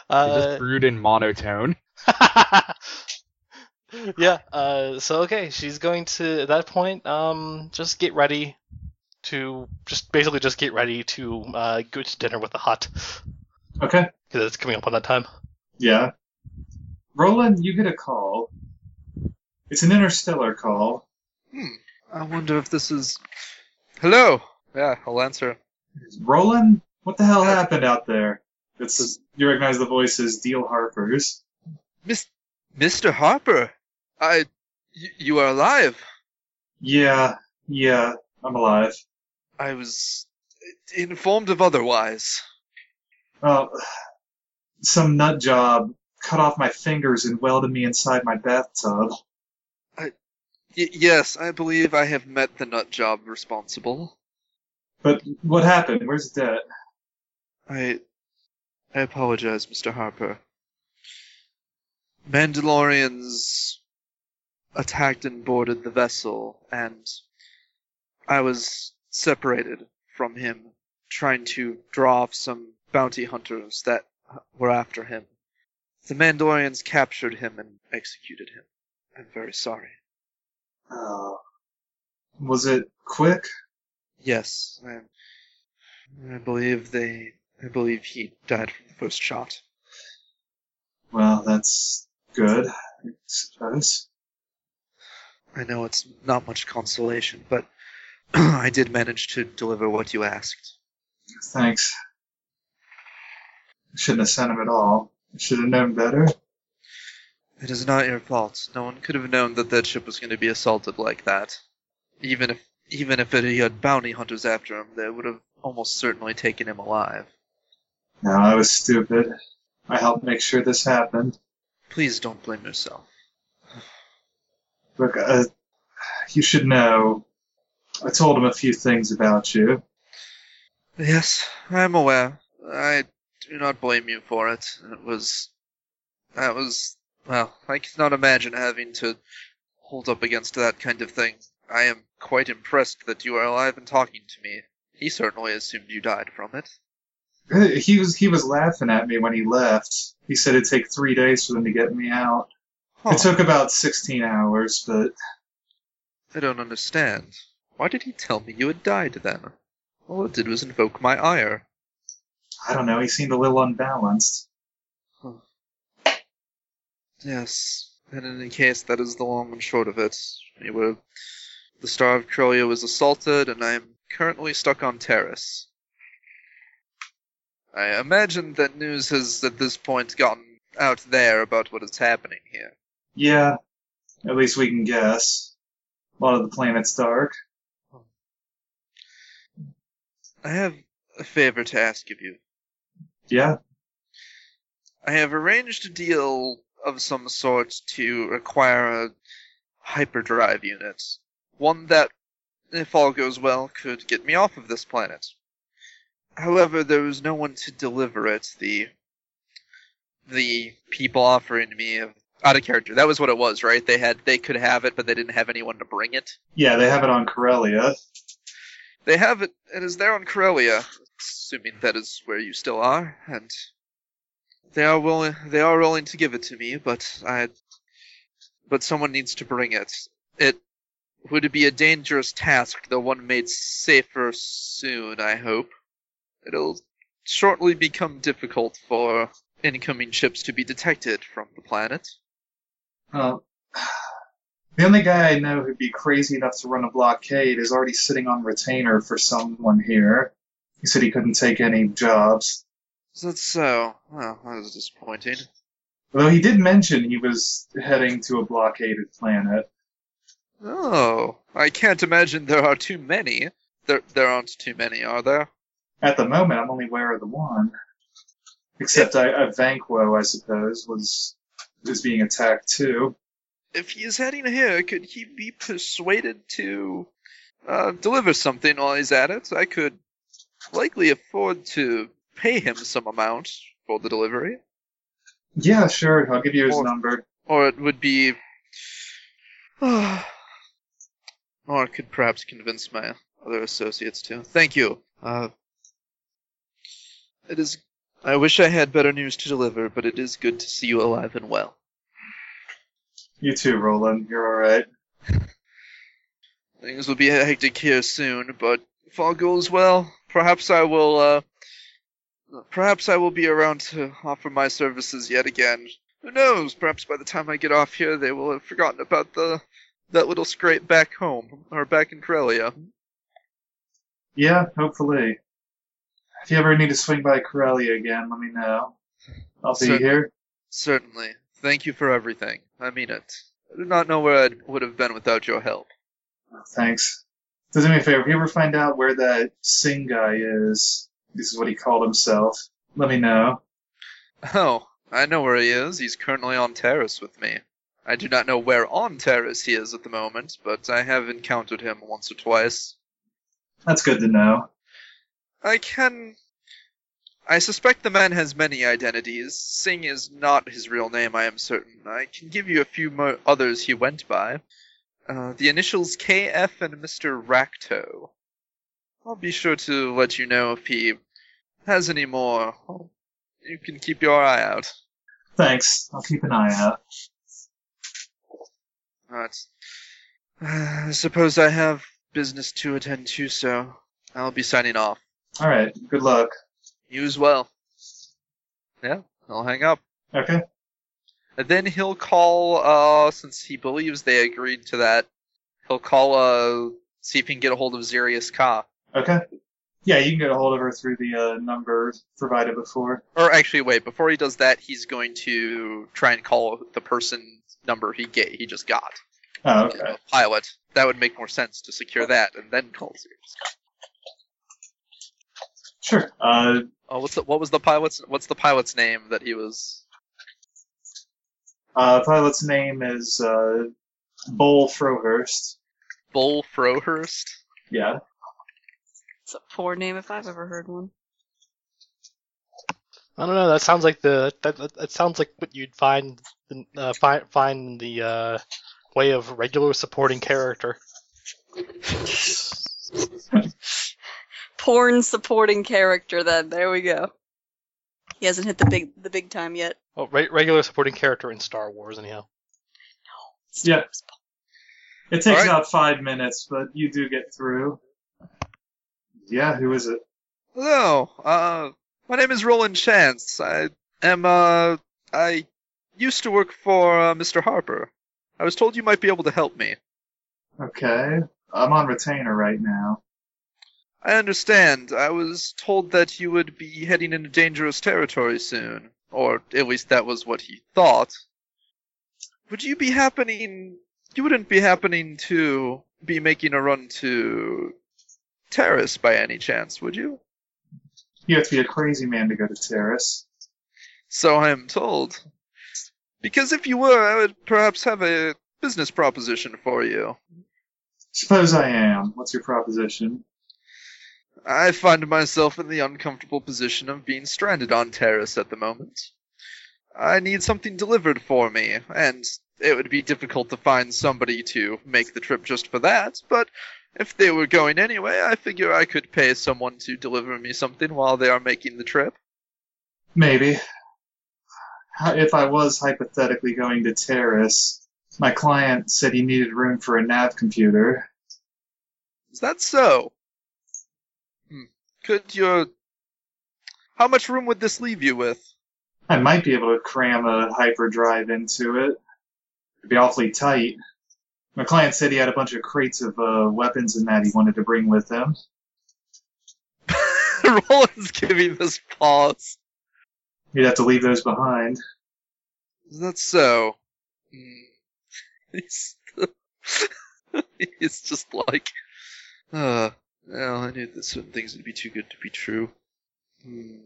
B: Uh,
G: just brood in monotone.
B: [laughs] yeah. Uh, so okay, she's going to at that point. Um, just get ready to just basically just get ready to uh, go to dinner with the hut
A: Okay.
B: because it's coming up on that time.
A: Yeah. Roland, you get a call. It's an interstellar call.
E: I wonder if this is. Hello. Yeah, I'll answer.
A: Roland, what the hell happened out there? It's you recognize the voice as Deal Harper's.
E: Miss, Mr. Harper, I, y- you are alive.
A: Yeah, yeah, I'm alive.
E: I was informed of otherwise.
A: Uh, some nut job cut off my fingers and welded me inside my bathtub.
E: Y- yes, I believe I have met the nut job responsible.
A: But what happened? Where's that?
E: I, I apologize, Mr. Harper. Mandalorians attacked and boarded the vessel, and I was separated from him, trying to draw off some bounty hunters that were after him. The Mandalorians captured him and executed him. I'm very sorry.
A: Uh, was it quick?
E: Yes, I, I believe they. I believe he died from the first shot.
A: Well, that's good, I suppose.
E: I know it's not much consolation, but [clears throat] I did manage to deliver what you asked.
A: Thanks. I shouldn't have sent him at all. I should have known better.
E: It is not your fault. No one could have known that that ship was going to be assaulted like that. Even if even if it, he had bounty hunters after him, they would have almost certainly taken him alive.
A: No, I was stupid. I helped make sure this happened.
E: Please don't blame yourself.
A: Look, uh, you should know. I told him a few things about you.
E: Yes, I am aware. I do not blame you for it. It was. That was. Well, I cannot imagine having to hold up against that kind of thing. I am quite impressed that you are alive and talking to me. He certainly assumed you died from it.
A: He was he was laughing at me when he left. He said it'd take three days for them to get me out.
E: Huh,
A: It took about sixteen hours, but
E: I don't understand. Why did he tell me you had died then? All it did was invoke my ire.
A: I don't know. He seemed a little unbalanced.
E: Yes, and in any case, that is the long and short of it. We were, the Star of Troya was assaulted, and I am currently stuck on Terrace. I imagine that news has, at this point, gotten out there about what is happening here.
A: Yeah, at least we can guess. A lot of the planet's dark.
E: I have a favor to ask of you.
A: Yeah,
E: I have arranged a deal of some sort to acquire a hyperdrive unit. One that, if all goes well, could get me off of this planet. However, there is no one to deliver it. The the people offering me out of character. That was what it was, right? They had they could have it, but they didn't have anyone to bring it.
A: yeah. They have it on Corellia.
E: They have it. It is there on Corellia, assuming that is where you still are, and they are willing. They are willing to give it to me, but I. But someone needs to bring it. It would be a dangerous task, though one made safer soon. I hope it'll shortly become difficult for incoming ships to be detected from the planet.
A: Uh, [sighs] the only guy I know who'd be crazy enough to run a blockade is already sitting on retainer for someone here. He said he couldn't take any jobs.
E: Is that so? Well, that was disappointing.
A: Although he did mention he was heading to a blockaded planet.
E: Oh, I can't imagine there are too many. There, there aren't too many, are there?
A: At the moment, I'm only aware of the one. Except I, I Vanquo, I suppose, was is being attacked too.
E: If he is heading here, could he be persuaded to uh, deliver something while he's at it? I could likely afford to pay him some amount for the delivery,
A: Yeah, sure. I'll give you his
E: Or-
A: number.
E: or it would be. [sighs] or I could perhaps convince my other associates to. Thank you. Uh, it is. I wish I had better news to deliver, but it is good to see you alive and well.
A: You too, Roland. You're all right.
E: Things will be hectic here soon, but if all goes well, perhaps I will, uh, perhaps I will be around to offer my services yet again. Who knows? Perhaps by the time I get off here, they will have forgotten about the that little scrape back home or back in Corellia.
A: Yeah, hopefully. If you ever need to swing by Corellia again, let me know. I'll be
E: Sure.
A: here.
E: Certainly. Thank you for everything. I mean it. I do not know where I would have been without your help.
A: Thanks. So do me a favor. If you ever find out where that Singh guy is, this is what he called himself. Let me know.
E: Oh, I know where he is. He's currently on terrace with me. I do not know where on terrace he is at the moment, but I have encountered him once or twice.
A: That's good to know.
E: I can. I suspect the man has many identities. Singh is not his real name, I am certain. I can give you a few mo- others he went by. Uh, the initials KF and Mr. Racto. I'll be sure to let you know if he has any more. You can keep your eye out.
A: Thanks. I'll keep an eye out.
E: Alright. [sighs] I suppose I have business to attend to, so I'll be signing off.
A: All right. Good luck.
E: You as well. Yeah, I'll hang up.
A: Okay.
E: And then he'll call, uh, since he believes they agreed to that, he'll call, uh, see if he can get a hold of Zarius Ka.
A: Okay. Yeah, you can get a hold of her through the uh, number provided before.
E: Or actually, wait, before he does that, he's going to try and call the person number he get, he just got.
A: Oh, okay.
E: Uh, Pilot. That would make more sense to secure that and then call Zarius Ka.
A: Sure. Uh,
E: Oh, what's the, what was the pilot's, what's the pilot's name that he was?
A: uh, pilot's name is uh, Bull Frohurst.
E: Bull Frohurst?
A: Yeah.
H: It's a poor name if I've ever heard one.
B: I don't know. That sounds like the that that, that sounds like what you'd find in- uh, find find in the uh, way of regular supporting character.
H: Porn supporting character. Then there we go. He hasn't hit the big the big time yet.
B: Well, Oh, re- regular supporting character in Star Wars, anyhow.
A: Yeah. It takes
E: Alright.
A: about five minutes, but you do get through. Yeah, who is it?
E: Hello. Uh, my name is Roland Chance. I am. Uh, I used to work for uh, Mr. Harper. I was told you might be able to help me.
A: Okay. I'm on retainer right now.
E: I understand. I was told that you would be heading into dangerous territory soon, or at least that was what he thought. Would you be happening? You wouldn't be happening to be making a run to Terrace by any chance, would you?
A: You have to be a crazy man to go to Terrace.
E: So I am told. Because if you were, I would perhaps have a business proposition for you.
A: Suppose I am. What's your proposition?
E: I find myself in the uncomfortable position of being stranded on Terrace at the moment. I need something delivered for me, and it would be difficult to find somebody to make the trip just for that, but if they were going anyway, I figure I could pay someone to deliver me something while they are making the trip.
A: Maybe. How- If I was hypothetically going to Terrace, my client said he needed room for a nav computer.
E: Is that so? Hmm. Could your How much room would this leave you with? [laughs]
A: I might be able to cram a hyperdrive into it. It'd be awfully tight. My client said he had a bunch of crates of uh, weapons and that he wanted to bring with him.
E: Roland's giving this pause.
A: He'd have to leave those behind.
E: Is that so? Hmm. [laughs] He's, [laughs] he's just like, uh, well, I knew that certain things would be too good to be true. Hmm.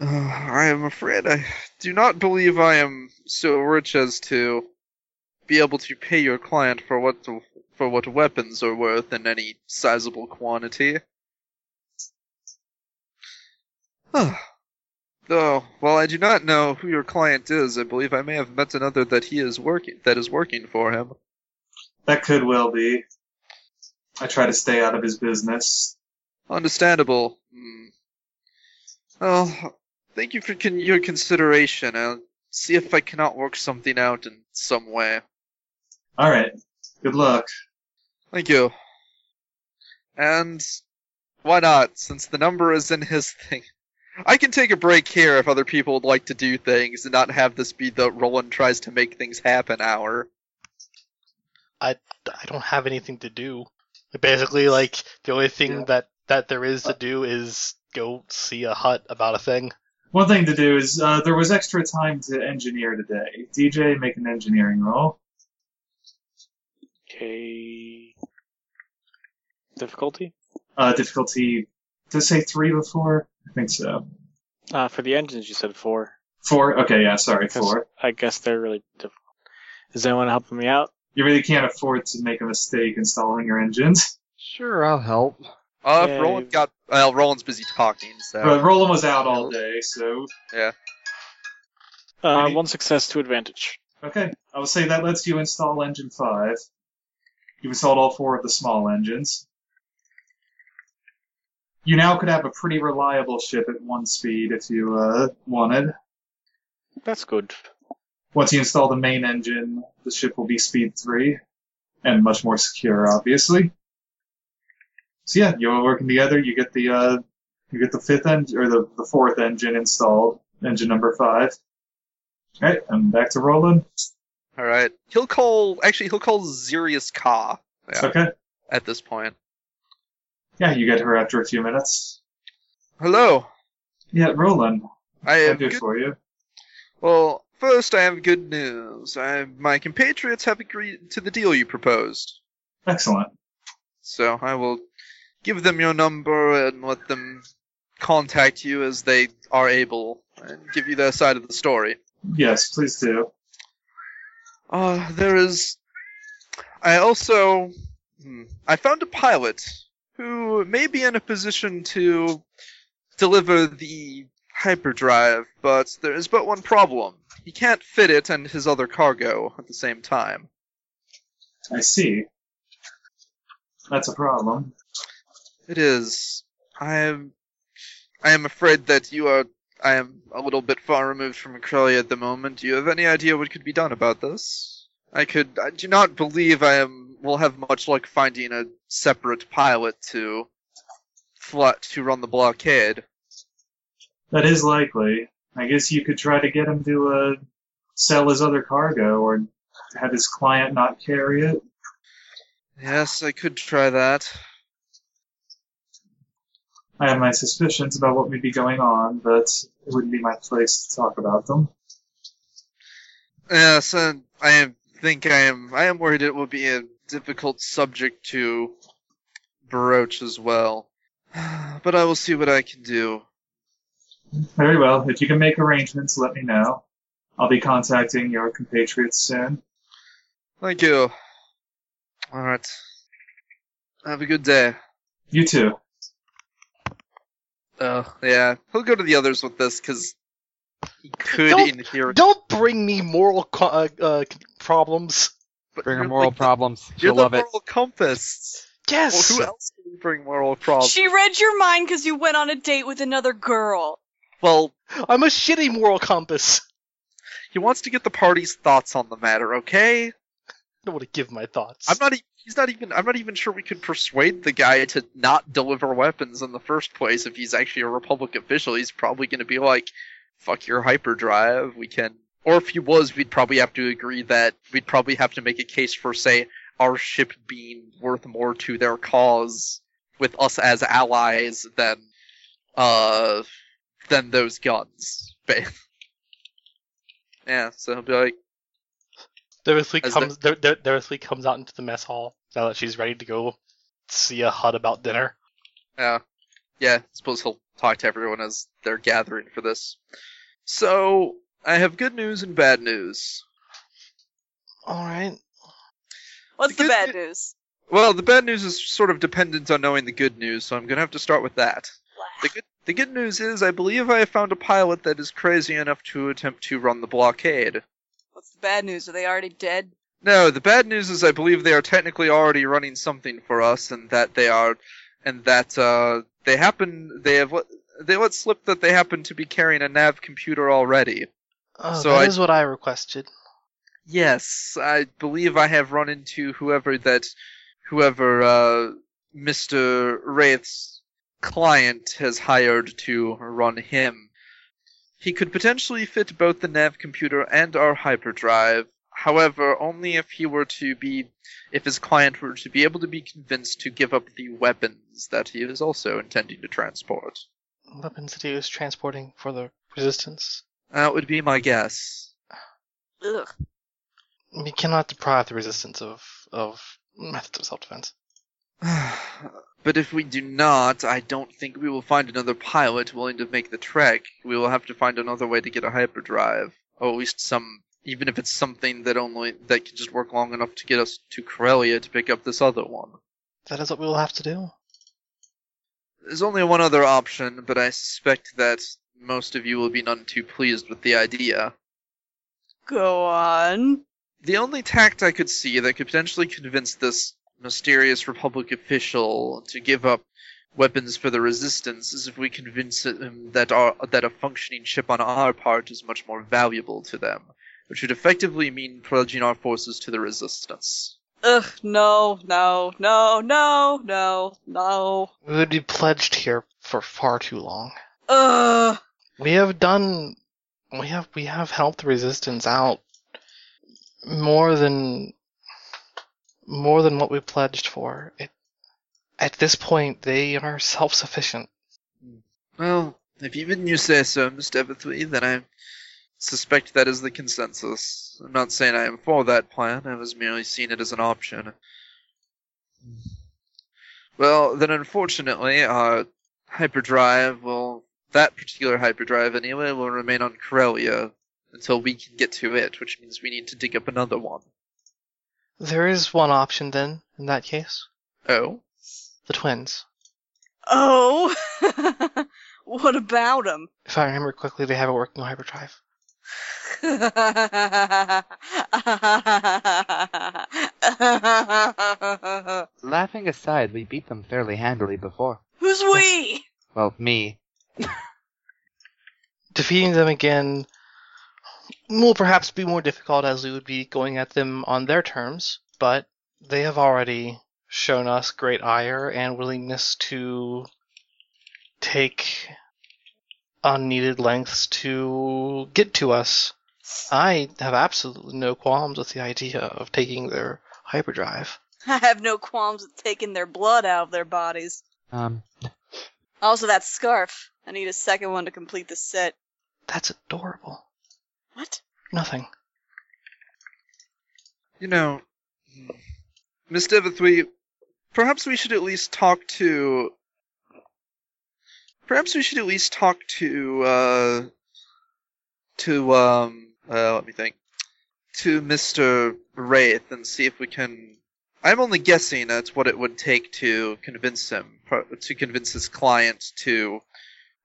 E: Uh, I am afraid I do not believe I am so rich as to be able to pay your client for what the, for what weapons are worth in any sizable quantity. Huh. Though, while I do not know who your client is, I believe I may have met another that he is working that is working for him.
A: That could well be. I try to stay out of his business.
E: Understandable. Hmm. Well, thank you for con- your consideration. I'll see if I cannot work something out in some way.
A: All right. Good luck.
E: Thank you. And why not? Since the number is in his [laughs] thing, I can take a break here if other people would like to do things and not have this be the Roland tries to make things happen hour.
B: I don't have anything to do. Basically, like the only thing
A: Yeah.
B: that that there is to do is go see a hut about a thing.
A: One thing to do is uh, there was extra time to engineer today. DJ, make an engineering roll.
F: Okay. Difficulty?
A: Uh, difficulty, did I say three before? I think so.
F: Uh, for the engines, you said four.
A: Four? Okay, yeah, sorry,
F: 'Cause
A: four.
F: I guess they're really difficult. Is anyone helping me out?
A: You really can't afford to make a mistake installing your engines.
G: Sure, I'll help.
E: Uh,
F: Yeah,
E: if Roland
F: you-
E: got well, Roland's busy talking, so
A: But Roland was out all day, so
F: Uh,
A: Okay.
F: one success, two advantage.
A: Okay, I will say that lets you install engine 5. You've installed all four of the small engines. You now could have a pretty reliable ship at one speed if you uh, wanted.
F: That's good.
A: Once you install the main engine, the ship will be speed 3 and much more secure, obviously. So yeah, you're working together. You get the uh, you get the fifth engine or the, the fourth engine installed, engine number five. All right, I'm back to Roland.
E: all right. He'll call. Actually, he'll call Zerius Ka Yeah.
A: Okay.
E: at this point.
A: Yeah, you get her after a few minutes.
E: Hello.
A: Yeah, Roland,
E: I
A: I'll
E: have
A: do it
E: good.
A: for you.
E: Well, first I have good news. I my compatriots have agreed to the deal you proposed.
A: Excellent.
E: So I will give them your number and let them contact you as they are able and give you their side of the story.
A: Yes, please do.
E: Uh, there is. I also. hmm, I found a pilot who may be in a position to deliver the hyperdrive, but there is but one problem. He can't fit it and his other cargo at the same time.
A: I see. That's a problem.
E: It is. I am. I am afraid that you are. I am a little bit far removed from Corellia at the moment. Do you have any idea what could be done about this? I could. I do not believe I am. Will have much luck finding a separate pilot to. Flat to run the blockade.
A: That is likely. I guess you could try to get him to uh, sell his other cargo or have his client not carry it.
E: Yes, I could try that.
A: I have my suspicions about what may be going on, but it wouldn't be my place to talk about them.
E: Yes, and I am, think I am. I am worried it will be a difficult subject to broach as well. [sighs] But I will see what I can do.
A: Very well. If you can make arrangements, let me know. I'll be contacting your compatriots soon.
E: Thank you. Alright. Have a good day.
A: You too.
E: Uh, yeah. He'll go to the others with this, because he could
B: Don't-
E: inherit.
B: Don't bring me moral co- uh, uh, problems.
E: but
G: Bring her
E: you're
G: moral
E: like the-
G: problems.
E: You're
G: She'll
E: the
G: love it.
E: moral compass. Well,
B: Yes.
E: who else can bring moral problems?
H: She read your mind because you went on a date with another girl.
E: Well,
B: I'm a shitty moral compass.
E: he wants to get the party's thoughts on the matter, okay?
B: don't want to give my thoughts.
E: I'm not. e- He's not even. I'm not even sure we could persuade the guy to not deliver weapons in the first place. If he's actually a Republic official, he's probably going to be like, "Fuck your hyperdrive." We can. Or if he was, we'd probably have to agree that we'd probably have to make a case for, say, our ship being worth more to their cause with us as allies than, uh, than those guns. [laughs] yeah. So he'll be like,
B: Dorothy
E: As
B: comes. Dor- Dor- Dorothy comes out into the mess hall now that she's ready to go see a hut about dinner.
E: Yeah. Yeah, I suppose he'll talk to everyone as they're gathering for this. So, I have good news and bad news.
B: All right.
H: What's the
E: Good-
H: bad news?
E: Well, the bad news is sort of dependent on knowing the good news, so I'm going to have to start with that. The good, the good news is I believe I have found a pilot that is crazy enough to attempt to run the blockade.
H: What's the bad news? Are they already dead?
E: No, the bad news is I believe they are technically already running something for us, and that they are, and that uh, they happen they have let, they let slip that they happen to be carrying a nav computer already.
B: Oh,
E: So
B: that
E: I-
B: is what I requested.
E: Yes, I believe I have run into whoever that, whoever uh, Mr. Wraith's client has hired to run him. He could potentially fit both the nav computer and our hyperdrive. However, only if he were to be, if his client were to be able to be convinced to give up the weapons that he is also intending to transport.
B: Weapons that he was transporting for the resistance.
E: That would be my guess.
H: Ugh.
B: We cannot deprive the resistance of of methods of self defense.
E: [sighs] but if we do not, I don't think we will find another pilot willing to make the trek. We will have to find another way to get a hyperdrive, or at least some, even if it's something that only that can just work long enough to get us to Corellia to pick up this other one.
B: That is what we will have to do.
E: There's only one other option, but I suspect that most of you will be none too pleased with the idea.
H: Go on.
E: the only tact I could see that could potentially convince this mysterious Republic official to give up weapons for the resistance is if we convince him that our that a functioning ship on our part is much more valuable to them, which would effectively mean pledging our forces to the resistance.
H: Ugh, no, no, no, no, no, no.
B: We would be pledged here for far too long.
H: Ugh.
B: We have done we have we have helped the resistance out more than more than what we pledged for. It, at this point they are self sufficient.
E: Well, if even you say so, Mr. Everthwee, then I suspect that is the consensus. I'm not saying I am for that plan, I was merely seeing it as an option. Well, then unfortunately, our hyperdrive will. That particular hyperdrive, anyway, will remain on Corellia until we can get to it, which means we need to dig up another one.
B: There is one option then, in that case.
E: Oh?
B: The twins.
H: Oh. [laughs] what about him? [laughs]
B: If I remember correctly, they have a working hyperdrive.
G: Laughing aside, we beat them fairly handily before.
H: Who's we?
G: Well, me.
B: defeating them again will perhaps be more difficult as we would be going at them on their terms, but they have already shown us great ire and willingness to take unneeded lengths to get to us. I have absolutely no qualms with the idea of taking their hyperdrive.
H: [laughs] I have no qualms with taking their blood out of their bodies.
G: Um,
H: Also, that scarf. I need a second one to complete the set.
B: That's adorable.
H: What?
B: Nothing.
E: You know, Miss Devithwe, perhaps we should at least talk to. Perhaps we should at least talk to, uh. To, um. Uh, let me think. To Mr. Wraith and see if we can. I'm only guessing at what it would take to convince him, pro- to convince his client to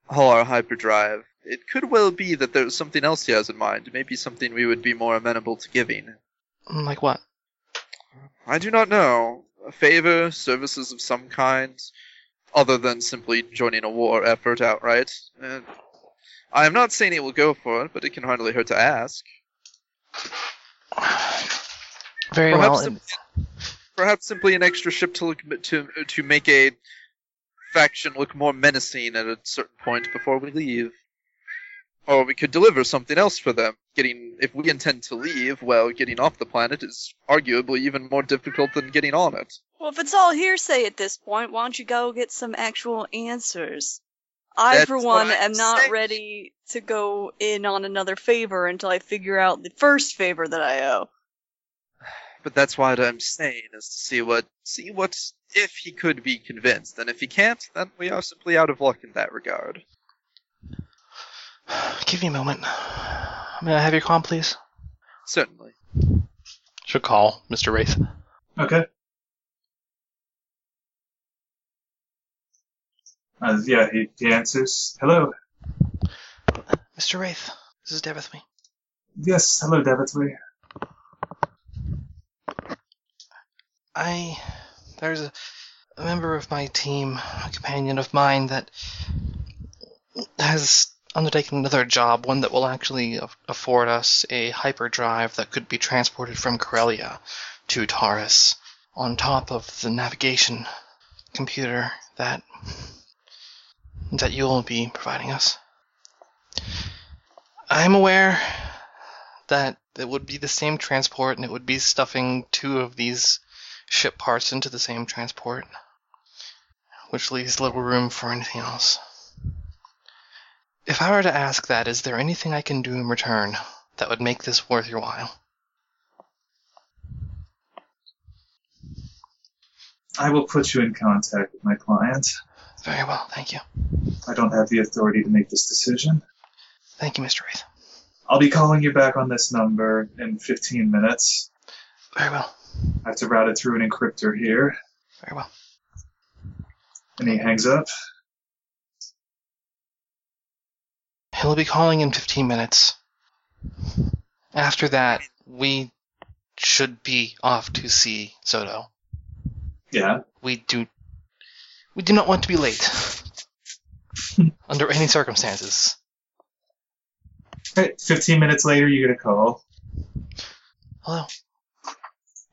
E: haul our hyperdrive. It could well be that there's something else he has in mind, maybe something we would be more amenable to giving.
B: Like what?
E: I do not know. A favor, services of some kind, other than simply joining a war effort outright. Uh, I am not saying it will go for it, but it can hardly hurt to ask.
B: Very
E: Perhaps
B: well.
E: sim- perhaps simply an extra ship to look to to make a faction look more menacing at a certain point before we leave. Or we could deliver something else for them. Getting if we intend to leave, well, getting off the planet is arguably even more difficult than getting on it.
H: Well, if it's all hearsay at this point, why don't you go get some actual answers? I,
E: That's
H: for
E: what
H: one,
E: I'm
H: am not
E: saying.
H: ready to go in on another favor until I figure out the first favor that I owe.
E: But that's why I'm saying is to see what see what if he could be convinced. And if he can't, then we are simply out of luck in that regard.
B: [sighs] Give me a moment. May I have your com, please?
E: Certainly.
B: Should call Mr. Wraith.
A: Okay. Uh, yeah, he, he answers. Hello.
B: Mr. Wraith, this is Devith. Me.
A: Yes, hello, Davithley.
B: I there's a, a member of my team, a companion of mine that has undertaken another job, one that will actually af- afford us a hyperdrive that could be transported from Corellia to Taurus on top of the navigation computer that that you'll be providing us. I'm aware that it would be the same transport and it would be stuffing two of these ship parts into the same transport, which leaves little room for anything else. If I were to ask that, is there anything I can do in return that would make this worth your while?
A: I will put you in contact with my client.
B: Very well, thank you.
A: I don't have the authority to make this decision.
B: Thank you, Mr. Wraith.
A: I'll be calling you back on this number in 15 minutes.
B: Very well,
A: I have to route it through an encryptor here.
B: very well.
A: And he hangs up.
B: He'll be calling in 15 minutes. After that, we should be off to see Zodo.
A: Yeah.
B: We do. We do not want to be late. Under any circumstances.
A: Hey, 15 minutes later, you get a call.
B: Hello.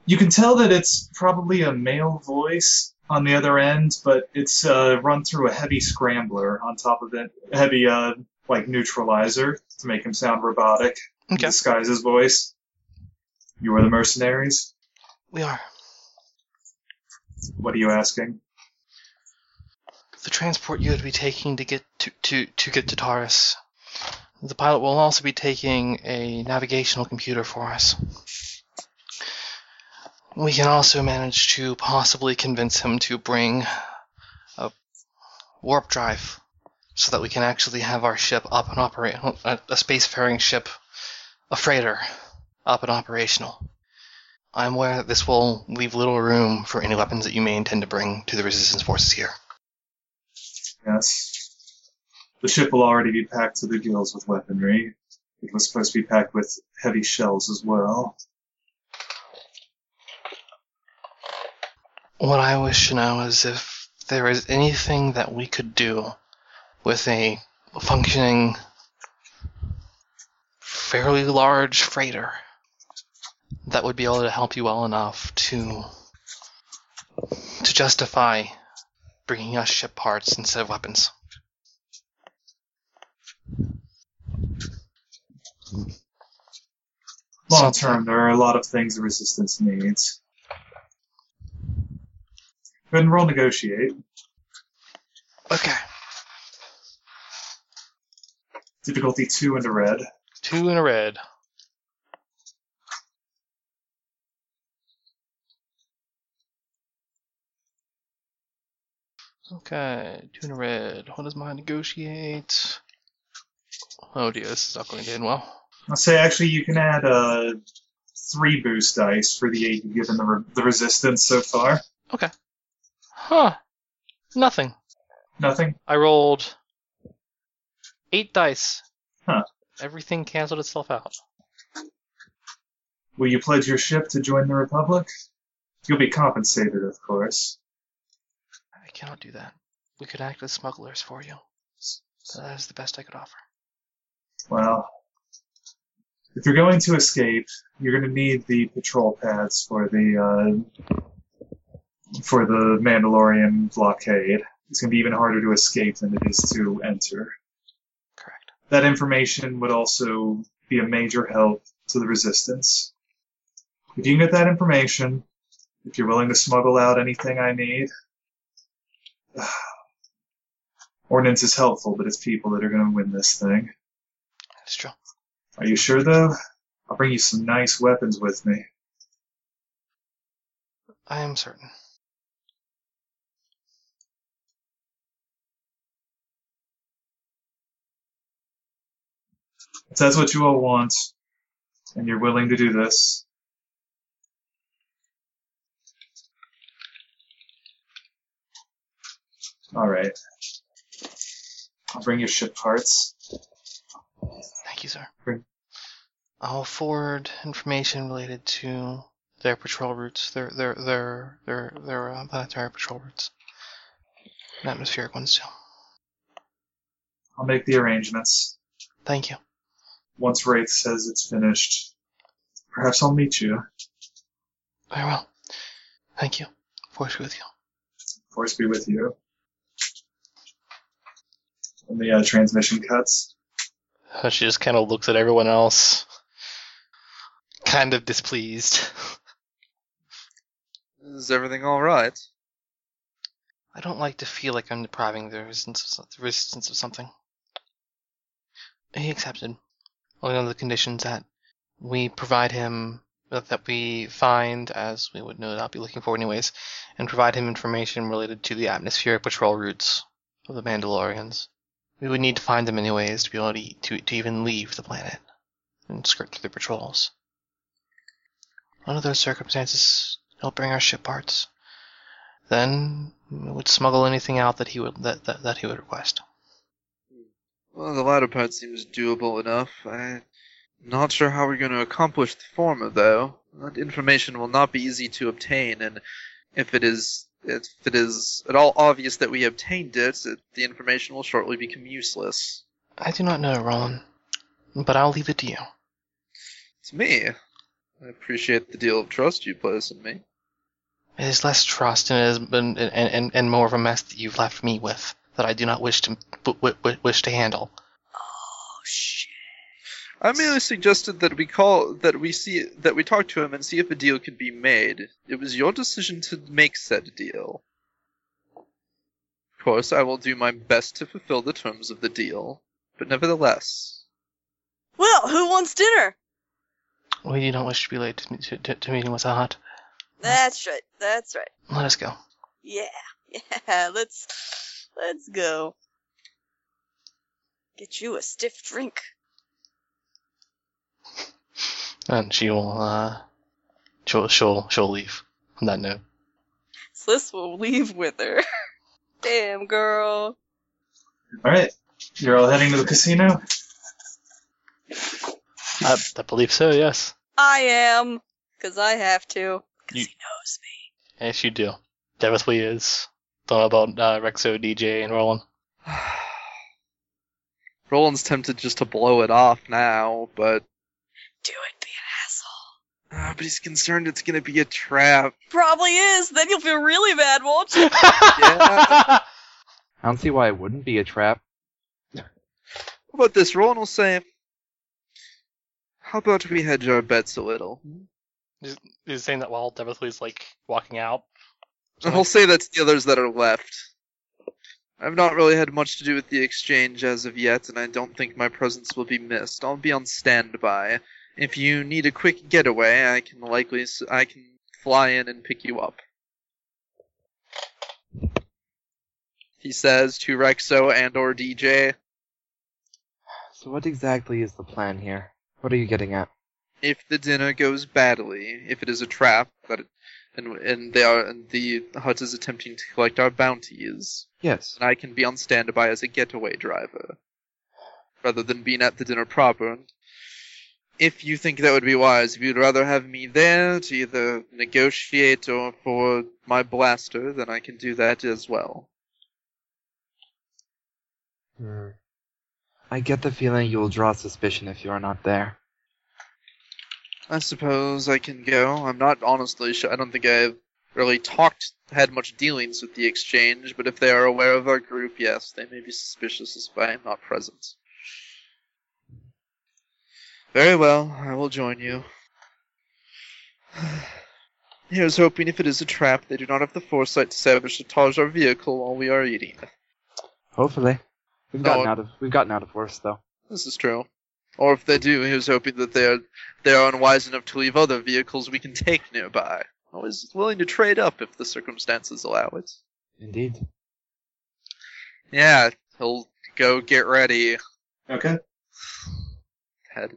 A: You can tell that it's probably a male voice on the other end, but it's uh, run through a heavy scrambler on top of it, heavy uh, like neutralizer to make him sound robotic.
B: Okay.
A: Disguise his voice. You are the mercenaries.
B: We are.
A: What are you asking?
B: the transport you would be taking to get to, to, to get to Taurus. The pilot will also be taking a navigational computer for us. We can also manage to possibly convince him to bring a warp drive so that we can actually have our ship up and operate a, a spacefaring ship, a freighter, up and operational. I'm aware that this will leave little room for any weapons that you may intend to bring to the resistance forces here.
A: Yes. The ship will already be packed to the gills with weaponry. It was supposed to be packed with heavy shells as well.
B: What I wish to know is if there is anything that we could do with a functioning, fairly large freighter that would be able to help you well enough to to justify bringing us ship parts instead of weapons.
A: Long
B: Something.
A: term, there are a lot of things the resistance needs. Go ahead and roll negotiate.
B: Okay.
A: Difficulty two in the red.
B: Two in a red. Okay, two in a red. What does my negotiate? Oh dear, this is not going to end well.
A: I'll say actually you can add uh, three boost dice for the aid you've given the, re- the resistance so far.
B: Huh. Nothing.
A: Nothing.
B: I rolled eight dice.
A: Huh.
B: Everything canceled itself out.
A: Will you pledge your ship to join the Republic? You'll be compensated, of course.
B: I cannot do that. We could act as smugglers for you. But that is the best I could offer.
A: Well, if you're going to escape, you're going to need the patrol pads for the uh, for the Mandalorian blockade. It's going to be even harder to escape than it is to enter.
B: Correct.
A: That information would also be a major help to the resistance. If you can get that information, if you're willing to smuggle out anything I need, [sighs] ordnance is helpful, but it's people that are going to win this thing.
B: That's true.
A: Are you sure though? I'll bring you some nice weapons with me.
B: I am certain.
A: If that's what you all want, and you're willing to do this, all right. I'll bring your ship parts.
B: Thank you, sir.
A: Great.
B: I'll forward information related to their patrol routes, their their their their their uh, planetary patrol routes, and atmospheric ones too.
A: I'll make the arrangements.
B: Thank you.
A: Once Wraith says it's finished, perhaps I'll meet you.
B: Very well. Thank you. Force be with you.
A: Force be with you. And the uh, transmission cuts.
B: Uh, She just kind of looks at everyone else, kind of displeased. [laughs]
E: Is everything all right?
B: I don't like to feel like I'm depriving the resistance of, so- the resistance of something. He accepted, only on the conditions that we provide him that that we find, as we would no doubt be looking for anyways, and provide him information related to the atmospheric patrol routes of the Mandalorians. We would need to find them anyways to be able to to, to even leave the planet and skirt through the patrols. Under those circumstances, he'll bring our ship parts then we would smuggle anything out that he would that, that, that he would request.
E: Well, the latter part seems doable enough. I'm not sure how we're going to accomplish the former, though. That information will not be easy to obtain, and if it is if it is at all obvious that we obtained it, it the information will shortly become useless.
B: I do not know, Roland, but I'll leave it to you.
E: To me, I appreciate the deal of trust you place in me.
B: It is less trust and it is and, and, and, and more of a mess that you've left me with that I do not wish to w- w- wish to handle.
C: Oh shit.
E: I merely suggested that we call that we see that we talk to him and see if a deal could be made. It was your decision to make said deal. Of course, I will do my best to fulfill the terms of the deal, but nevertheless, [sighs]
H: Well, who wants dinner?
B: We do not wish to be late to, to, to, to meeting with Ahat.
H: That's right. That's right.
B: Let us go.
H: Yeah. [laughs] Yeah. Let's let's go.
C: Get you a stiff drink.
B: And she will uh, she'll she'll she'll leave on that note.
H: Sliss will leave with her. [laughs] Damn girl.
A: All right. You're all heading to the casino.
B: I, I believe so. Yes.
H: I am, cause I have to. Cause
B: You-
H: he knows me.
B: Yes, you do. Definitely is. Don't know about uh, Rexo, DJ, and Roland.
E: Roland's tempted just to blow it off now, but
C: Do it, be an asshole.
E: ah, but he's concerned it's gonna be a trap.
H: Probably is. Then you'll feel really bad, won't you?
G: I don't see why it wouldn't be a trap.
E: How about this? Roland will say, "How about we hedge our bets a little?"
B: He's saying that while Devathley's like walking out.
E: And I'll say that's the others that are left. I've not really had much to do with the exchange as of yet, and I don't think my presence will be missed. I'll be on standby. If you need a quick getaway, I can likely s- I can fly in and pick you up. He says to Rexo and or DJ,
G: So what exactly is the plan here? What are you getting at?
E: if the dinner goes badly, if it is a trap that, it, and and they are and the hut is attempting to collect our bounties,
G: Yes.
E: and I can be on standby as a getaway driver, rather than being at the dinner proper. If you think that would be wise, if you'd rather have me there to either negotiate or for my blaster, then I can do that as well.
G: Hmm. I get the feeling you will draw suspicion if you are not there.
E: I suppose I can go. I'm not honestly sure. I don't think I've really talked, had much dealings with the exchange, but if they are aware of our group, yes, they may be suspicious as I am not present. Very well, I will join you. [sighs] Here's hoping if it is a trap, they do not have the foresight to sabotage our vehicle while we are eating.
G: Hopefully, we've
E: No,
G: gotten
E: I-
G: out of we've gotten out of worse though.
E: This is true. Or if they do, here's hoping that they are they are unwise enough to leave other vehicles we can take nearby. Always willing to trade up if the circumstances allow it.
G: Indeed.
E: Yeah, he'll go get ready.
A: Okay.
E: Head.
H: [laughs]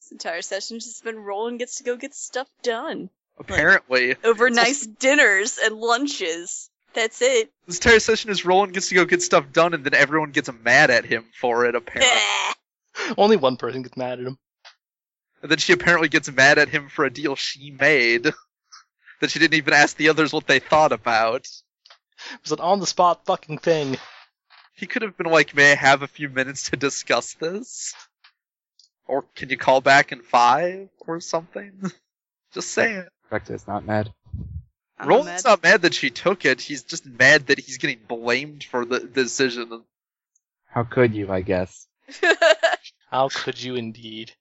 H: This entire session has just been rolling. Gets to go get stuff done
E: Apparently,
H: over nice dinners and lunches. That's it.
E: this entire session is Roland gets to go get stuff done, and then everyone gets mad at him for it. Apparently,
B: [laughs] Only one person gets mad at him.
E: and then she apparently gets mad at him for a deal she made [laughs] that she didn't even ask the others what they thought about.
B: It was an on the spot fucking thing.
E: He could have been like, "May I have a few minutes to discuss this?" Or can you call back in five or something? [laughs] Just saying.
G: Vecta is not mad.
H: I'm mad. [laughs]
E: Roland's not mad that she took it. He's just mad that he's getting blamed for the the decision.
G: How could you? I guess.
B: How could you indeed?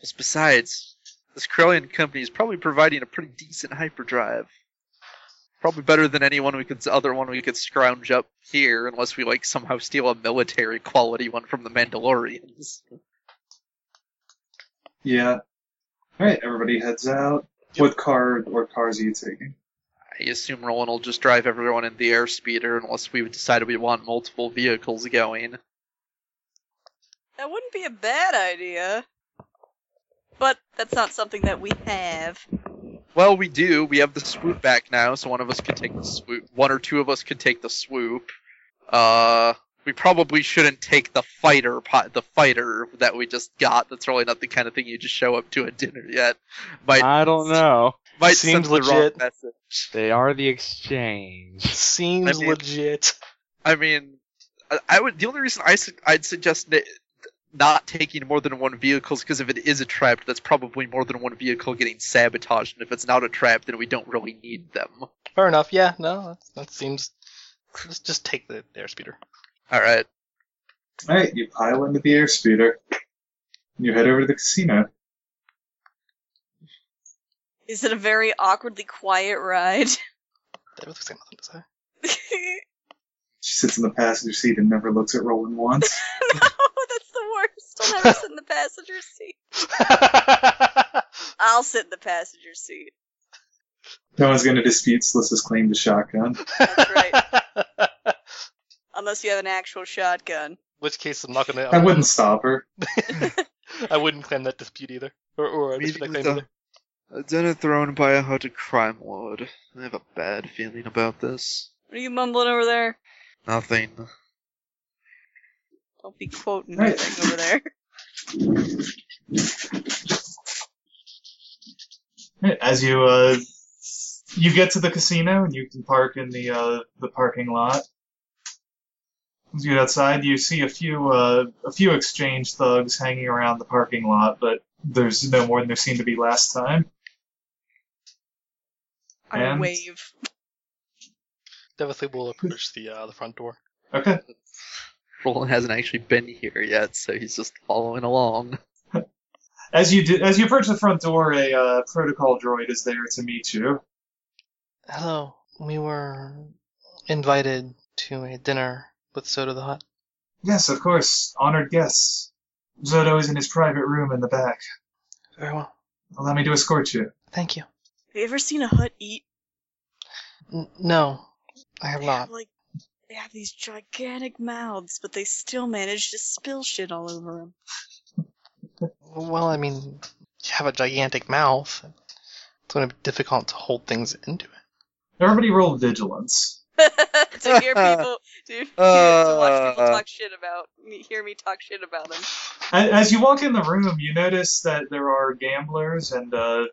E: Just besides, this Corellian company is probably providing a pretty decent hyperdrive. Probably better than any one we could other one we could scrounge up here, unless we like somehow steal a military quality one from the Mandalorians.
A: Yeah. All right. Everybody heads out. What car? What cars are you taking?
E: I assume Roland will just drive everyone in the air speeder unless we decide we want multiple vehicles going.
H: that wouldn't be a bad idea. But that's not something that we have.
E: Well, we do. We have the swoop back now, so one of us could take the swoop. One or two of us could take the swoop. Uh, we probably shouldn't take the fighter po- the fighter that we just got. That's really not the kind of thing you just show up to at dinner yet. Might
G: I don't know.
E: might
B: seems
E: send the wrong
B: legit.
E: message.
G: They are the exchange.
B: Seems
E: I mean-
B: legit.
E: I mean, I, I would. The only reason I su- I'd suggest na- not taking more than one vehicle is because if it is a trap, that's probably more than one vehicle getting sabotaged. And if it's not a trap, then we don't really need them.
B: Fair enough. Yeah. No. That, that seems. Let's just take the air speeder.
E: All right.
A: All right. You pile into the air speeder. You head over to the casino.
H: Is it a very awkwardly quiet ride? [laughs]
B: That looks like nothing to say.
H: no,
A: She sits in the passenger seat and never looks at Roland once.
H: [laughs] that's the worst. I'll never sit in the passenger seat. I'll sit in the passenger seat.
A: no one's going to dispute Slissa's claim to shotgun.
H: That's
B: [laughs]
H: right. Unless you have an actual shotgun.
B: Which case I'm not gonna.
A: I wouldn't stop her.
B: I wouldn't claim that dispute either, or or I
E: Meeting
B: dispute that
E: with
B: claim either.
E: A dinner thrown by a hunted crime lord. I have a bad feeling about this.
H: What are you mumbling over there?
E: Nothing.
H: Don't be quoting
A: Right.
H: anything over
A: [laughs]
H: there.
A: As you uh, you get to the casino and you can park in the uh, the parking lot. As you get outside, you see a few uh, a few exchange thugs hanging around the parking lot, but there's no more than there seemed to be last time.
H: I
A: And-
H: wave.
B: Devastator will approach the uh, the front door.
A: Okay.
E: Roland hasn't actually been here yet, so he's just following along.
A: As you do, as you approach the front door, a uh, protocol droid is there to meet you.
B: Hello. We were invited to a dinner with Soda the Hut.
A: Yes, of course, honored guests. Zodo is in his private room in the back.
B: Very well.
A: Allow me to escort you.
B: Thank you.
H: Have you ever seen a hut eat?
B: N- no, I have
H: They
B: not.
H: have, like they have these gigantic mouths, but they still manage to spill shit all over them.
B: Well, I mean, you have a gigantic mouth. It's going to be difficult to hold things into it.
A: Everybody roll vigilance.
H: [laughs] to hear people to, [laughs] to watch people
E: Uh.
H: talk shit about me, hear me talk shit about them.
A: A- As you walk in the room, you notice that there are gamblers and uh,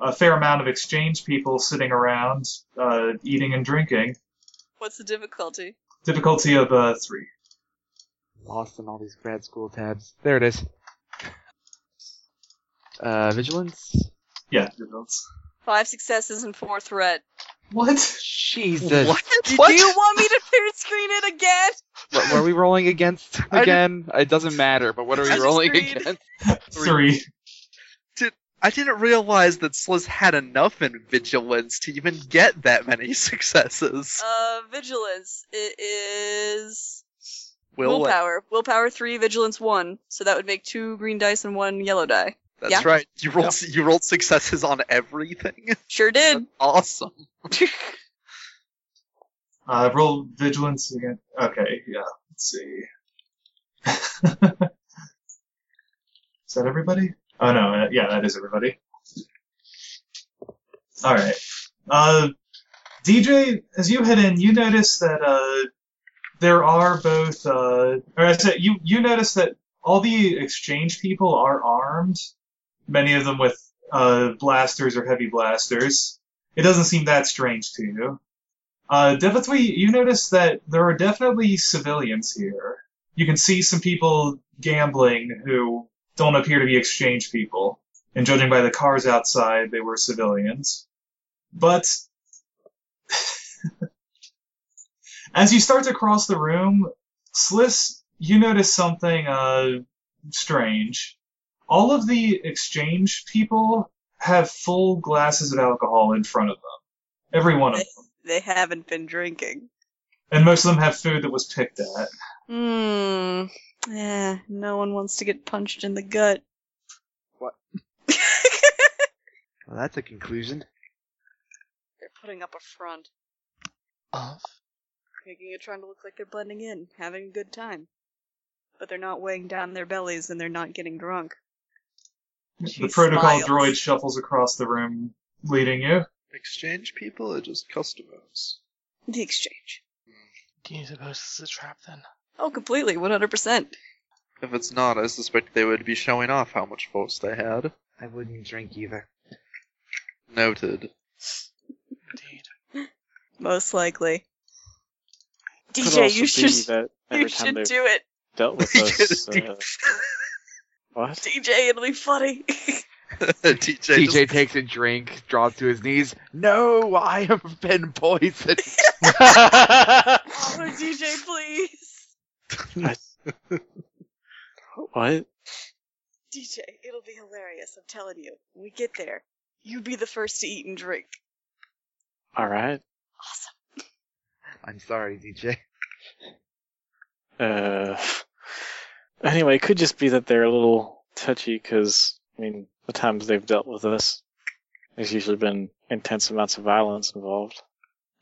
A: a fair amount of exchange people sitting around, uh, eating and drinking.
H: What's the difficulty?
A: Difficulty of uh, three.
G: Lost in all these grad school tabs. There it is. Uh, vigilance.
A: Yeah, results.
H: Five successes and four threat.
A: What?
G: Jesus.
B: What?
H: Do you want me to fear screen it again?
G: What were we rolling against
D: I
G: again? It doesn't matter. But what are
H: I
G: we
H: just
G: rolling
H: agreed.
G: against?
A: Three.
E: I didn't realize that Sliz had enough in vigilance to even get that many [laughs] successes.
H: Uh, vigilance. It is
E: Will,
H: willpower. Willpower three, vigilance one. So that would make two green dice and one yellow die.
E: that's
H: yeah.
E: right. You rolled you rolled successes on everything.
H: Sure did.
E: awesome.
A: Uh, roll vigilance again. Okay, yeah. Let's see. [laughs] is that everybody? Oh no, uh, yeah, that is everybody. All right. Uh, DJ, as you head in, you notice that uh, there are both. Uh, or I said, you you notice that all the exchange people are armed. Many of them with uh, blasters or heavy blasters. It doesn't seem that strange to you. Uh, definitely, you notice that there are definitely civilians here. You can see some people gambling who don't appear to be exchange people, and judging by the cars outside, they were civilians. But [laughs] as you start to cross the room, Sliss, you notice something uh, strange. All of the exchange people have full glasses of alcohol in front of them. Every one of them
H: They haven't been drinking.
A: and most of them have food that was picked at.
H: Hmm. Yeah, no one wants to get punched in the gut.
G: What? Well, that's a conclusion.
H: They're putting up a front,
B: Of
H: making it trying to look like they're blending in, having a good time. But they're not weighing down their bellies and they're not getting drunk. She
A: the protocol
H: smiles.
A: droid shuffles across the room, leading you.
E: Exchange people or just customers?
H: The exchange.
B: Do you suppose this is a trap then?
H: Oh, completely, 100%.
E: If it's not, I suspect they would be showing off how much force they had.
G: I wouldn't drink either.
E: [laughs] Noted.
B: Indeed.
H: Most likely. DJ,
F: Could also
H: you
F: be
H: should,
F: that every
H: you
F: time
H: should
F: they've
H: do it. [laughs]
F: dealt with us. Uh,
E: [laughs]
F: what?
H: DJ, it'll be funny. [laughs]
E: DJ,
G: DJ
E: just-
G: takes a drink, drops to his knees. No, I have been poisoned.
H: oh,
F: [laughs]
H: DJ, please.
F: What?
H: DJ, it'll be hilarious, I'm telling you. When we get there, you be the first to eat and drink.
F: All right.
H: Awesome.
G: [laughs] I'm sorry, DJ.
F: Uh. [sighs] Anyway, it could just be that they're a little touchy because I mean, the times they've dealt with us, there's usually been intense amounts of violence involved.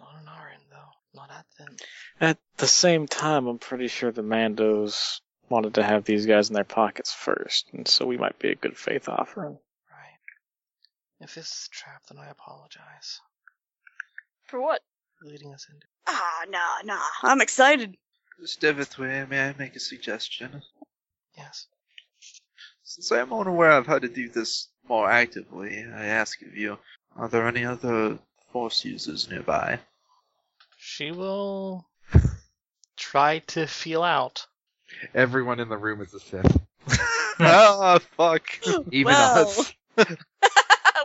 B: Not on our end though. Not at them.
F: At the same time, I'm pretty sure the Mandos wanted to have these guys in their pockets first, and so we might be a good faith offering.
B: Right. If this is a trap, then I apologize.
H: For what?
B: Leading us into
H: Ah, nah, nah. I'm
F: [gasps]
H: excited.
E: Devithway, may I make a suggestion?
B: yes.
E: Since I am unaware of how to do this more actively, I ask of you, are there any other force users nearby?
B: She will try to feel out.
G: Everyone in the room is a Sith,
E: [laughs] ah, fuck.
H: [gasps]
G: even
H: Well. [laughs]
G: us.
F: [laughs]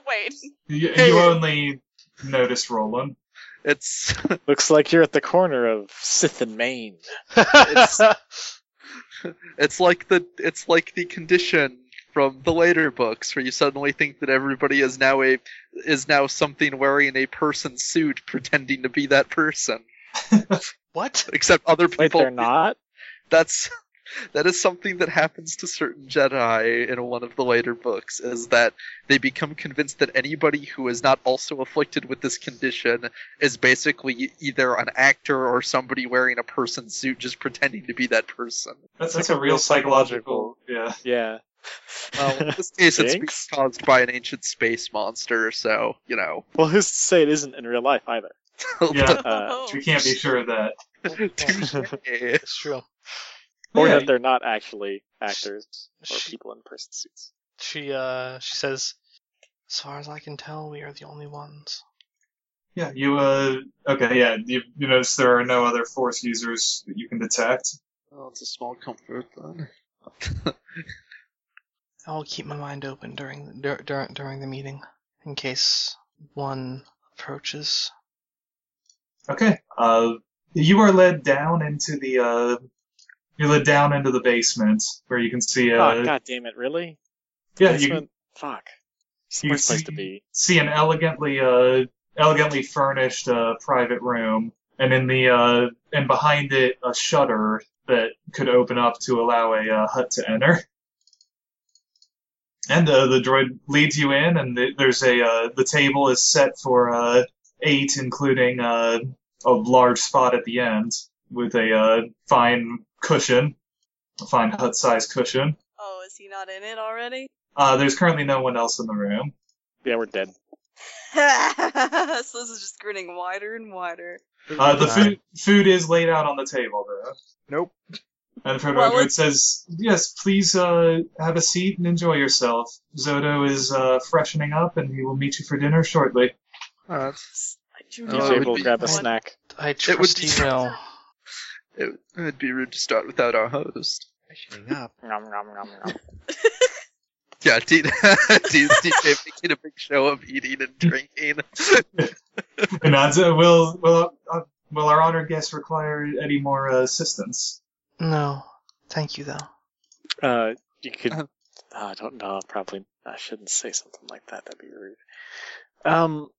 H: Wait.
A: You, you only notice Roland.
E: It's
F: Looks like you're at the corner of Sith and Maine. [laughs]
E: it's like the it's like the condition from the later books where you suddenly think that everybody is now a is now something wearing a person suit pretending to be that person.
B: what?
E: Except other
F: Wait,
E: people
F: they're not?
E: that's that is something that happens to certain Jedi in one of the later books is that they become convinced that anybody who is not also afflicted with this condition is basically e-, either an actor or somebody wearing a person suit just pretending to be that person.
A: That's,
F: Like
A: that's a real psychological.
F: psychological-
A: Yeah.
F: Yeah.
E: Well, in this case, it's being
F: Jinx?
E: caused by an ancient space monster, so you know.
F: [laughs]
E: [laughs]
F: well, who's to say it isn't in real life either? [laughs]
A: Yeah.
E: [laughs]
F: Uh,
A: We can't be sure of that.
B: Yeah,
E: Touché.
B: it's true.
F: Or
A: Yeah,
F: that they're not actually actors or
B: Sh-
F: people in person suits.
B: She uh she says as far as I can tell, we are the only ones.
A: yeah. You uh. Okay. Yeah. You, you notice there are no other force users that you can detect.
E: Well, it's a small comfort then.
B: I'll keep my mind open during dur- dur- during the meeting in case one approaches.
A: Okay. Uh, you are led down into the. Uh, you're led down into the basement where you can see. Uh,
F: oh, God damn it! Really?
A: yeah, you can
F: Basement? Fuck. It's the
A: you
F: worst place
A: see-
F: to be.
A: see an elegantly uh, elegantly furnished uh, private room, and in the uh, and behind it a shutter that could open up to allow a uh, hut to enter. And uh, the droid leads you in, and th- there's a uh, the table is set for uh, eight, including uh, a large spot at the end with a uh, fine cushion, a fine hut-sized cushion.
H: Oh, is he not in it already? [laughs]
A: Uh, there's currently no one else in the room.
F: Yeah, we're dead.
H: so this is just grinning wider and wider.
A: Uh, the
G: Sorry.
A: food food is laid out on the table though.
I: Nope.
A: And for
H: Well,
A: Roger, it
H: it's-
A: says, "Yes, please uh, have a seat and enjoy yourself. Zodo is uh, freshening up, and he will meet you for dinner shortly."
I: All right.
H: I do
E: Oh,
H: not
E: it
F: DJ
E: would
F: will
E: be-
F: grab a
H: want-
F: snack.
B: I
E: It would
B: trust
E: be-
B: you
E: [laughs]
B: now.
E: It, it'd be rude to start without our host.
I: Freshening up.
F: [laughs] Nom, nom, nom, nom.
E: [laughs] Yeah, D- [laughs] D- DJ making a big show of eating and drinking. [laughs]
A: and uh, so will will uh, will our honored guest require any more uh, assistance?
B: No, thank you though.
F: Uh, you could.
E: Uh.
F: Oh, I don't know. Probably I shouldn't say something like that. That'd be rude. Um,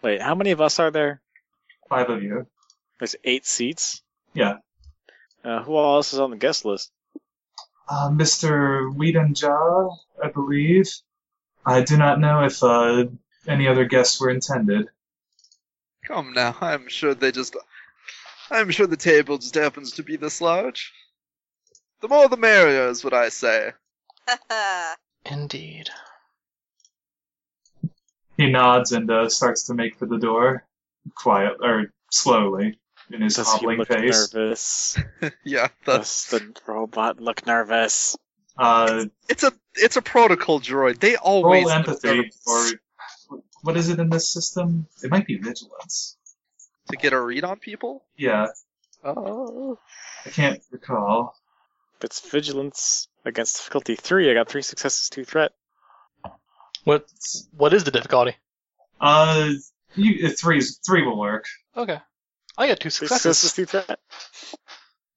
F: wait. How many of us are there?
A: Five of you.
F: There's eight seats.
A: Yeah.
F: Uh, who all else is on the guest list?
A: Uh, Mr. Whedon Ja, I believe. I do not know if uh, any other guests were intended.
E: Come now, I'm sure they just. I'm sure the table just happens to be this large. The more the merrier is what I say. [laughs]
B: Indeed.
A: He nods and uh, starts to make for the door, quiet or slowly in his
F: Does he
A: hobbling
F: look
A: pace.
F: nervous?
E: yeah, that's.
F: Does the robot look nervous?
A: Uh,
E: It's a it's a protocol droid. They always
A: roll empathy, or what is it in this system? It might be vigilance.
E: to get a read on people.
A: Yeah,
E: Oh,
A: I can't recall.
F: If it's vigilance against difficulty three, I got three successes, two threat.
B: What what is the difficulty?
A: Uh, you, three three will work.
B: Okay, I got two
F: Three
B: successes.
F: successes, two threat.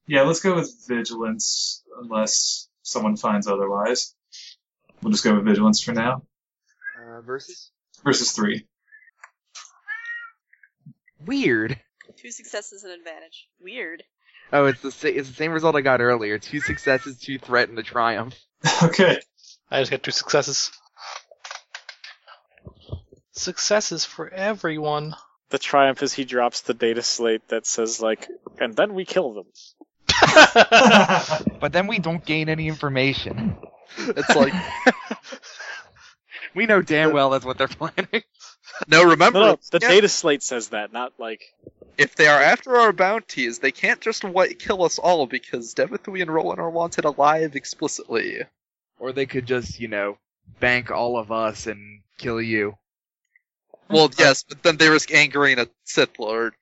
A: Yeah, let's go with vigilance, unless someone finds otherwise. We'll just go with vigilance for now.
G: Uh, versus.
A: Versus three. [laughs]
G: Weird.
H: Two successes and advantage. Weird.
G: Oh, it's the sa- it's the same result I got earlier. Two successes, two threat, and a triumph.
A: okay. [laughs]
B: I just got two successes. Successes for [laughs] everyone.
F: The triumph is he drops the data slate that says like, and then we kill them.
G: But then we don't gain any information.
E: it's like [laughs]
G: We know damn well that's what they're [laughs] planning.
E: no. Remember,
F: No, no, the
E: yeah,
F: data slate says that, not like
E: if they are after our bounties, they can't just wi- kill us all because Devithui and Roland are wanted alive explicitly.
G: Or they could just, you know, bank all of us and kill you.
E: Well, yes, but then they risk angering a Sith Lord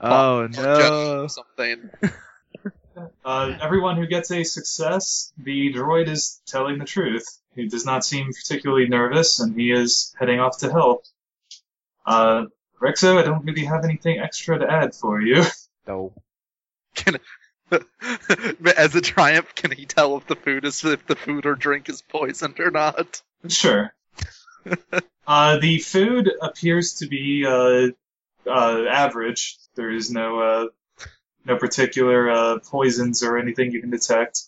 G: Oh
E: or Jedi or something. [laughs]
A: Uh, everyone who gets a success, the droid is telling the truth. He does not seem particularly nervous, and he is heading off to help. Uh, Rexo, I don't really have anything extra to add for you. [laughs]
G: No.
E: But As a triumph, can he tell if the food is if the food or drink is poisoned or not?
A: sure. uh, the food appears to be uh, uh, average. There is no uh, no particular uh, poisons or anything you can detect.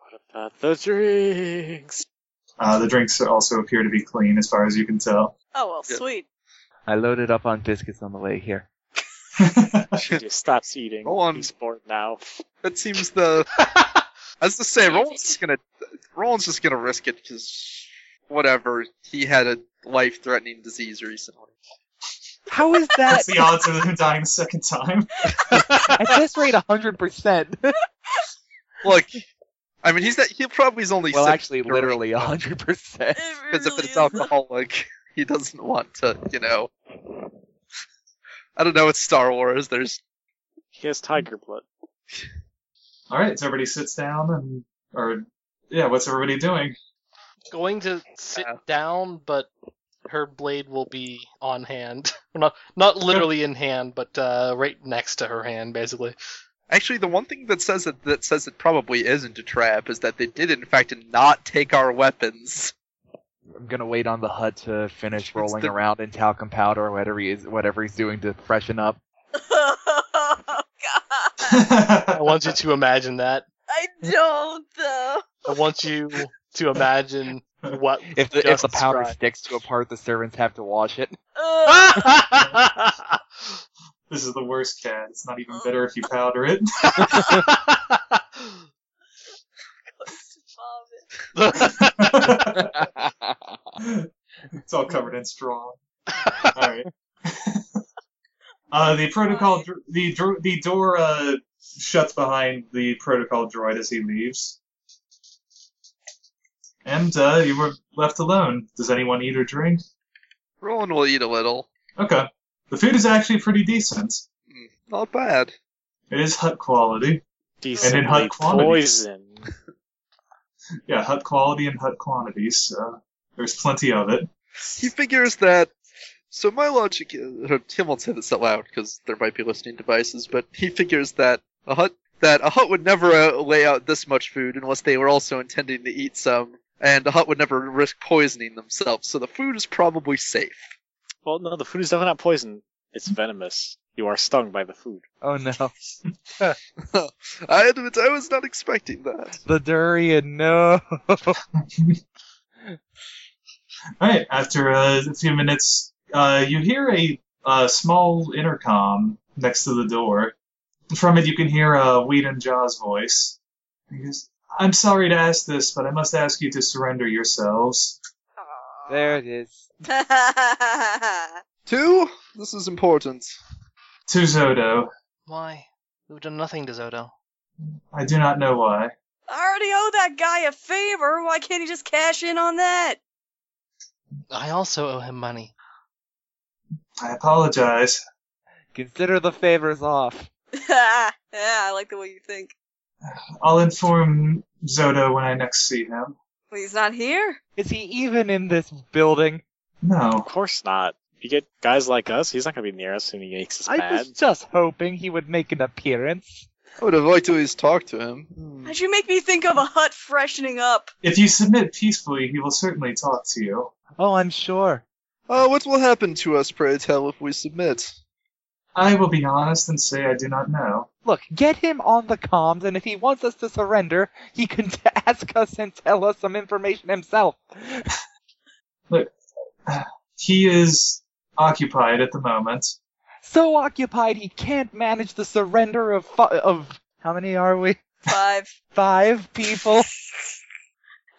F: what about the drinks?
A: Uh, the drinks also appear to be clean, as far as you can tell. [laughs]
H: Oh well,
E: Yeah.
H: sweet.
G: I loaded up on biscuits on the way here.
F: She [laughs] just stops eating.
E: Go on.
F: He's bored now.
E: That seems the. As to say, Roland's just gonna Roland's just gonna risk it because whatever he had a life-threatening disease recently.
G: How is that
A: What's the odds of him dying the second time?
G: [laughs] at this rate? hundred percent.
E: Look, I mean, he's that he probably is only
G: Well,
E: sick
G: actually, literally hundred percent.
H: It
E: because if
H: really
E: it's
H: is- [laughs]
E: alcoholic, he doesn't want to, you know. I don't know. It's Star Wars. There's
F: He has tiger blood.
A: All right, so everybody sits down and Or yeah, what's everybody doing? [laughs]
B: Going to sit down, but her blade will be on hand. [laughs] Not not literally in hand, but uh, right next to her hand, basically.
E: Actually, the one thing that says it that says it probably isn't a trap is that they did in fact not take our weapons.
G: I'm gonna wait on the hut to finish rolling
E: the-
G: around in talcum powder or whatever he is, whatever he's doing to freshen up.
H: God,
B: I want you to imagine that.
H: I don't though.
B: I want you to imagine what.
G: If the, if
B: Just
G: the powder
B: describe.
G: sticks to a part, the servants have to wash it.
H: Ugh.
B: Ah!
A: this is the worst cat. It's not even better if you powder it. [laughs] it's all covered in straw. all right. [laughs] uh, the protocol, dr- the dr- the door uh, shuts behind the protocol droid as he leaves, and uh, you were left alone. Does anyone eat or drink?
E: Roland will eat a little.
A: Okay. The food is actually pretty decent.
E: Not bad.
A: It is hut quality.
F: Decently
A: high quantities.
F: poison.
A: Yeah, hut quality and hut quantities. So there's plenty of it.
E: He figures that. So my logic is, or Tim won't say this out loud because there might be listening devices, but he figures that a hut that a hut would never uh, lay out this much food unless they were also intending to eat some, and a hut would never risk poisoning themselves. So the food is probably safe.
F: Well, no, the food is definitely not poison. It's venomous. You are stung by the food.
G: [laughs] Oh no,
E: I admit I was not expecting that.
G: the durian! No.
A: All right. After uh, a few minutes, uh, you hear a uh, small intercom next to the door. From it, you can hear uh, Weed and Jaw's voice. He goes, "I'm sorry to ask this, but I must ask you to surrender yourselves."
G: [laughs]
H: [laughs]
G: there it is.
E: Two. This is important.
A: To Zodo,
B: [laughs] Why? We've done nothing to Zodo.
A: I do not know why.
H: I already owe that guy a favor. Why can't he just cash in on that? [laughs]
B: I also owe him [laughs] money.
A: I apologize.
G: Consider the favors off.
H: yeah, I like the way you think.
A: I'll inform Zodo when I next see him.
H: Well, he's not here.
G: Is he even in this building?
A: No,
F: Of course not. You get guys like us, he's not going to be near us and he makes us
G: I
F: mad.
G: was just hoping he would make an appearance.
E: I would have liked to at least talk to him. Hmm.
H: How'd you make me think of a hut freshening up?
A: if you submit peacefully, he will certainly talk to you.
G: Oh, I'm sure.
E: Uh, what will happen to us, pray tell, if we submit?
A: I will be honest and say I do not know.
G: Look, get him on the comms, and if he wants us to surrender, he can [laughs] t- ask us and tell us some information himself.
A: He is occupied at the moment.
G: So occupied, he can't manage the surrender of fi- of how many are we?
H: Five.
G: Five people.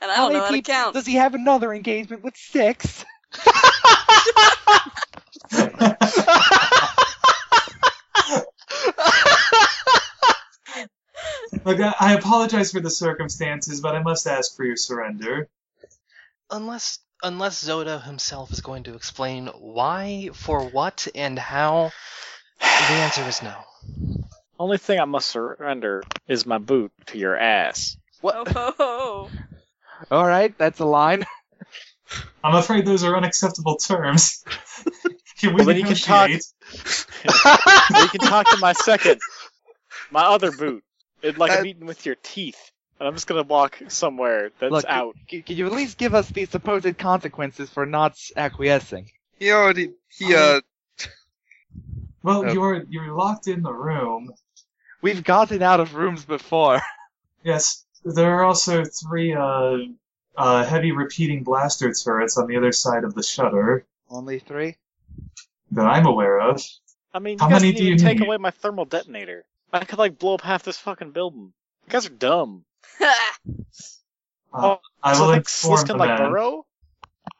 H: And [laughs] I don't know how to
G: people?
H: count.
G: Does he have another engagement with six? [laughs]
A: uh, Look, I I apologize for the circumstances, but I must ask for your surrender.
B: Unless unless Zodo himself is going to explain why, for what, and how, the answer is no.
F: Only thing I must surrender is my boot to your ass.
H: Oh, ho, ho.
G: All right, that's a line. [laughs]
A: I'm afraid those are unacceptable terms. [laughs] can we
F: Well, then you can talk-
A: negotiate?
F: you can talk to my second, my other boot. It's like
E: That-
F: I'm eating with your teeth. And I'm just going to walk somewhere that's
G: Look,
F: out.
G: C- Can you at least give us the supposed consequences for not acquiescing?
E: He already. He, uh.
A: Well,
E: Oh.
A: you're you're locked in the room.
G: We've gotten out of rooms before. [laughs]
A: Yes, there are also three uh, uh, heavy repeating blaster turrets on the other side of the shutter
G: Only three?
A: that I'm aware of.
F: I mean, you
A: How
F: guys
A: many
F: didn't
A: do
F: even
A: you
F: take
A: need?
F: away my thermal detonator. I could, like, blow up half this fucking building. You guys are dumb.
A: Uh,
F: Oh,
A: I
F: so
A: will
F: I
A: inform
F: think Sliss
A: the
F: can, like,
A: man.
F: burrow?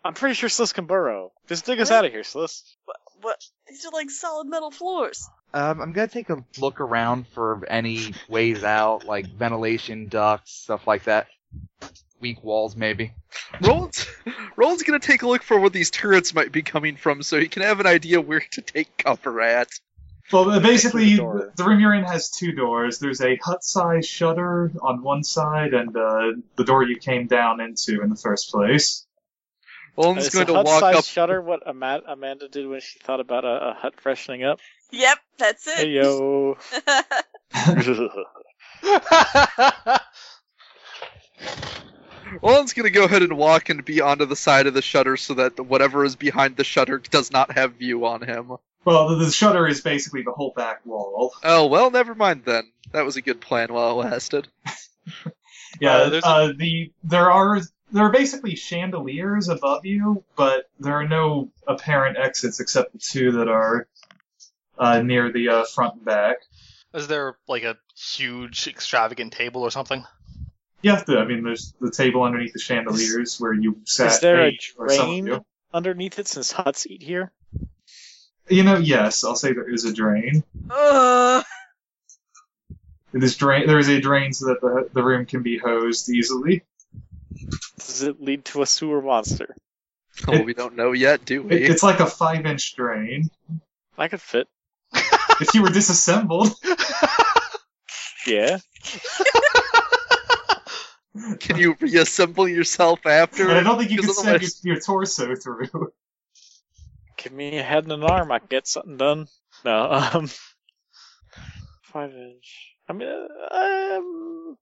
F: I'm pretty sure Sliss can burrow. Just dig us
H: Really?
F: out of here, Sliss.
H: [laughs] What? These are like solid metal floors.
G: Um, I'm gonna take a look around for any ways out, like ventilation ducts, stuff like that. Weak walls, maybe.
E: Roland's, Roland's gonna take a look for where these turrets might be coming from so he can have an idea where to take cover at.
A: Well, basically,
F: the
A: you-
F: door.
A: the room you're in has two doors. There's a hut-sized shutter on one side, and uh, the door you came down into in the first place.
E: Olin's
F: Is
E: going to
F: a hut
E: walk
F: size
E: up.
F: shutter what Ama- Amanda did when she thought about a, a hut freshening up.
H: Yep, that's it.
A: [laughs]
F: Hey yo.
E: Olin's going to go ahead and walk and be onto the side of the shutter so that whatever is behind the shutter does not have view on him.
A: Well, the, the shutter is basically the whole back wall.
E: Oh well, never mind then. That was a good plan while it lasted. [laughs]
A: Yeah,
D: Uh,
A: uh,
D: there's
A: the there are there are basically chandeliers above you, but there are no apparent exits except the two that are uh, near the uh, front and back.
B: [laughs] Is there like a huge extravagant table or something?
A: You have to. I mean, there's the table underneath the chandeliers where you sat.
F: Is there a
A: eight or some of
F: drain
A: you.
F: underneath it since huts eat here?
A: You know, yes, I'll say there is a drain.
H: [laughs] Ugh.
A: It is drain. There is a drain so that the the room can be hosed easily.
F: Does it lead to a sewer monster?
E: Well, we don't know yet, do
A: It-
E: we?
A: it's like a five inch drain.
F: I could fit.
A: if you were disassembled,
F: Yeah.
E: Can you reassemble yourself after?
A: and I don't think you could
E: Because
A: send your,
E: otherwise-
A: your torso through.
F: Give me a head and an arm. I can get something done. No. Um. [laughs] Five inch. I mean, uh, um,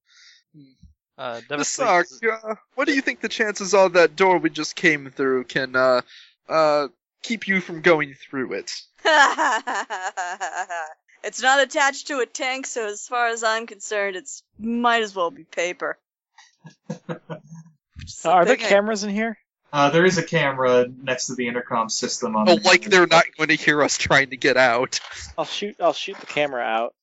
B: Uh,
E: Misak,
B: Devastate.
E: uh, what do you think the chances are that door we just came through can uh, uh, keep you from going through it?
H: [laughs] it's not attached to a tank, so as far as I'm concerned, it's might as well be paper.
F: [laughs]
H: Just a
F: are there
H: thing I-
F: cameras in here?
A: Uh, there is a camera next to the intercom system on.
E: Oh,
A: the
E: like they're not going to hear us trying to get out.
F: I'll shoot. I'll shoot the camera out.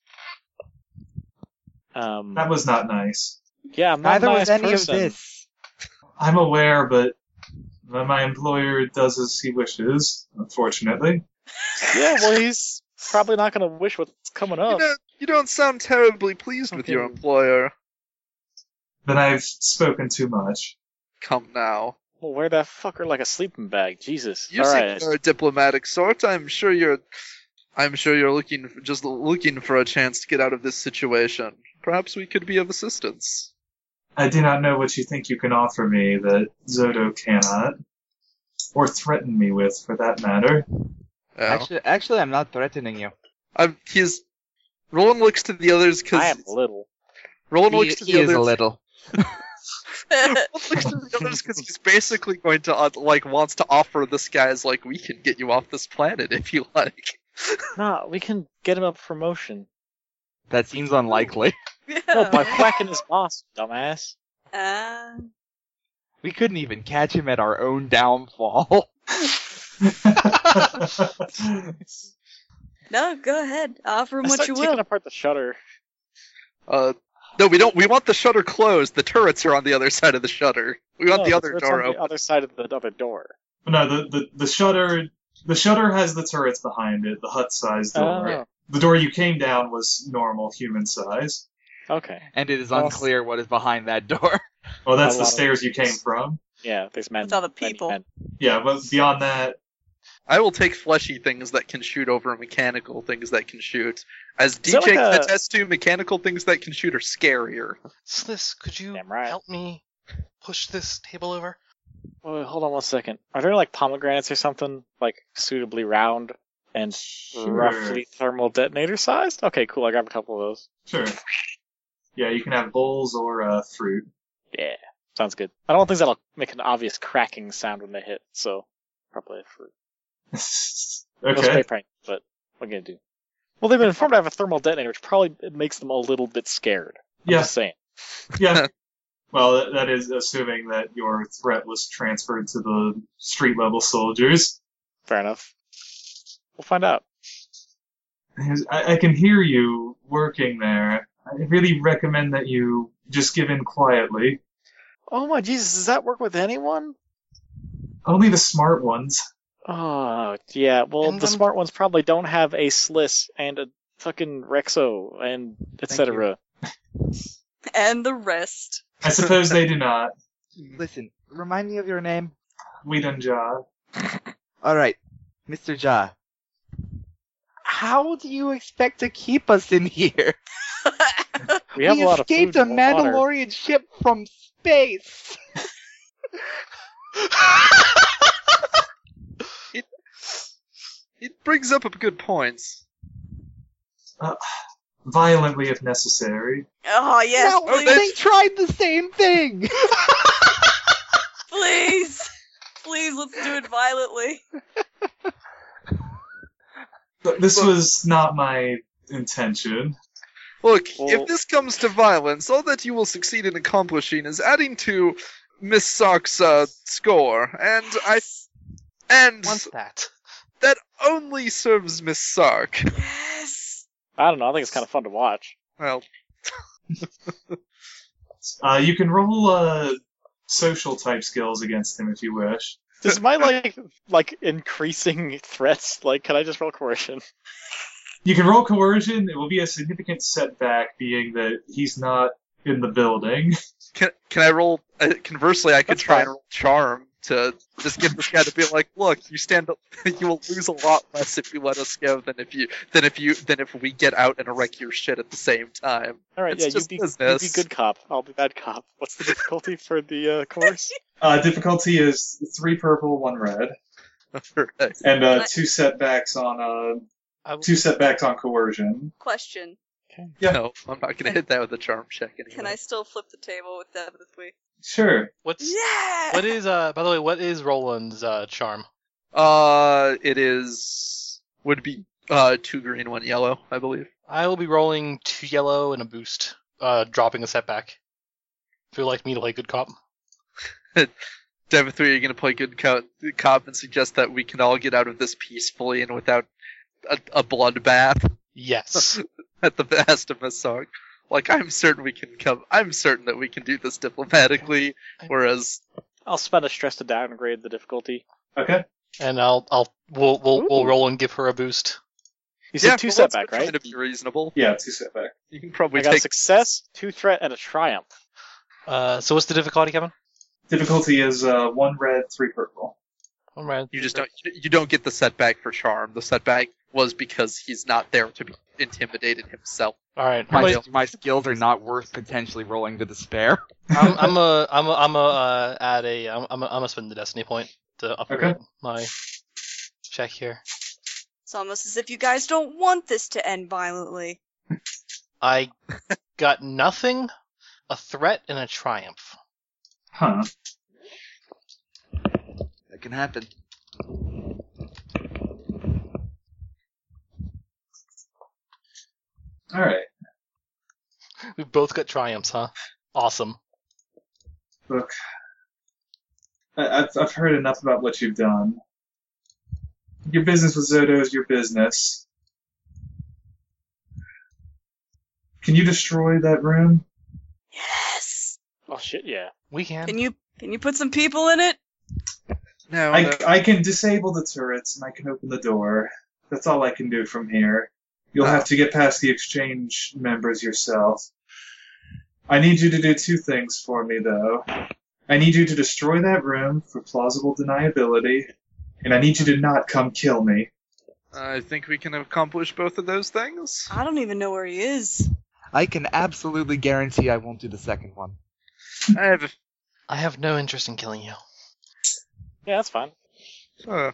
F: Um.
A: That was not nice.
F: Yeah. I'm not
G: Neither
F: a
G: was
F: nice
G: any
F: person.
G: of this.
A: I'm aware, but my employer does as he wishes. Unfortunately,
F: Yeah. Well, he's probably not gonna wish what's coming
E: You,
F: up.
E: don't, you don't sound terribly pleased with your
F: Oh. Okay.
E: employer.
A: then I've spoken too much.
E: Come now.
F: Well, wear that fucker like a sleeping bag. Jesus.
E: You
F: All
E: seem
F: right.
E: you're a diplomatic sort. I'm sure you're. I'm sure you're looking for, just looking for a chance to get out of this situation. Perhaps we could be of assistance.
A: I do not know what you think you can offer me that Zodo cannot, or threaten me with, for that matter.
E: Oh.
G: Actually, actually, I'm not threatening you.
E: I'm, he's. Roland looks to the others
F: I
E: because
F: am little.
E: Roland
G: He,
E: looks to the
G: he is a
E: others.
G: little.
E: [laughs]
H: [laughs]
E: Roland looks to the others because he's basically going to uh, like wants to offer this guy's like we can get you off this planet if you like.
F: Nah, we can get him
E: [laughs]
F: a promotion. Oh,
G: That seems unlikely. [laughs]
F: No,
H: [laughs]
F: by whacking his boss, dumbass.
H: Uh,
G: We couldn't even catch him at our own downfall. [laughs]
H: no, go ahead. Offer him
F: I
H: what
F: start
H: you
F: taking
H: will.
F: apart the shutter.
E: Uh, no, we don't. We want the shutter closed. The turrets are on the other side of the shutter. We want
F: No,
E: the other
F: Oh, it's
E: door
F: on the
E: open.
F: other side of the other door.
A: no, the, the the shutter the shutter has the turrets behind it, the hut sized door.
F: Oh,
A: The door you came down was normal human size.
F: okay.
G: And it is
F: Well,
G: unclear what is behind that door. [laughs]
A: Well, Oh, that's
F: A
A: the
F: lot of-
A: stairs you came from.
F: Yeah, there's men.
H: With all the
F: many
H: people.
F: men.
A: Yeah, but beyond that,
E: I will take fleshy things that can shoot over mechanical things that can shoot. As
F: Is that
E: DJ can
F: like a-
E: attest to, mechanical things that can shoot are scarier.
B: Sliss, could you
F: Damn right.
B: help me push this table over?
F: Wait, wait, hold on one second. Are there like pomegranates or something like suitably round and
A: Sure.
F: roughly thermal detonator sized? Okay, cool. I grab a couple of those.
A: sure. Yeah, you can have bowls or uh, fruit. [laughs]
F: Yeah, sounds good. I don't think that'll make an obvious cracking sound when they hit, so probably for no spray
A: okay.
F: paint. But what can I do? Well, they've been informed I have a thermal detonator, which probably makes them a little bit scared. I'm
A: Yeah,
F: just saying.
A: yeah. Well, that, that is assuming that your threat was transferred to the street level soldiers.
F: Fair enough. We'll find out.
A: I, I can hear you working there. I really recommend that you just give in quietly.
F: Oh my Jesus, does that work with anyone?
A: Only the smart ones.
F: Oh yeah, well
B: And
F: the
B: I'm-
F: smart ones probably don't have a Sliss and a fucking Rexo and etc.
H: and the rest. [laughs]
A: I suppose they do not.
G: Listen, remind me of your name.
A: We done job.
G: All right, Mr. Ja. how do you expect to keep us in here?
H: Oh,
F: We have a lot of
G: escaped
F: food
G: a
F: and water.
G: Mandalorian ship from space.
E: It brings up a good points.
A: Violently if necessary.
H: Oh yes,
G: Now
H: please,
G: they tried the same [laughs] thing.
H: please, please, let's do it
F: [laughs]
H: violently.
A: But this
E: Well-
A: was not my intention.
E: Look,
F: Well-
E: if this comes to violence, all that you will succeed in accomplishing is adding to Miss Sark's uh, score, and I and
B: Want that?
E: that only serves Miss Sark.
H: Yes.
F: I don't know. I think it's kind of fun to watch.
E: Well,
A: Uh, you can roll uh, social type skills against him if you wish.
F: Does [laughs] my like like increasing threats? Like, can I just roll coercion?
A: You can roll coercion. It will be a significant setback, being that he's not in the building.
E: can can I roll? Uh, conversely, I could
F: That's
E: try
F: fine.
E: and roll charm to just get this guy to be like, "Look, you stand up. [laughs] you will lose a lot less if you let us go than if you than if you than if we get out and wreck your shit at the same time." [laughs]
F: All right,
E: It's
F: yeah,
E: just
F: you be you be
E: business.
F: good cop. I'll be bad cop. What's the difficulty for [laughs] the uh, course?
A: Uh, difficulty is three purple, one red,
E: Alright.
A: and uh,
H: Nice.
A: two setbacks on uh,
B: I,
A: two setbacks on coercion.
H: Question:
A: Yeah.
E: No, I'm not gonna hit that with a charm check anyway.
H: Can I still flip the table with that this week?
A: Sure.
B: what's
H: Yeah.
B: what is uh? By the way, what is Roland's uh, charm?
E: Uh, it is would be uh two green, one yellow, I believe.
B: I will be rolling two yellow and a boost, uh, dropping a setback. If you'd like me to play good cop,
E: Devin three, you're gonna play good co- cop and suggest that we can all get out of this peacefully and without a, a bloodbath
B: yes.
E: at the best of Miss Sark. Like I'm certain we can come. I'm certain that we can do this diplomatically. Whereas
F: I'll spend a stress to downgrade the difficulty.
A: Okay.
B: and I'll I'll we'll we'll, we'll roll and give her a boost.
F: You said
E: Yeah,
F: two
E: well, that's
F: setback,
E: been Trying
F: right?
E: to be reasonable,
A: Yeah, two setback.
E: you can probably
F: I got a
E: take
F: success, two threat, and a triumph.
B: Uh, so what's the difficulty, Kevin?
A: Difficulty is uh, one red, three purple.
B: All right.
E: You just don't. You don't get the setback for charm. The setback was because he's not there to be intimidated himself.
B: All right.
E: My-
B: Wait,
E: my
G: skills are not worth potentially rolling to despair.
B: I'm I'm a I'm a I'm a uh, at a I'm I'm a, I'm a spend the destiny point to upgrade my check here.
H: It's almost as if you guys don't want this to end violently.
B: I got nothing, a threat and a triumph.
A: Huh.
G: That can happen.
A: All right.
B: We both got triumphs, huh? Awesome.
A: Look, I- I've I've heard enough about what you've done. Your business with Zodo is your business. Can you destroy that room?
H: Yes.
F: Oh shit, yeah.
B: We can.
H: Can you can you put some people in it?
E: No,
A: I, I can disable the turrets and I can open the door. That's all I can do from here. You'll have to get past the exchange members yourself. I need you to do two things for me, though. I need you to destroy that room for plausible deniability, and I need you to not come kill me.
E: I think we can accomplish both of those things.
H: I don't even know where he is.
G: I can absolutely guarantee I won't do the second one.
E: I have. a-
B: I have no interest in killing you.
F: Yeah, that's fine.
E: Uh,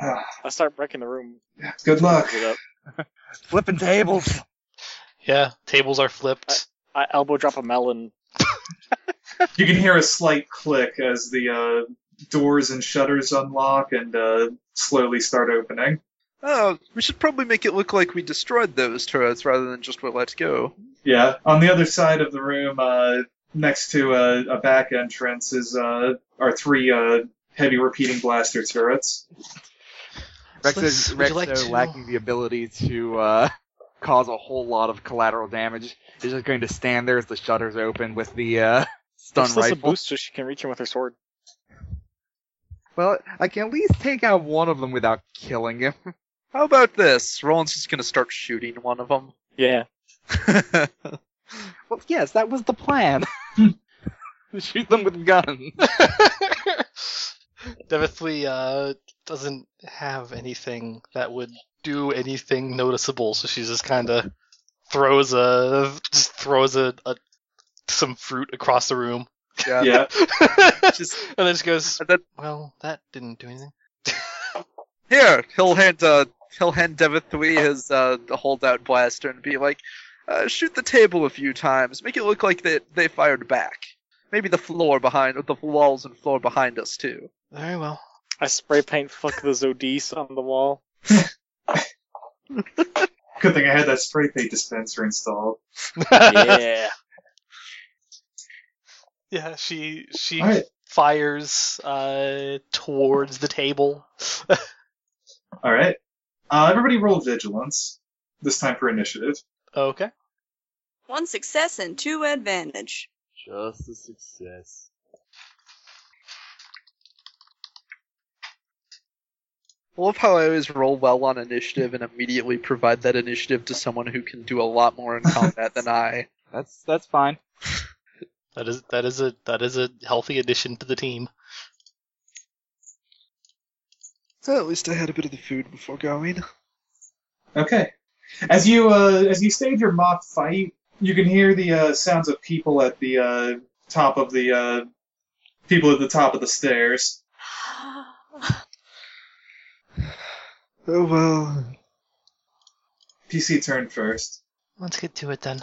A: Ah,
F: I start breaking the room.
A: Good
F: [laughs]
A: luck.
F: It up.
G: Flipping tables.
B: Yeah, tables are [laughs] flipped.
F: I elbow drop a melon.
A: You can hear a slight click as the uh, doors and shutters unlock and uh, slowly start opening.
E: oh, we should probably make it look like we destroyed those turrets rather than just were let go.
A: Yeah. On the other side of the room, uh, next to a, a back entrance, is uh, are three uh, heavy repeating blaster turrets.
G: Rex
B: Sliss,
G: is
B: would
G: Rex
B: you like
G: though,
B: to-
G: lacking the ability to uh, cause a whole lot of collateral damage. Is just going to stand there as the shutters open with the uh, [laughs] stun
F: Just a
G: rifle.
F: boost so she can reach him with her sword.
G: Well, I can at least take out one of them without killing him. [laughs]
E: How about this? Roland's just gonna start shooting one of them.
F: Yeah.
G: Well, yes, that [laughs]
B: Hmm.
G: was the plan. Shoot them with guns.
B: Devithly uh, doesn't have anything that would do anything noticeable, so she just kind of throws a just throws a, a some fruit across the room. [laughs]
E: [laughs] Yeah.
A: Yeah.
E: Just-
B: and then she [laughs] goes,
E: And then
B: "Well, that didn't do anything."
E: here, he'll hand uh, he'll hand Devithui his uh, holdout blaster and be like, uh, shoot the table a few times, make it look like they they fired back. Maybe the floor behind, the walls and floor behind us too.
B: Very well.
F: I spray paint fuck the Zodis on the wall.
A: Good thing I had that spray paint dispenser installed.
F: Yeah.
B: yeah, she she
A: All right,
B: fires uh, towards the table.
A: all right. Uh, everybody, roll vigilance. This time for initiative.
B: okay.
H: One success and two advantage.
D: Just a success.
E: I love how I always roll well on initiative and immediately provide that initiative to someone who can do a lot more in combat than I.
D: That's that's fine.
B: That is that is a that is a healthy addition to the team.
E: So at least I had a bit of the food before going.
A: Okay. As you uh, as you stage your mock fight, you can hear the uh, sounds of people at the uh, top of the uh, people at the top of the stairs.
E: Oh well.
A: PC turn first.
B: Let's get to it then.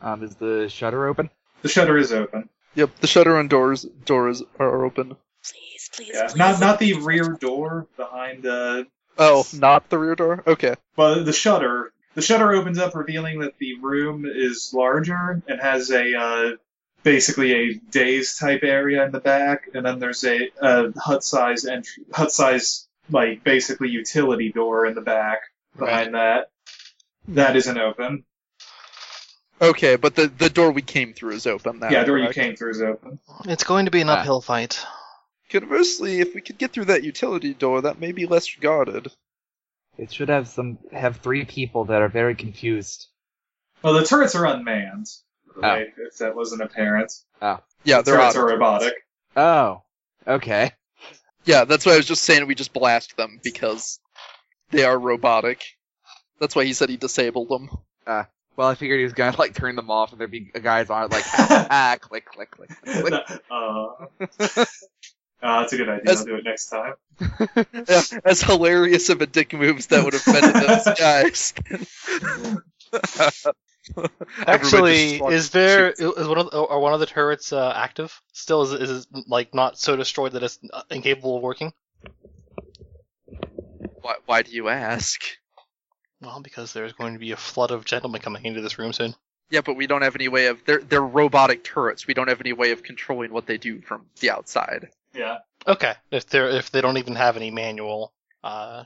D: Um, is the shutter open?
A: The shutter is open.
E: Yep, the shutter and doors doors are open.
C: [gasps] Please, please,
A: Yeah.
C: please.
A: Not not the rear door behind uh,
E: Oh, not the rear door. Okay.
A: But the shutter, the shutter opens up, revealing that the room is larger and has a uh, basically a daze type area in the back, and then there's a, a hut size entry, hut size like basically utility door in the back behind that. That isn't open.
E: Okay, but the the door we came through is open. That
A: yeah, door
E: correct?
A: you came through is open.
B: It's going to be an
D: Ah.
B: uphill fight.
E: Conversely, if we could get through that utility door, that may be less guarded.
G: It should have some have three people that are very confused.
A: Well, the turrets are unmanned. Right, If that wasn't apparent,
E: Yeah, Oh. they're
A: turrets
E: out.
A: are robotic.
G: Oh, okay.
E: Yeah, that's why I was just saying we just blast them because they are robotic. That's why he said he disabled [laughs] them.
D: Well, I figured he was gonna like turn them off, and there'd be guys on it like ah, ah, click click click. click.
A: uh, uh, [laughs] that's a good idea.
E: That's-
A: I'll do it next time.
E: Yeah, as hilarious of a dick moves that would have been to
A: [laughs]
E: those guys.
B: Actually,
E: Everyone just
B: is there is one of the, are one of the turrets uh, active still? Is it, is it like not so destroyed that it's uh, incapable of working?
E: why, why do you ask?
B: Well, because there's going to be a flood of gentlemen coming into this room soon.
E: Yeah, but we don't have any way of they're they're robotic turrets. We don't have any way of controlling what they do from the outside.
A: Yeah.
B: Okay, if they're if they don't even have any manual. Uh,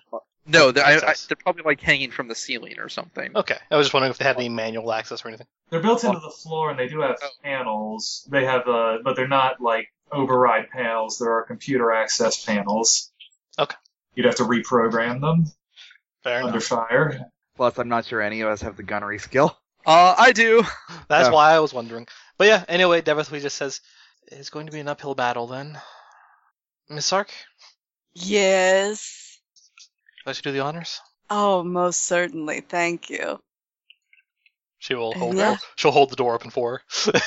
E: No, they're, I, I,
B: Access.
E: they're probably like hanging from the ceiling or something. Uh,
B: okay, I was just wondering if they had any manual access or anything.
A: They're built into the floor, and they do have
E: Oh.
A: panels. They have, uh, but they're not like override panels. There are computer access panels.
B: Okay.
A: You'd have to reprogram them
B: Fair
A: under
B: enough.
A: fire.
D: Plus, I'm not sure any of us have the gunnery skill.
E: Uh, I do.
B: That's
D: Yeah.
B: why I was wondering. But yeah, anyway, Devithly just says it's going to be an uphill battle then. Miss Sark,
H: Yes.
B: let you do the honors.
H: Oh, most certainly. Thank you.
B: She will hold.
H: Yeah.
B: She'll hold the door open for her.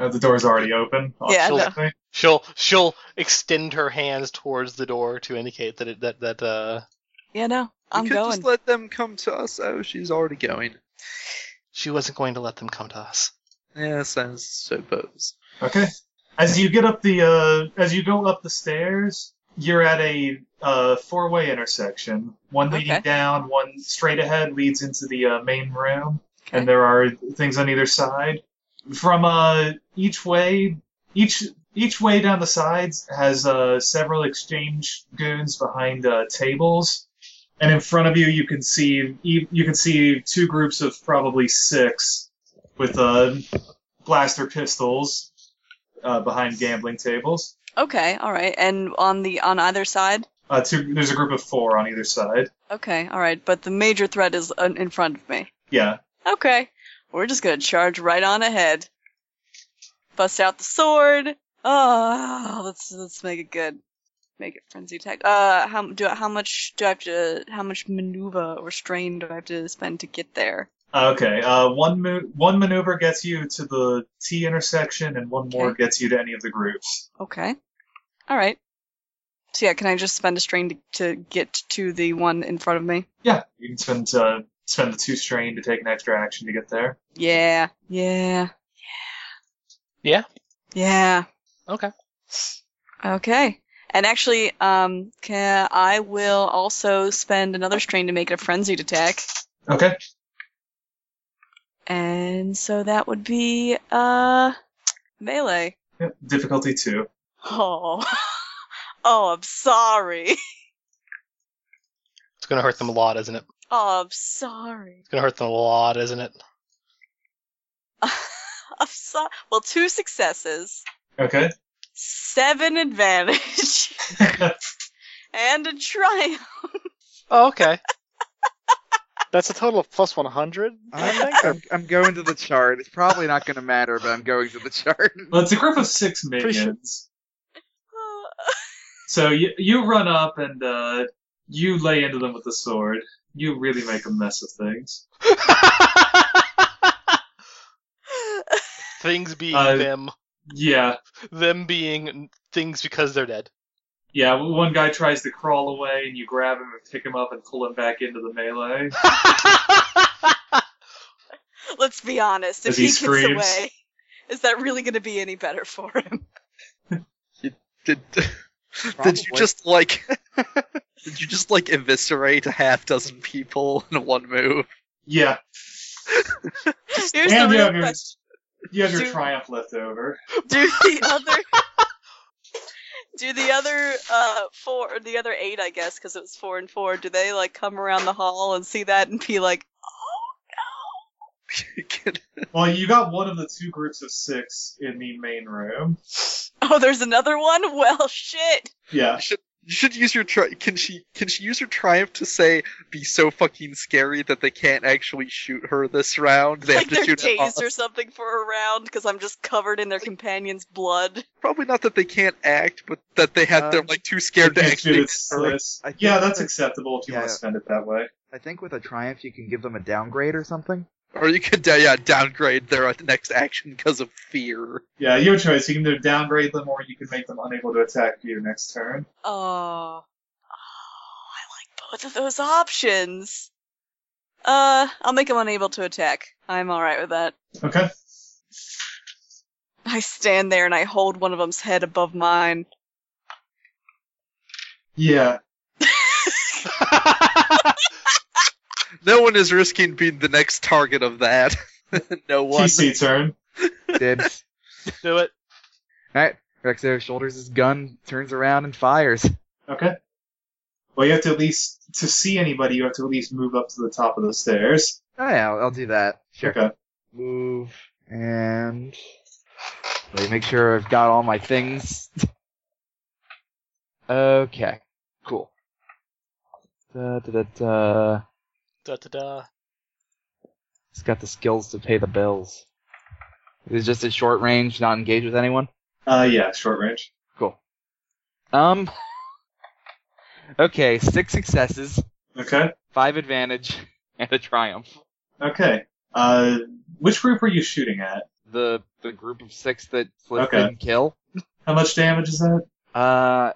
A: Uh, the door's already open.
H: Yeah, I
A: obviously.
B: She'll she'll extend her hands towards the door to indicate that it, that that uh
H: Yeah, no, I'm
E: we could
H: going.
E: just let them come to us. Oh, she's already going.
B: she wasn't going to let them come to us.
E: Yes, I suppose.
A: Okay. As you get up the, uh, as you go up the stairs, you're at a uh, four-way intersection. One leading
H: Okay.
A: down, one straight ahead leads into the uh, main room, and there are things on either side. From uh, each way, each each way down the sides has uh, several exchange goons behind uh, tables, and in front of you, you can see you you can see two groups of probably six with uh, blaster pistols uh, behind gambling tables.
H: Okay, all right. And on the on either side.
A: Uh, two, there's a group of four on either side.
H: Okay, all right. But the major threat is uh, in front of me.
A: Yeah.
H: Okay, we're just gonna charge right on ahead. Bust out the sword. Oh, Ah, let's let's make it good. Make it frenzy attack. Uh, how do I, how much do I have to? How much maneuver or strain do I have to spend to get there?
A: Okay. Uh, one mo- one maneuver gets you to the T intersection, and one more
H: Okay.
A: gets you to any of the groups.
H: Okay. All right. So yeah, can I just spend a strain to, to get to the one in front of me?
A: Yeah, you can spend uh, spend the two strain to take an extra action to get there.
H: Yeah. Yeah.
B: Yeah?
H: Yeah.
B: Okay.
H: Okay. And actually, um, can, I will also spend another strain to make it a frenzied attack.
A: Okay.
H: And so that would be uh melee.
A: Yep. Difficulty two.
H: Oh. [laughs] oh, I'm sorry.
B: It's gonna hurt them a lot, isn't it?
H: [laughs] Oh, I'm sorry.
B: It's gonna hurt them a lot, isn't it?
H: [laughs] I'm so- well, two successes,
A: Okay. [laughs]
H: seven advantage, [laughs] and a triumph.
B: Oh, okay.
F: That's a total of plus 100.
A: Uh.
E: I'm, I'm, I'm going to the chart. It's probably not going to matter, but I'm going to the chart. [laughs]
A: well, it's a group of six
F: Pretty sure-
A: minions. So you you run up and uh, you lay into them with the sword. You really make a mess of things.
B: things being
A: Uh,
B: them,
A: Yeah,
B: them being things because they're dead.
A: yeah. well, One guy tries to crawl away, and you grab him and pick him up and pull him back into the melee.
H: [laughs] Let's be honest. If
A: As he
H: he, gets
A: screams.
H: away, is that really going to be any better for
E: [laughs]
H: him?
E: Did, [laughs] did you
G: Probably.
E: just like? [laughs] did you just like eviscerate a half dozen people in one move? [laughs]
A: Yeah,
H: Here's
A: and you
H: the real
A: have your
H: question.
A: you have your
H: Do-
A: triumph left over.
H: Do the other [laughs] Do the other uh four or the other eight, I guess, because it was four and four, do they like come around the hall and see that and be like, "Oh,
A: Well, you got one of the two groups of six in the main room.
H: Oh, there's another one? Well shit.
A: Yeah,
E: You should use your tri- can she can she use her triumph to say be so fucking scary that they can't actually shoot her this round? They
H: like
E: have to
H: they're
E: shoot at us.
H: tased or something for a round because I'm just covered in their companion's blood.
E: Probably not that they can't act, but that they have they're
G: Um,
E: like too scared to
A: You
E: actually.
A: did
E: hit her.
A: this.
G: I think
A: Yeah, that's
G: that-
A: acceptable if you
G: Yeah.
A: want to spend it that way.
G: I think with a triumph you can give them a downgrade or something.
E: Or you could uh, yeah downgrade their uh, next action because of fear.
A: Yeah, your choice. You can either downgrade them or you can make them unable to attack you next turn.
H: Oh, oh I like both of those options. Uh, I'll make them unable to attack. I'm alright with that.
A: Okay.
H: I stand there and I hold one of them's head above mine.
A: Yeah.
E: No one is risking being the next target of that. [laughs] no one.
A: TC turn.
G: Dibs.
B: Do it.
G: Alright. Rexo shoulders his gun, turns around, and fires.
A: Okay. Well, you have to at least to see anybody. You have to at least move up to the top of the stairs.
G: Oh yeah, I'll, I'll do that. Sure.
A: Okay.
G: Move and let me make sure I've got all my things. okay. Cool. Da, da, da, da.
B: Da da da.
G: He's got the skills to pay the bills. Is just at short range, not engage with anyone?
A: Uh, yeah, short range.
G: Cool. Um. [laughs] Okay, six successes,
A: Okay.
G: five advantage, [laughs] and a triumph.
A: Okay. Uh, which group are you shooting at?
G: The the group of six that slipped
A: Okay.
G: didn't kill.
A: How much damage is that?
G: Uh,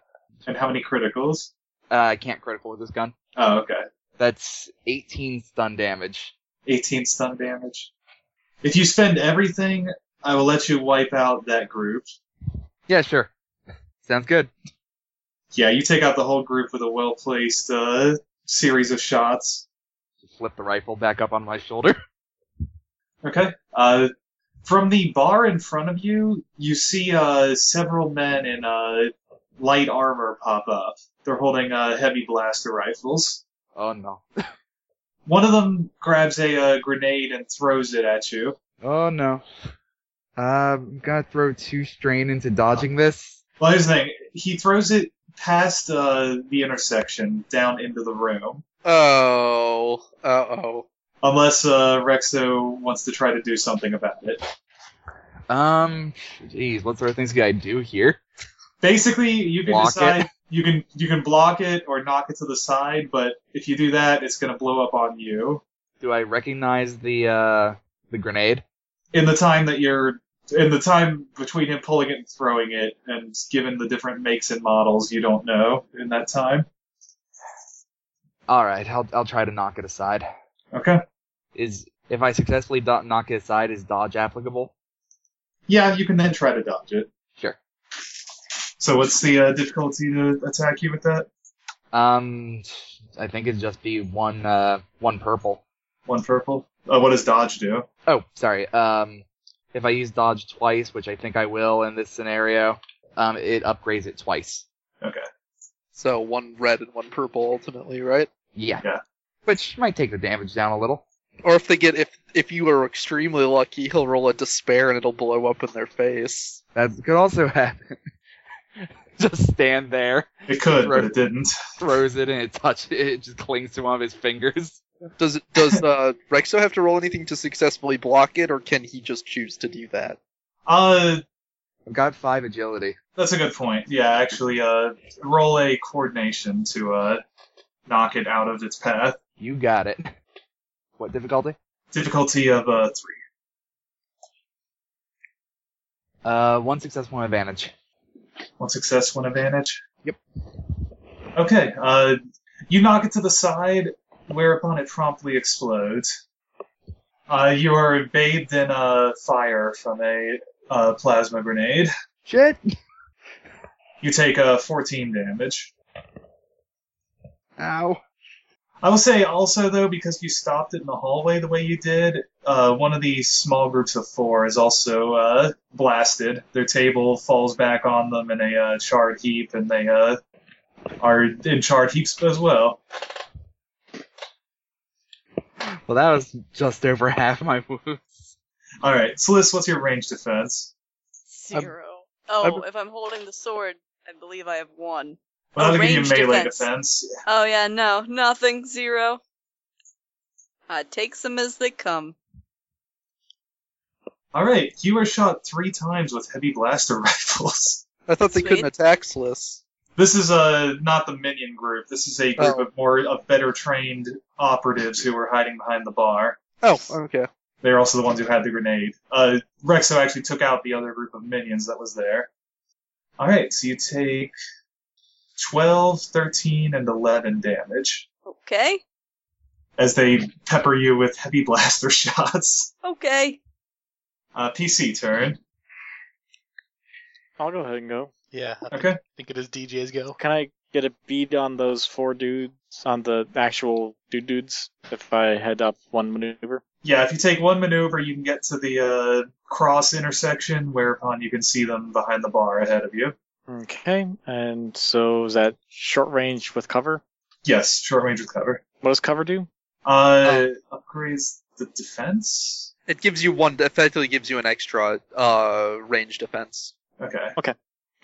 A: And how many criticals?
G: uh, I can't critical with this gun.
A: Oh, okay.
G: That's 18 stun damage.
A: 18 stun damage. If you spend everything, I will let you wipe out that group.
D: [laughs]
G: Yeah, sure. Sounds good.
A: Yeah, you take out the whole group with a well placed uh, series of shots.
G: Flip the rifle back up on
D: [laughs]
G: my shoulder.
A: Okay. Uh, from the bar in front of you, you see uh, several men in uh, light armor pop up. They're holding uh, heavy blaster rifles.
G: Oh no.
A: One of them grabs a uh, grenade and throws it at you.
G: Oh no. Uh, I'm gonna throw two strain into dodging this.
A: Well, here's the thing. He throws it past uh, the intersection down into the room.
E: Oh, uh oh.
A: Unless uh, Rexo wants to try to do something about it.
G: Um, jeez, what sort of things could I do here?
A: Basically, you can
G: Block it.
A: decide you can you can block it or knock it to the side, but if you do that, it's going to blow up on you.
D: Do I recognize the uh the grenade?
A: in the time that you're in the time between him pulling it and throwing it and given the different makes and models you don't know in that time
D: All right, I'll I'll try to knock it aside.
A: okay
D: Is if I successfully do- knock it aside, is dodge applicable?
A: yeah you can then try to dodge it
D: Sure.
A: so what's the uh, difficulty to attack you with that
D: Um, I think it'd just be one uh one purple.
A: one purple uh, what does dodge do
D: Oh, sorry. Um, if I use dodge twice, which I think I will in this scenario, um, it upgrades it twice.
E: So one red and one purple ultimately, right?
D: Yeah.
A: Yeah.
D: Which might take the damage down a little.
E: Or if they get if if you are extremely lucky, he'll roll a despair and it'll blow up in their face.
D: That could also [laughs] happen. just stand there,
A: it could but it didn't
D: throws it, and it touches it. It just clings to one of his fingers.
E: Does it does uh Rexo have to roll anything to successfully block it, or can he just choose to do that?
A: uh
D: I've got five agility.
A: that's a good point yeah actually uh roll a coordination to uh knock it out of its path
D: You got it. What difficulty?
A: difficulty of uh three
D: Uh, one success, one advantage.
A: One success, one advantage. Yep. Okay. Uh, you knock it to the side, whereupon it promptly explodes. Uh, you are bathed in uh, fire from a uh, plasma grenade.
D: Shit.
A: You take uh, 14 damage.
D: Ow.
A: I will say also though, because you stopped it in the hallway the way you did, uh, one of the small groups of four is also uh, blasted. Their table falls back on them in a uh, charred heap, and they uh, are in charred heaps as well.
D: Well, that was just over [laughs] half my wounds.
A: All right, Sliss, what's your range defense?
H: 0 oh, if I'm holding the sword, I believe I have one.
A: Well,
H: Oh,
A: that'll give you
H: range
A: melee
H: defense.
A: defense.
H: Oh yeah, no, nothing, zero. I takes them as they come.
A: All right, you are shot three times with heavy blaster [laughs] rifles.
E: I thought they couldn't
H: Sweet.
E: attack Sliss.
A: This is uh, not the minion group. This is a group
E: Oh.
A: of more of better trained operatives who were hiding behind the bar.
E: Oh, okay.
A: They're also the ones who had the grenade. Uh, Rexo actually took out the other group of minions that was there. All right, so you take 12, 13, and 11 damage
H: Okay,
A: as they pepper you with heavy [laughs] blaster shots.
H: okay.
A: Uh, PC turn.
F: I'll go ahead and go.
B: Yeah, I
A: Okay.
B: think it is DJ's go.
F: Can I get a bead on those four dudes, on the actual dude dudes, if I head up one maneuver?
A: Yeah, if you take one maneuver, you can get to the uh, cross intersection, whereupon you can see them behind the bar ahead of you.
F: Okay, and so is that short range with cover?
A: Yes, short range with cover.
F: What does cover do?
A: Uh,
F: Oh.
A: upgrades the defense.
E: It gives you one effectively gives you an extra uh range defense,
A: Okay.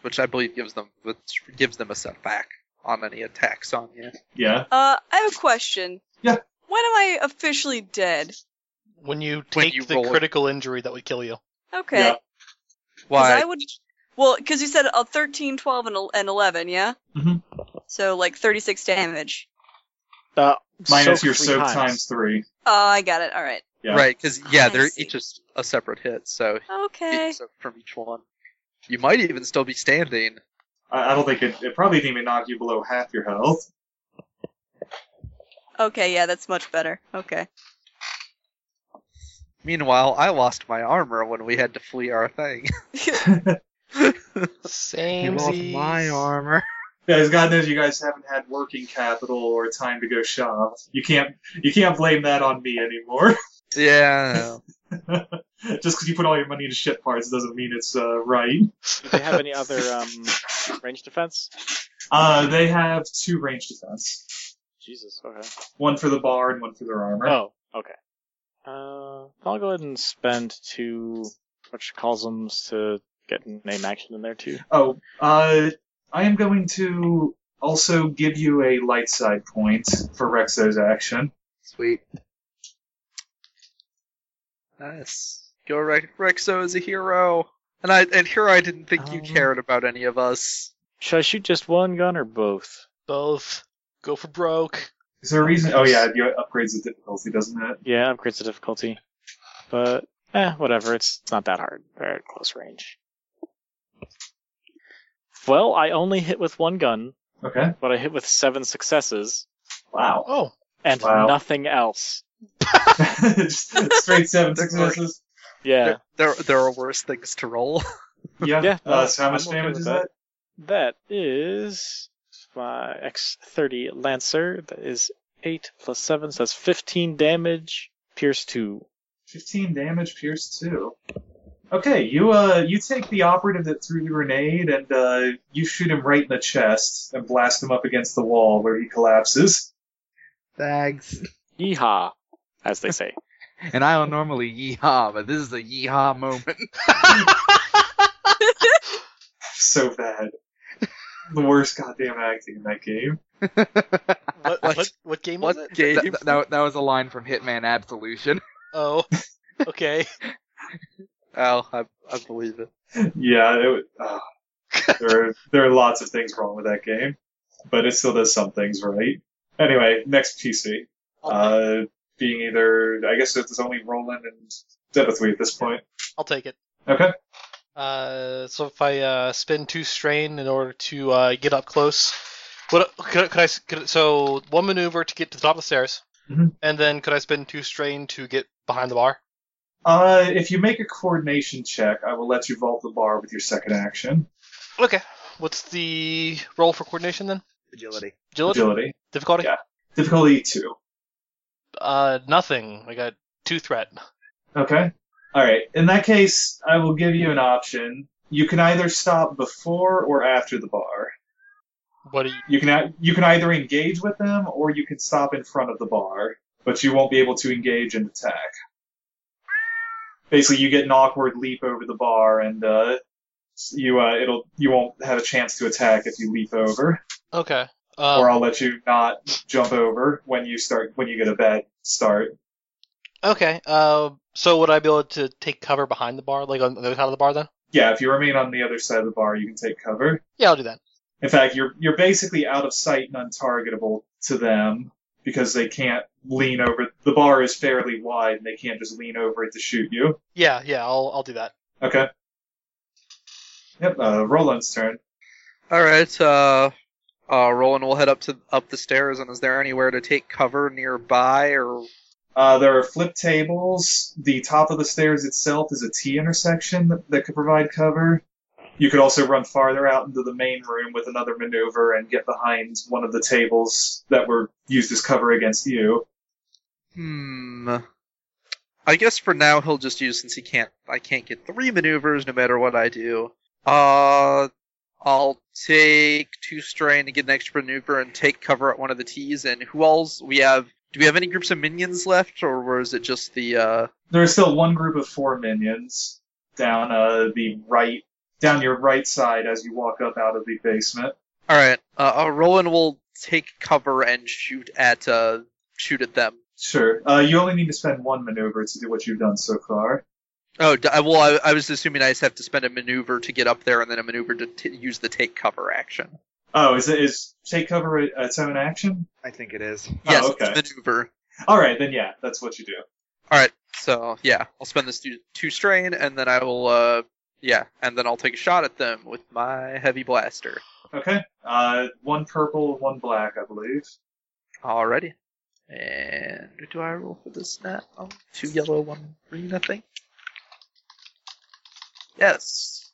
E: which I believe gives them which gives them a setback on any attacks on you.
A: Yeah.
H: Uh, I have a question.
A: Yeah.
H: When am I officially dead?
B: When you
E: When
B: take
E: you
B: the
E: roll it.
B: critical injury, that would kill you.
H: Okay.
A: Yeah.
H: 'Cause
E: Why
H: I would. Well, because you said a 13, 12, and el- and 11, yeah?
A: Mhm.
H: So, like, 36 damage.
F: Uh,
A: Minus
F: soak
A: your
F: three
A: soak
F: times.
A: times three.
H: Oh, I got it. All right.
A: Yeah.
E: Right, because yeah,
H: I
E: they're
H: see.
E: each just a separate hit, so
H: Okay.
E: each so from each one. You might even still be standing.
A: I, I don't think it, it probably didn't even knock you below half your health.
H: Okay, yeah, that's much better. Okay. [laughs]
E: Meanwhile, I lost my armor when we had to flee our thing. [laughs]
B: Same.
E: armor.
A: Yeah, As God knows, you guys haven't had working capital or time to go shop. You can't you can't blame that on me anymore. [laughs]
E: Yeah. I [laughs] know.
A: Just because you put all your money into shit parts doesn't mean it's uh, right.
F: Do they have any other
A: [laughs]
F: um, range defense?
A: Uh, they have two range defense.
F: Jesus, okay.
A: One for the bar and one for their armor.
F: Oh, okay. Uh, I'll go ahead and spend two which calls them to get name action in there too.
A: Oh, uh, I am going to also give you a light side point for Rexo's action.
D: Sweet.
E: nice. Go Rex- Rexo is a hero. And I and here I didn't think you
F: Um.
E: cared about any of us.
F: Should I shoot just one gun or both?
B: Both. Go for broke.
A: Is there a reason? Oh yeah, you upgrades the difficulty, doesn't it?
F: Yeah, upgrades the difficulty. But eh, whatever. It's not that hard. They're at close range. Well, I only hit with one gun,
A: Okay.
F: but I hit with seven successes
A: Wow. [laughs]
F: [laughs]
B: Oh.
F: and
A: Wow.
F: nothing else.
A: Just straight seven successes.
F: Yeah,
I: There, there, there are worse things to
E: [laughs]
I: roll.
A: Yeah.
F: Yeah,
A: uh, so how
F: I'm
A: much
F: okay
A: damage
F: with
A: is
F: that.
A: that?
F: that is my X30 Lancer. That is eight plus seven, so that's fifteen damage. Pierce two.
A: 15 damage, pierce 2. Okay, you uh, you take the operative that threw the grenade and uh, you shoot him right in the chest and blast him up against the wall where he collapses.
G: Thanks.
F: Yeehaw, as they say.
D: And I don't normally yeehaw, but this is a yeehaw moment. [laughs]
A: [laughs] So bad. The worst goddamn acting in that game.
B: What
D: What?
B: what, what, game
D: What
B: was it?
D: Th- th- that, that was a line from Hitman Absolution. [laughs]
B: Oh. Okay.
E: Al, I, I believe it.
A: Yeah, it, would- uh, there are, there are lots of things wrong with that game, but it still does some things right. Anyway, next PC. Uh, being either, I guess it's only Roland and Debithwy at this point.
B: I'll take it.
A: Okay.
B: Uh, so if I uh, spend two strain in order to uh, get up close, what could, I- could I? s- Could, I- so one maneuver to get to the top of the stairs,
A: Mhm.
B: and then could I spend two strain to get behind the bar?
A: Uh, if you make a coordination check, I will let you vault the bar with your second action.
B: Okay. What's the roll for coordination then?
I: Agility.
B: Agility,
A: Agility.
B: difficulty.
A: yeah. Difficulty two.
B: Uh, nothing. I got two threat.
A: Okay. All right. In that case, I will give you an option. You can either stop before or after the bar.
B: What? Are you,
A: You can a- you can either engage with them or you can stop in front of the bar, but you won't be able to engage and attack. Basically, you get an awkward leap over the bar, and uh, you uh, it'll you won't have a chance to attack if you leap over,
B: okay.
A: or
B: Um,
A: I'll let you not jump over when you start when you get a bad start.
B: okay. Uh, so would I be able to take cover behind the bar, like on the other side of the bar then?
A: Yeah, if you remain on the other side of the bar, you can take cover.
B: Yeah, I'll do that.
A: In fact, you're you're basically out of sight and untargetable to them because they can't lean over. The bar is fairly wide, and they can't just lean over it to shoot you.
B: Yeah, yeah. I'll I'll do that.
A: Okay. Yep. Uh, Roland's turn.
E: All right. Uh, uh, Roland will head up to up the stairs, and is there anywhere to take cover nearby? Or
A: Uh, there are flip tables. The top of the stairs itself is a T intersection that, that could provide cover. You could also run farther out into the main room with another maneuver and get behind one of the tables that were used as cover against you.
E: hmm. I guess for now he'll just use since he can't. I can't get three maneuvers no matter what I do. Uh, I'll take two strain to get an extra maneuver and take cover at one of the T's. And who else? We have. Do we have any groups of minions left, or was it just the? uh...
A: There is still one group of four minions down uh, the right, down your right side as you walk up out of the basement.
E: All right. Uh, uh, Roland will take cover and shoot at uh shoot at them.
A: Sure. Uh, you only need to spend one maneuver to do what you've done so far.
E: Oh, d- I- well, I, I was assuming I just have to spend a maneuver to get up there and then a maneuver to t- use the take cover action.
A: Oh, is it is take cover a- its own action?
I: I think it is.
E: Yes,
A: oh,
E: it's
A: okay.
E: maneuver.
A: All right, then yeah, that's what you do.
E: All right. So yeah, I'll spend this two, two strain and then I will uh yeah, and then I'll take a shot at them with my heavy blaster.
A: Okay. Uh, one purple, one black, I believe.
E: Alrighty. And what do I roll for this now? Oh, two yellow, one green, I think. Yes.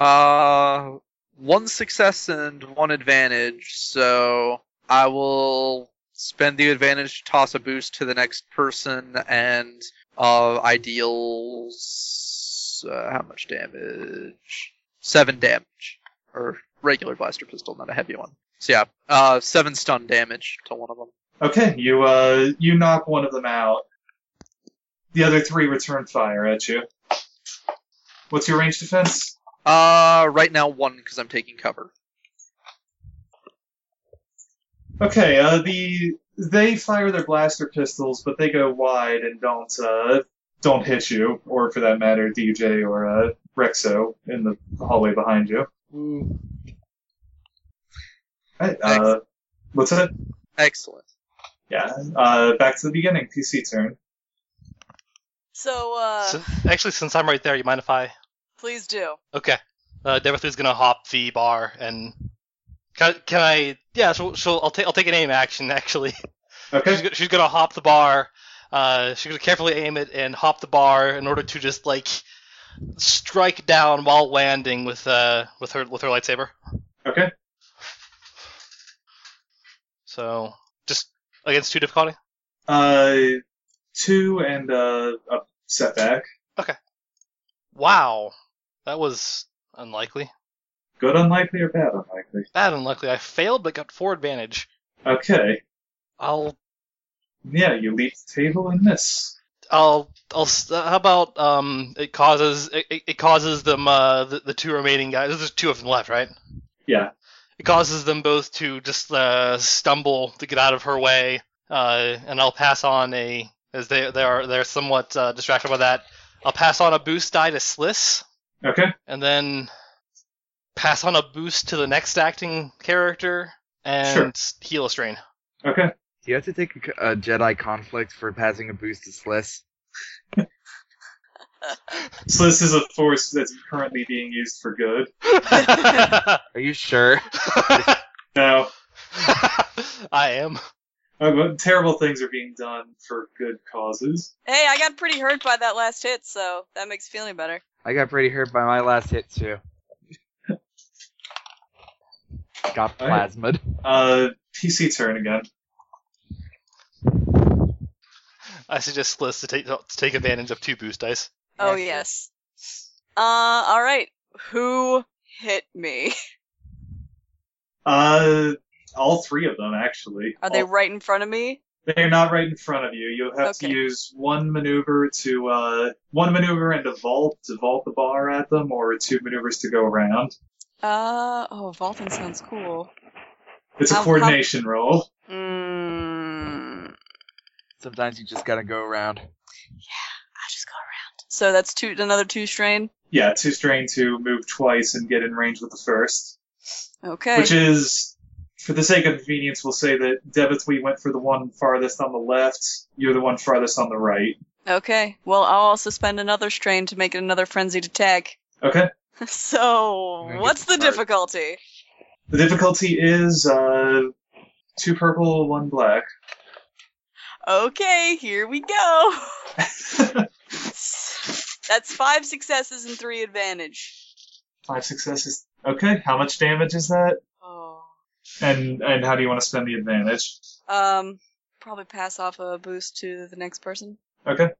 E: Uh, one success and one advantage, so I will spend the advantage to toss a boost to the next person, and uh, I deal s- uh, how much damage? Seven damage, or regular blaster pistol, not a heavy one. So yeah, uh, seven stun damage to one of them.
A: Okay, you uh, you knock one of them out. The other three return fire at you. What's your range defense?
E: Uh, right now one because I'm taking cover.
A: Okay, uh, the they fire their blaster pistols, but they go wide and don't uh, don't hit you, or for that matter, DJ or uh, Rexo in the hallway behind you. Right, uh, what's that?
E: Excellent.
A: Yeah. Uh, back to the beginning. PC turn.
H: So, uh,
B: Sin- actually, since I'm right there, you mind if I?
H: please do.
B: Okay. Uh, Devathu's gonna hop the bar and can, can I? Yeah, so so I'll take I'll take an aim action [laughs] actually. She's,
A: Okay.
B: go- she's gonna hop the bar. Uh, she's gonna carefully aim it and hop the bar in order to just like strike down while landing with uh with her with her lightsaber.
A: Okay.
B: So just against two difficulty.
A: Uh, two and uh, a setback.
B: Wow, that was unlikely.
A: Good, unlikely, or bad, unlikely.
B: Bad unlikely. I failed but got four advantage.
A: Okay.
B: I'll
A: Yeah, you leap the table and miss.
B: I'll I'll s- uh, how about um it causes it, it- it causes them uh the, the two remaining guys there's two of them left right
A: Yeah.
B: it causes them both to just uh stumble to get out of her way uh and I'll pass on a as they they are they're somewhat uh, distracted by that I'll pass on a boost die to Sliss
A: Okay.
B: and then pass on a boost to the next acting character and heal a strain [laughs]
A: Okay.
G: Do you have to take a, c- a Jedi conflict for passing a boost to Sliss?
A: So this is a force that's currently being used for good.
G: Are you sure?
A: Now,
B: I am
A: uh, but terrible things are being done for good causes.
H: Hey, I got pretty hurt by that last hit, so that makes me feel any better.
G: I got pretty hurt by my last hit too. Got
A: All right.
G: plasmid.
A: Uh, PC turn again.
B: I suggest Sliss to take to take advantage of two boost dice.
H: Oh
G: Yes,
H: yes. Uh, all right. Who hit me?
A: Uh, all three of them actually.
H: Are they
A: All-
H: right in front of me?
A: They're not right in front of you. You'll have to
H: Okay.
A: use one maneuver to uh one maneuver and to vault to vault the bar at them, or two maneuvers to go around.
H: Uh oh, vaulting sounds cool.
A: It's a
H: How- how-
A: coordination roll.
H: Mm,
G: Sometimes you just gotta go around.
H: I just go around. So that's two another two strain.
A: Yeah, two strain to move twice and get in range with the first,
H: Okay.
A: which is. For the sake of convenience, we'll say that Devitt, we went for the one farthest on the left. You're the one farthest on the right.
H: okay. Well, I'll also spend another strain to make it another frenzied attack. [laughs]
A: Okay.
H: so
G: gonna get
H: what's the
G: some cards.
H: difficulty?
A: The difficulty is uh, two purple, one black.
H: Okay, here we go. that's five successes and three advantage.
A: Five successes. Okay, how much damage is that?
H: Oh.
A: And and how do you want to spend the advantage?
H: Um, probably pass off a boost to the next person.
A: Okay.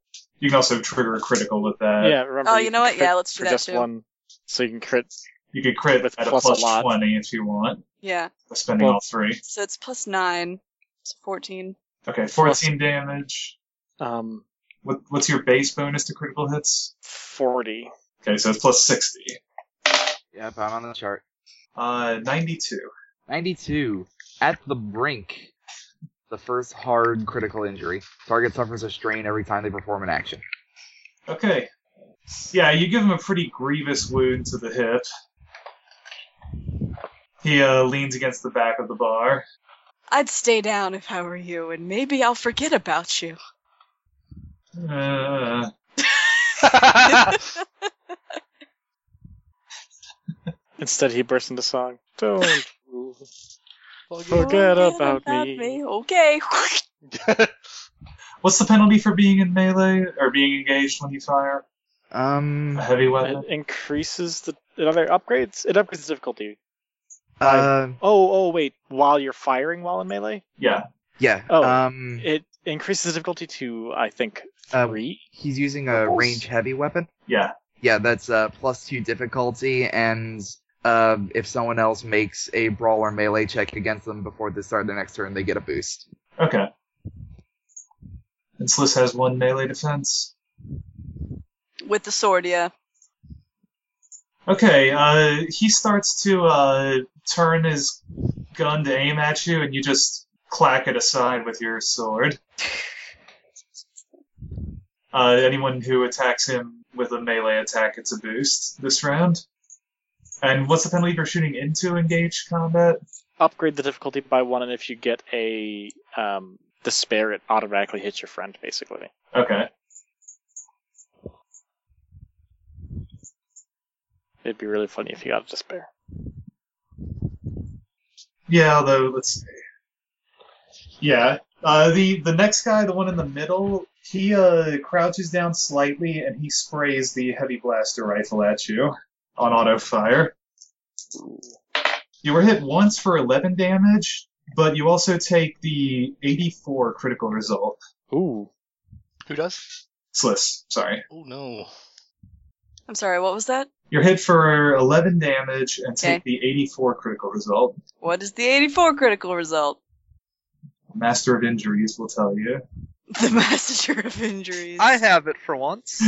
A: You can also trigger a critical with that.
F: yeah, remember.
H: Oh, you
F: can
H: know what?
F: crit
H: Yeah, let's do
F: for
H: that
F: just
H: too.
F: one, so you can crit.
A: You could crit
F: With
A: at
F: plus
A: a
F: a
A: plus
F: lot.
A: 20 if you want,
H: Yeah,
A: by spending
F: Well-
A: all three.
H: so it's plus nine, so fourteen.
A: Okay, 14 damage.
F: Um,
A: What, what's your base bonus to critical hits?
F: forty.
A: Okay, so it's plus 60.
G: Yep, I'm on the chart.
A: Uh, 92.
G: 92. At the brink. The first hard critical injury. Target suffers a strain every time they perform an action.
A: Okay. Yeah, you give him a pretty grievous wound to the hip. He uh, leans against the back of the bar.
H: I'd stay down if I were you, and maybe I'll forget about you.
A: Uh,
F: Instead, he bursts into song. Don't you
H: Forget
F: forget about me.
H: Okay. [laughs]
A: what's the penalty for being in melee or being engaged when you fire
G: Um.
A: a heavy
F: It
A: weapon?
F: increases the another upgrades. It upgrades the difficulty.
G: Uh.
F: Oh, oh, wait. While you're firing while in melee,
A: Yeah.
G: Yeah.
F: Oh.
G: Um.
F: it increases the difficulty to I think
G: Um,
F: three.
G: He's using a range heavy weapon.
A: Yeah.
G: Yeah, that's uh, plus two difficulty, and uh, if someone else makes a brawl or melee check against them before the start of their next turn, they get a boost.
A: Okay. And Sliss has one melee defense.
H: With the sword, yeah.
A: Okay, uh, he starts to uh, turn his gun to aim at you, and you just clack it aside with your sword. Uh, anyone who attacks him with a melee attack gets a boost this round. And what's the penalty for shooting into engaged combat?
F: Upgrade the difficulty by one, and if you get a um, despair, it automatically hits your friend, basically.
A: Okay.
F: It'd be really funny if you got a despair.
A: Yeah, although let's see. Yeah. Uh, the the next guy, the one in the middle, he uh, crouches down slightly and he sprays the heavy blaster rifle at you on auto fire. You were hit once for 11 damage, but you also take the 84 critical result.
F: Ooh.
B: Who does?
A: Sliss, sorry.
B: Oh no.
H: I'm sorry, what was that?
A: You're hit for 11 damage and
H: Okay.
A: take the 84 critical result.
H: What is the 84 critical result? [laughs]
A: Master of Injuries will tell you. [laughs]
H: The Master of Injuries.
E: I have it for once.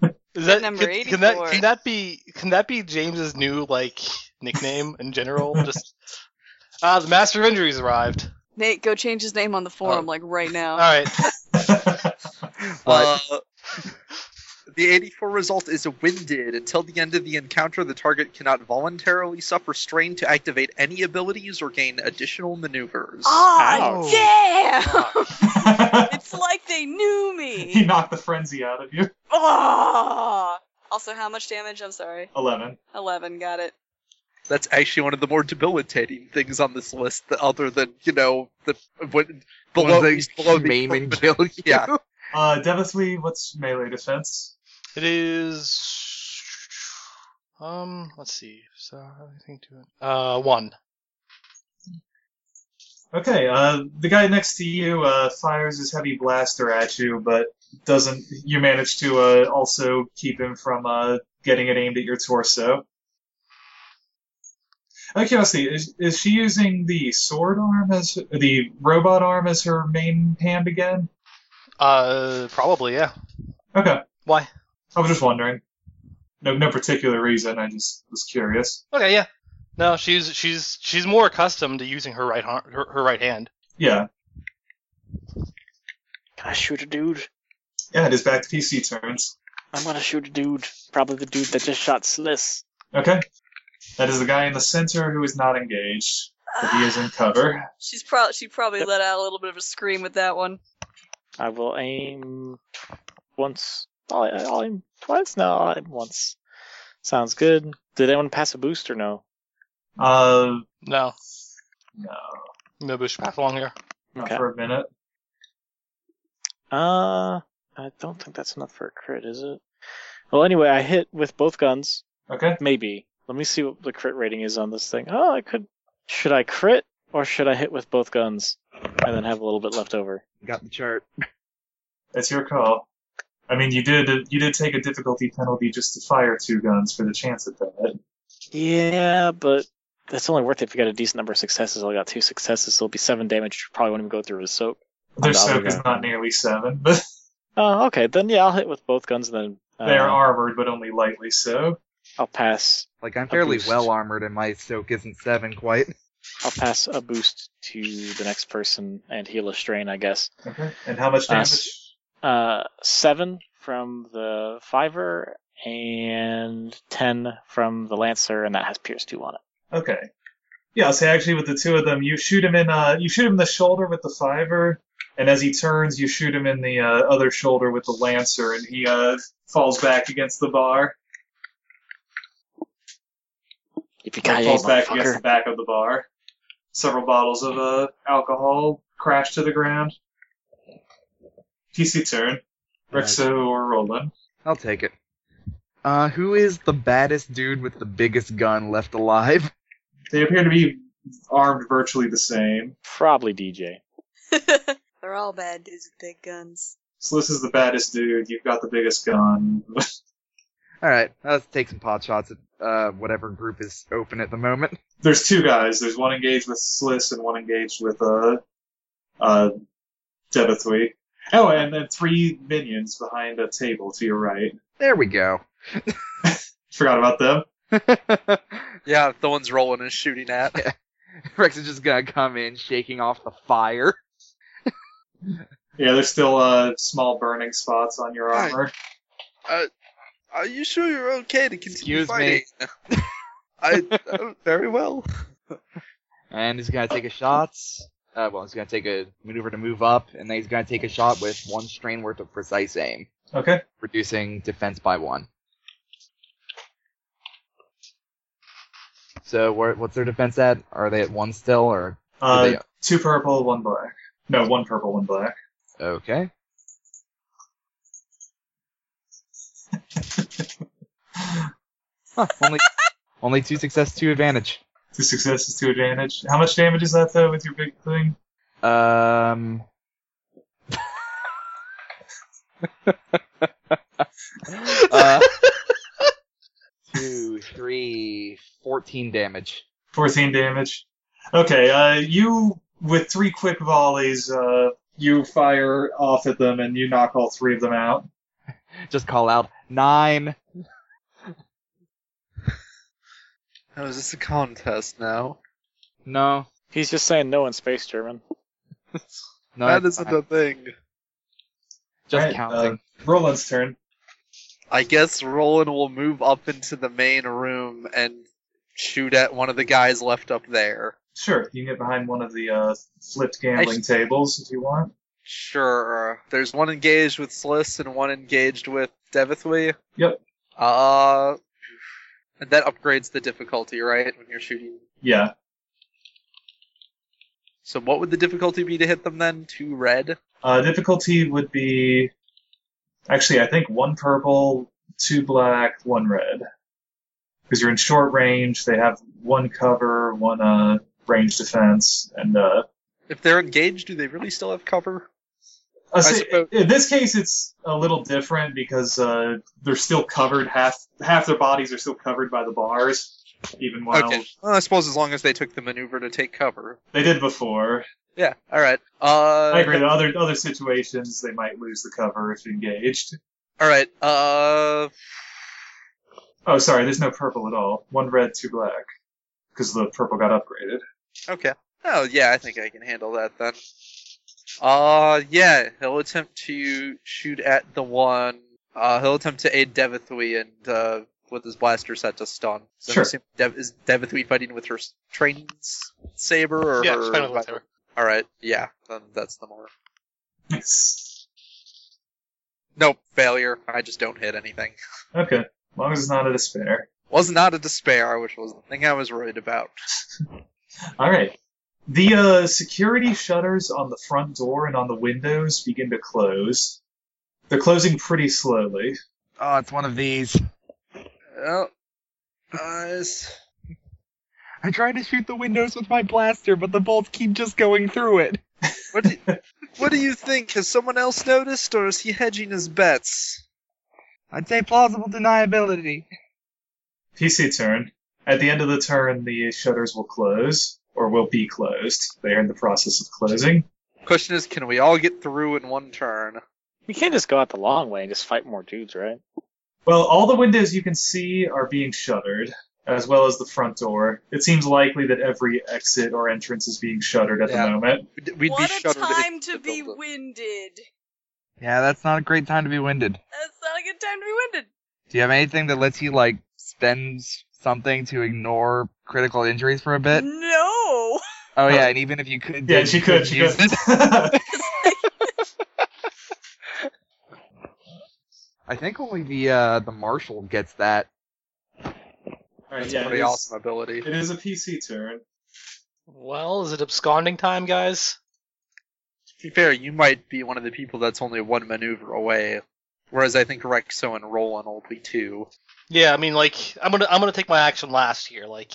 B: Is that
H: Number
B: can, can that
H: 84.
B: can that be can that be James's new like nickname in general? Just ah, the Master of Injuries arrived.
H: Nate, go change his name on the forum, like right
B: All
H: now.
B: right,
E: Uh, [laughs] the 84 result is winded. Until the end of the encounter, the target cannot voluntarily suffer strain to activate any abilities or gain additional maneuvers.
H: Ah,
B: Ouch.
H: damn!
A: he
H: [laughs] it's like they knew
E: [laughs]
H: me!
A: knocked the frenzy out of you.
H: Ah! Also, how much damage? I'm sorry.
A: 11.
H: 11, got it.
E: That's actually one of the more debilitating things on this list, th- other than, you know, the what, below,
G: Ones that
E: below the
G: maim
E: [laughs]
G: and kill you.
E: Yeah.
A: Uh, Devathly, what's melee defense?
B: it is. Um, let's see. So I think to it. Uh, one.
A: Okay, uh, the guy next to you uh, fires his heavy blaster at you, but doesn't. You manage to uh, also keep him from uh, getting it aimed at your torso. Okay, let's see. Is, is she using the sword arm as the robot arm as her main hand again?
B: Uh, probably yeah.
A: Okay,
B: Why?
A: I was just wondering. No, no particular reason. I just was curious.
B: Okay, yeah. No, she's she's she's more accustomed to using her right har- her, her right hand.
A: Yeah,
F: Can I shoot a dude?
A: yeah. It is back to PC turns.
F: I'm gonna shoot a dude. Probably the dude that just shot Sliss.
A: Okay, that is the guy in the center who is not engaged, but he
F: [sighs]
A: is in cover.
H: [sighs] She's pro- she probably let out a little bit of a scream with that one. [laughs]
F: I will aim once. I'll, I'll aim twice? No, I'll aim once. Sounds good. Did anyone pass a boost or no?
A: Uh,
B: No,
A: no.
B: no bush path along here.
A: Not
F: Okay.
A: for a minute.
F: Uh, I don't think that's enough for a crit, is it? Well, anyway, I hit with both guns.
A: Okay.
F: Maybe. Let me see what the crit rating is on this thing. Oh, I could. Should I crit or should I hit with both guns and then have a little bit left over?
G: Got the chart.
A: That's your call. I mean, you did you did take a difficulty penalty just to fire two guns for the chance at that.
F: Yeah, but that's only worth it if you got a decent number of successes. I got two successes, so it'll be seven damage. Probably won't even go through his soap.
A: Their
F: Another
A: soak is
F: gun.
A: not nearly seven, [laughs] but
F: Oh, okay. Then yeah, I'll hit with both guns and then uh,
A: they are armored, but only lightly so.
F: I'll pass.
G: Like I'm
F: A
G: fairly
F: boost.
G: well armored, and my soak isn't seven quite. [laughs]
F: I'll pass a boost to the next person and heal a strain, I guess.
A: Okay. And how much
F: Uh,
A: damage?
F: s- Uh, seven from the fiver and ten from the lancer, and that has pierce two on it.
A: Okay. Yeah, so actually with the two of them, you shoot him in uh you shoot him in the shoulder with the fiver, and as he turns, you shoot him in the uh, other shoulder with the lancer, and he uh falls back against the bar.
F: If you
A: It falls back against the back of the bar. Several bottles of uh, alcohol crash to the ground. TC turn. Rexo or Roland.
G: I'll take it. Uh, who is the baddest dude with the biggest gun left alive? [laughs]
A: They appear to be armed virtually the same.
F: Probably DJ.
H: They're all bad dudes with big guns.
A: So this is the baddest dude. You've got the biggest gun. [laughs]
G: All right, let's take some pot shots at uh, whatever group is open at the moment.
A: There's two guys. There's one engaged with Sliss and one engaged with uh, uh, Debithwy. Oh, and then three minions behind a table to your right.
G: There we go. [laughs]
A: Forgot about them.
E: Yeah, the one's rolling and shooting at.
G: Rex is just gonna come in, shaking off the fire.
A: Yeah, there's still uh, small burning spots on your
E: Hi.
A: armor.
E: Are you sure you're okay to continue
D: Excuse
E: fighting?
D: me.
E: [laughs] I, I'm very well.
D: And he's gonna take a shot. Uh, well, he's gonna take a maneuver to move up, and then he's gonna take a shot with one strain worth of precise aim,
A: Okay.
D: reducing defense by one. So, where, what's their defense at? Are they at one still, or
A: Uh,
D: they-
A: two purple, one black. No, one purple, one black.
D: okay? Huh, only, only two success, two advantage.
A: Two successes, two advantage. How much damage is that though with your big thing?
D: Um. uh, two, three, fourteen damage.
A: 14 damage. Okay, uh, you, with three quick volleys, uh, you fire off at them and you knock all three of them out.
D: Just call out nine.
E: Oh, is this a contest now?
D: No,
F: He's just saying no in space German.
D: no,
E: that
D: it's
E: isn't
D: fine.
E: a thing.
D: just
A: Alright,
D: counting.
A: Uh, Roland's turn.
E: I guess Roland will move up into the main room and shoot at one of the guys left up there.
A: Sure, you can get behind one of the uh, flipped gambling tables if you want.
E: Sure. There's one engaged with Sliss and one engaged with Devithwy.
A: Yep.
E: Uh, and that upgrades the difficulty, right? When you're shooting.
A: Yeah,
E: So what would the difficulty be to hit them then? Two red.
A: Uh, difficulty would be actually, I think one purple, two black, one red, because you're in short range. They have one cover, one uh, range defense, and uh,
E: If they're engaged, do they really still have cover?
A: I say-
E: suppose-
A: Uh, in this case it's a little different because uh, they're still covered half half their bodies are still covered by the bars, even while
E: Okay. Well, I suppose as long as they took the maneuver to take cover.
A: they did before.
E: Yeah. All right. Uh,
A: I agree. in Other other situations they might lose the cover if engaged.
E: All right. Uh,
A: Oh, sorry, there's no purple at all. One red, two black, because the purple got upgraded.
E: Okay. Oh yeah, I think I can handle that then. Uh yeah, he'll attempt to shoot at the one. Uh, he'll attempt to aid Devithwy and uh, with his blaster set to stun. So I'm
A: Sure.
E: assuming Dev- is Devithwy fighting with her s- train s- saber or
B: yeah,
E: her?
B: it's kind of lightsaber.
E: All right. Yeah. Then that's the more.
A: Nice.
E: Nope. Failure. I just don't hit anything.
A: Okay. As long as it's not a despair.
E: Was not a despair, which was the thing I was worried about.
A: All right. The uh, security shutters on the front door and on the windows begin to close. They're closing pretty slowly.
D: Oh, it's one of these.
E: Well, guys.
D: I tried to shoot the windows with my blaster, but the bolts keep just going through it.
E: What do, what do you think? Has someone else noticed, or is he hedging his bets?
G: I'd say plausible deniability.
A: PC turn. At the end of the turn, the shutters will close, or will be closed. They are in the process of closing.
E: Question is, can we all get through in one turn?
F: We can't just go out the long way and just fight more dudes, right?
A: Well, all the windows you can see are being shuttered, as well as the front door. It seems likely that every exit or entrance is being shuttered at
E: Yeah.
A: the moment.
E: We'd, we'd
H: what
E: be
H: a
E: shuttered.
H: time
E: into
H: to
E: the
H: be
E: building.
H: winded.
D: Yeah, that's not a great time to be winded.
H: That's not a good time to be winded.
D: Do you have anything that lets you like spend something to ignore critical injuries for a bit?
H: No.
D: Oh yeah, and even if you could,
A: Uh, Yeah,
D: did,
A: she
D: you couldn't
A: could. She
D: use
A: [laughs] could.
D: it. I think only the uh, the marshal gets that.
A: All right,
E: That's
A: yeah,
E: a
A: it
E: pretty
A: is-
E: awesome ability.
A: It is a PC turn.
B: Well, is it absconding time, guys?
E: To be fair, you might be one of the people that's only one maneuver away, whereas I think Rexo and Roland will be two.
B: Yeah, I mean, like, I'm gonna I'm gonna take my action last here. Like,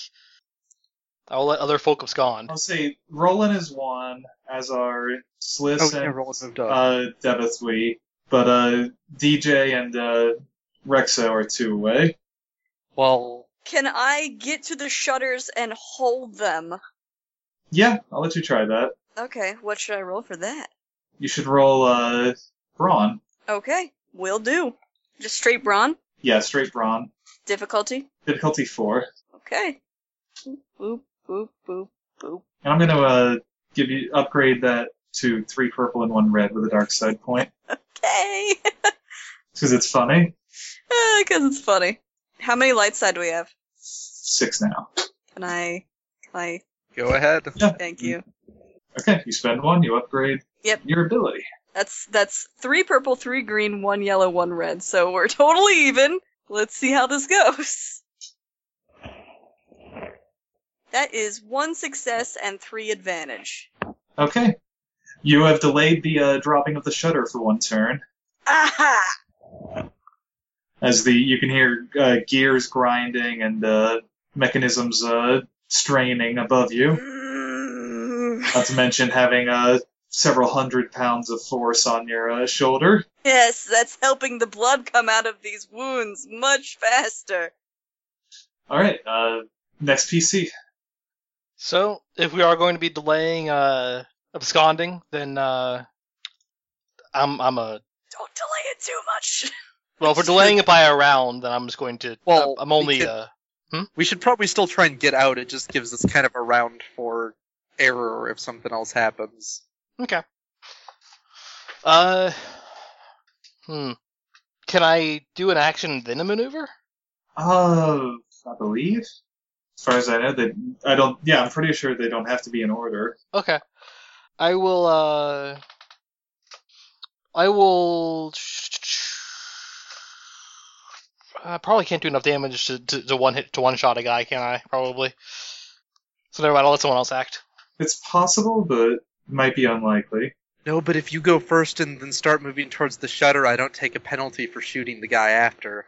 B: I'll let other folk abscond.
A: I'll say Roland is one, as are
E: Oh,
A: Sliss
E: yeah,
A: and
E: Roland moved up.
A: uh, Devithwy, but uh, DJ and uh, Rexo are two away.
E: well,
H: Can I get to the shutters and hold them?
A: Yeah, I'll let you try that.
H: Okay, what should I roll for that?
A: You should roll uh, Brawn.
H: Okay, will do. Just straight brawn?
A: Yeah, straight Brawn.
H: Difficulty?
A: Difficulty four.
H: Okay. Boop, boop, boop, boop.
A: And I'm going to uh, give you upgrade that to three purple and one red with a dark side point
H: Okay. [laughs]
A: because it's funny.
H: Because it's funny. How many light side do we have?
A: Six now.
H: Can I? Can I?
J: Go ahead.
H: Thank you.
A: Okay, you spend one, you upgrade
H: Yep.
A: your ability.
H: That's that's three purple, three green, one yellow, one red. So we're [laughs] totally even. Let's see how this goes. That is one success and three advantage.
A: Okay, you have delayed the uh, dropping of the shutter for one turn.
H: Aha!
A: as the you can hear uh, gears grinding and uh, mechanisms uh, straining above you.
H: Mm.
A: Not to mention having uh, several hundred pounds of force on your uh, shoulder.
H: Yes, that's helping the blood come out of these wounds much faster.
A: All right, uh, next PC.
B: So, if we are going to be delaying uh absconding, then uh I'm I'm a
H: Don't delay it too much.
B: well, if we're delaying it by a round, then I'm just going to
E: Well,
B: I'm only
E: we could-
B: uh
E: We should probably still try and get out. It just gives us kind of a round for error if something else happens.
B: okay. Uh hmm. Can I do an action then a maneuver?
A: Uh, I believe, as far as I know, they I don't. Yeah, I'm pretty sure they don't have to be in order.
B: Okay. I will uh I will I probably can't do enough damage to, to, to one hit to one shot a guy, can I? Probably. So never mind, I'll let someone else act.
A: It's possible, but might be unlikely.
E: No, but if you go first and then start moving towards the shutter, I don't take a penalty for shooting the guy after.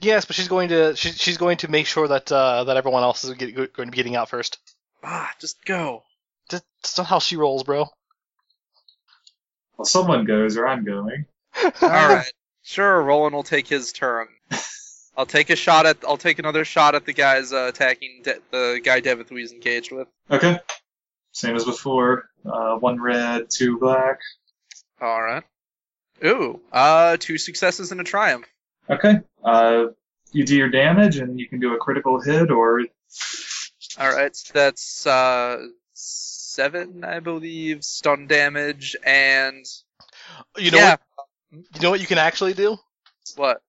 B: Yes, but she's going to she, she's going to make sure that uh, that everyone else is get, going to be getting out first.
E: Ah, just go.
B: Just, just not how she rolls, bro.
A: Well, someone goes or I'm going.
E: All right. Sure, Roland will take his turn. I'll take a shot at. I'll take another shot at the guys uh, attacking De- the guy Devithwee's engaged with.
A: Okay. Same as before. Uh, one red, two black.
E: All right. Ooh, uh, two successes and a triumph.
A: Okay. Uh, you do your damage, and you can do a critical hit, or
E: All right, so that's uh, seven, I believe, stun damage and
B: You know
E: yeah,
B: what, you know what you can actually do?
E: what?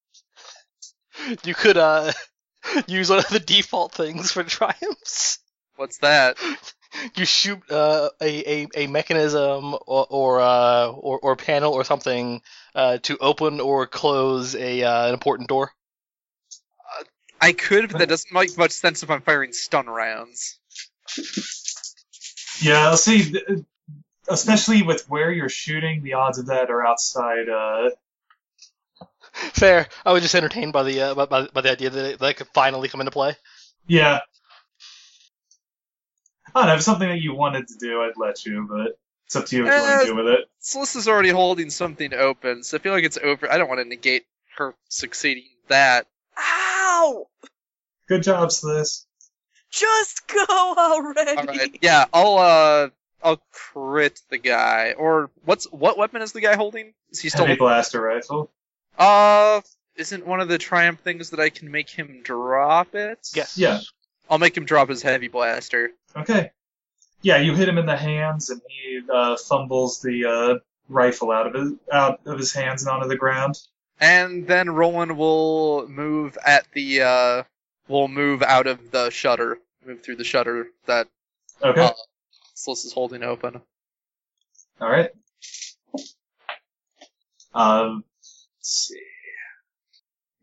B: You could uh [laughs] use one of the default things for [laughs] triumphs.
E: What's that?
B: You shoot uh, a, a a mechanism or or, uh, or or panel or something uh, to open or close a uh, an important door. [laughs]
E: I could, but that doesn't make much sense if I'm firing stun rounds.
A: yeah, I'll see. th- uh, Especially with where you're shooting, the odds of that are outside. Uh,
B: Fair. I was just entertained by the uh, by, by, by the idea that it, that it could finally come into play.
A: yeah. I don't know. If it's something that you wanted to do, I'd let you, but it's up to you what you want to do with it.
E: Sylvia's already holding something open, so I feel like it's over. I don't want to negate her succeeding that.
H: Ow!
A: Good job, Sliss.
H: Just go already.
E: All right, yeah, I'll uh, I'll crit the guy. Or what's what weapon is the guy holding? Is he still?
A: Heavy blaster rifle.
E: Uh, isn't one of the triumph things that I can make him drop it?
B: Yes.
A: Yeah.
E: I'll make him drop his heavy blaster.
A: Okay. Yeah, you hit him in the hands, and he uh, fumbles the uh, rifle out of his out of his hands and onto the ground.
E: And then Roland will move at the uh will move out of the shutter. Move through the shutter that
A: Okay.
E: Uh, Sliss is holding open.
A: All right. Um, let's see.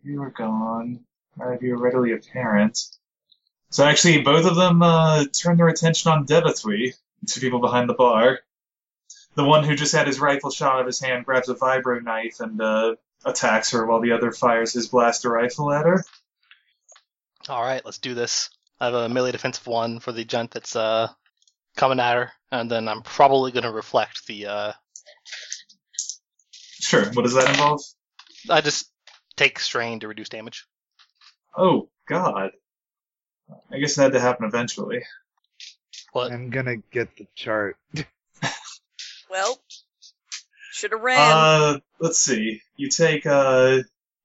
A: You were gone. None of you are readily apparent. So actually, both of them uh, turned their attention on Devathwy, two people behind the bar. The one who just had his rifle shot out of his hand grabs a vibro knife and uh, attacks her, while the other fires his blaster rifle at her.
B: All right, let's do this. I have a melee defensive one for the gent that's uh coming at her, and then I'm probably going to reflect the. uh
A: Sure. What does that involve?
B: I just take strain to reduce damage.
A: Oh God. I guess it had to happen eventually.
B: What?
G: I'm gonna get the chart.
H: Well, should have ran.
A: Uh, let's see. You take uh,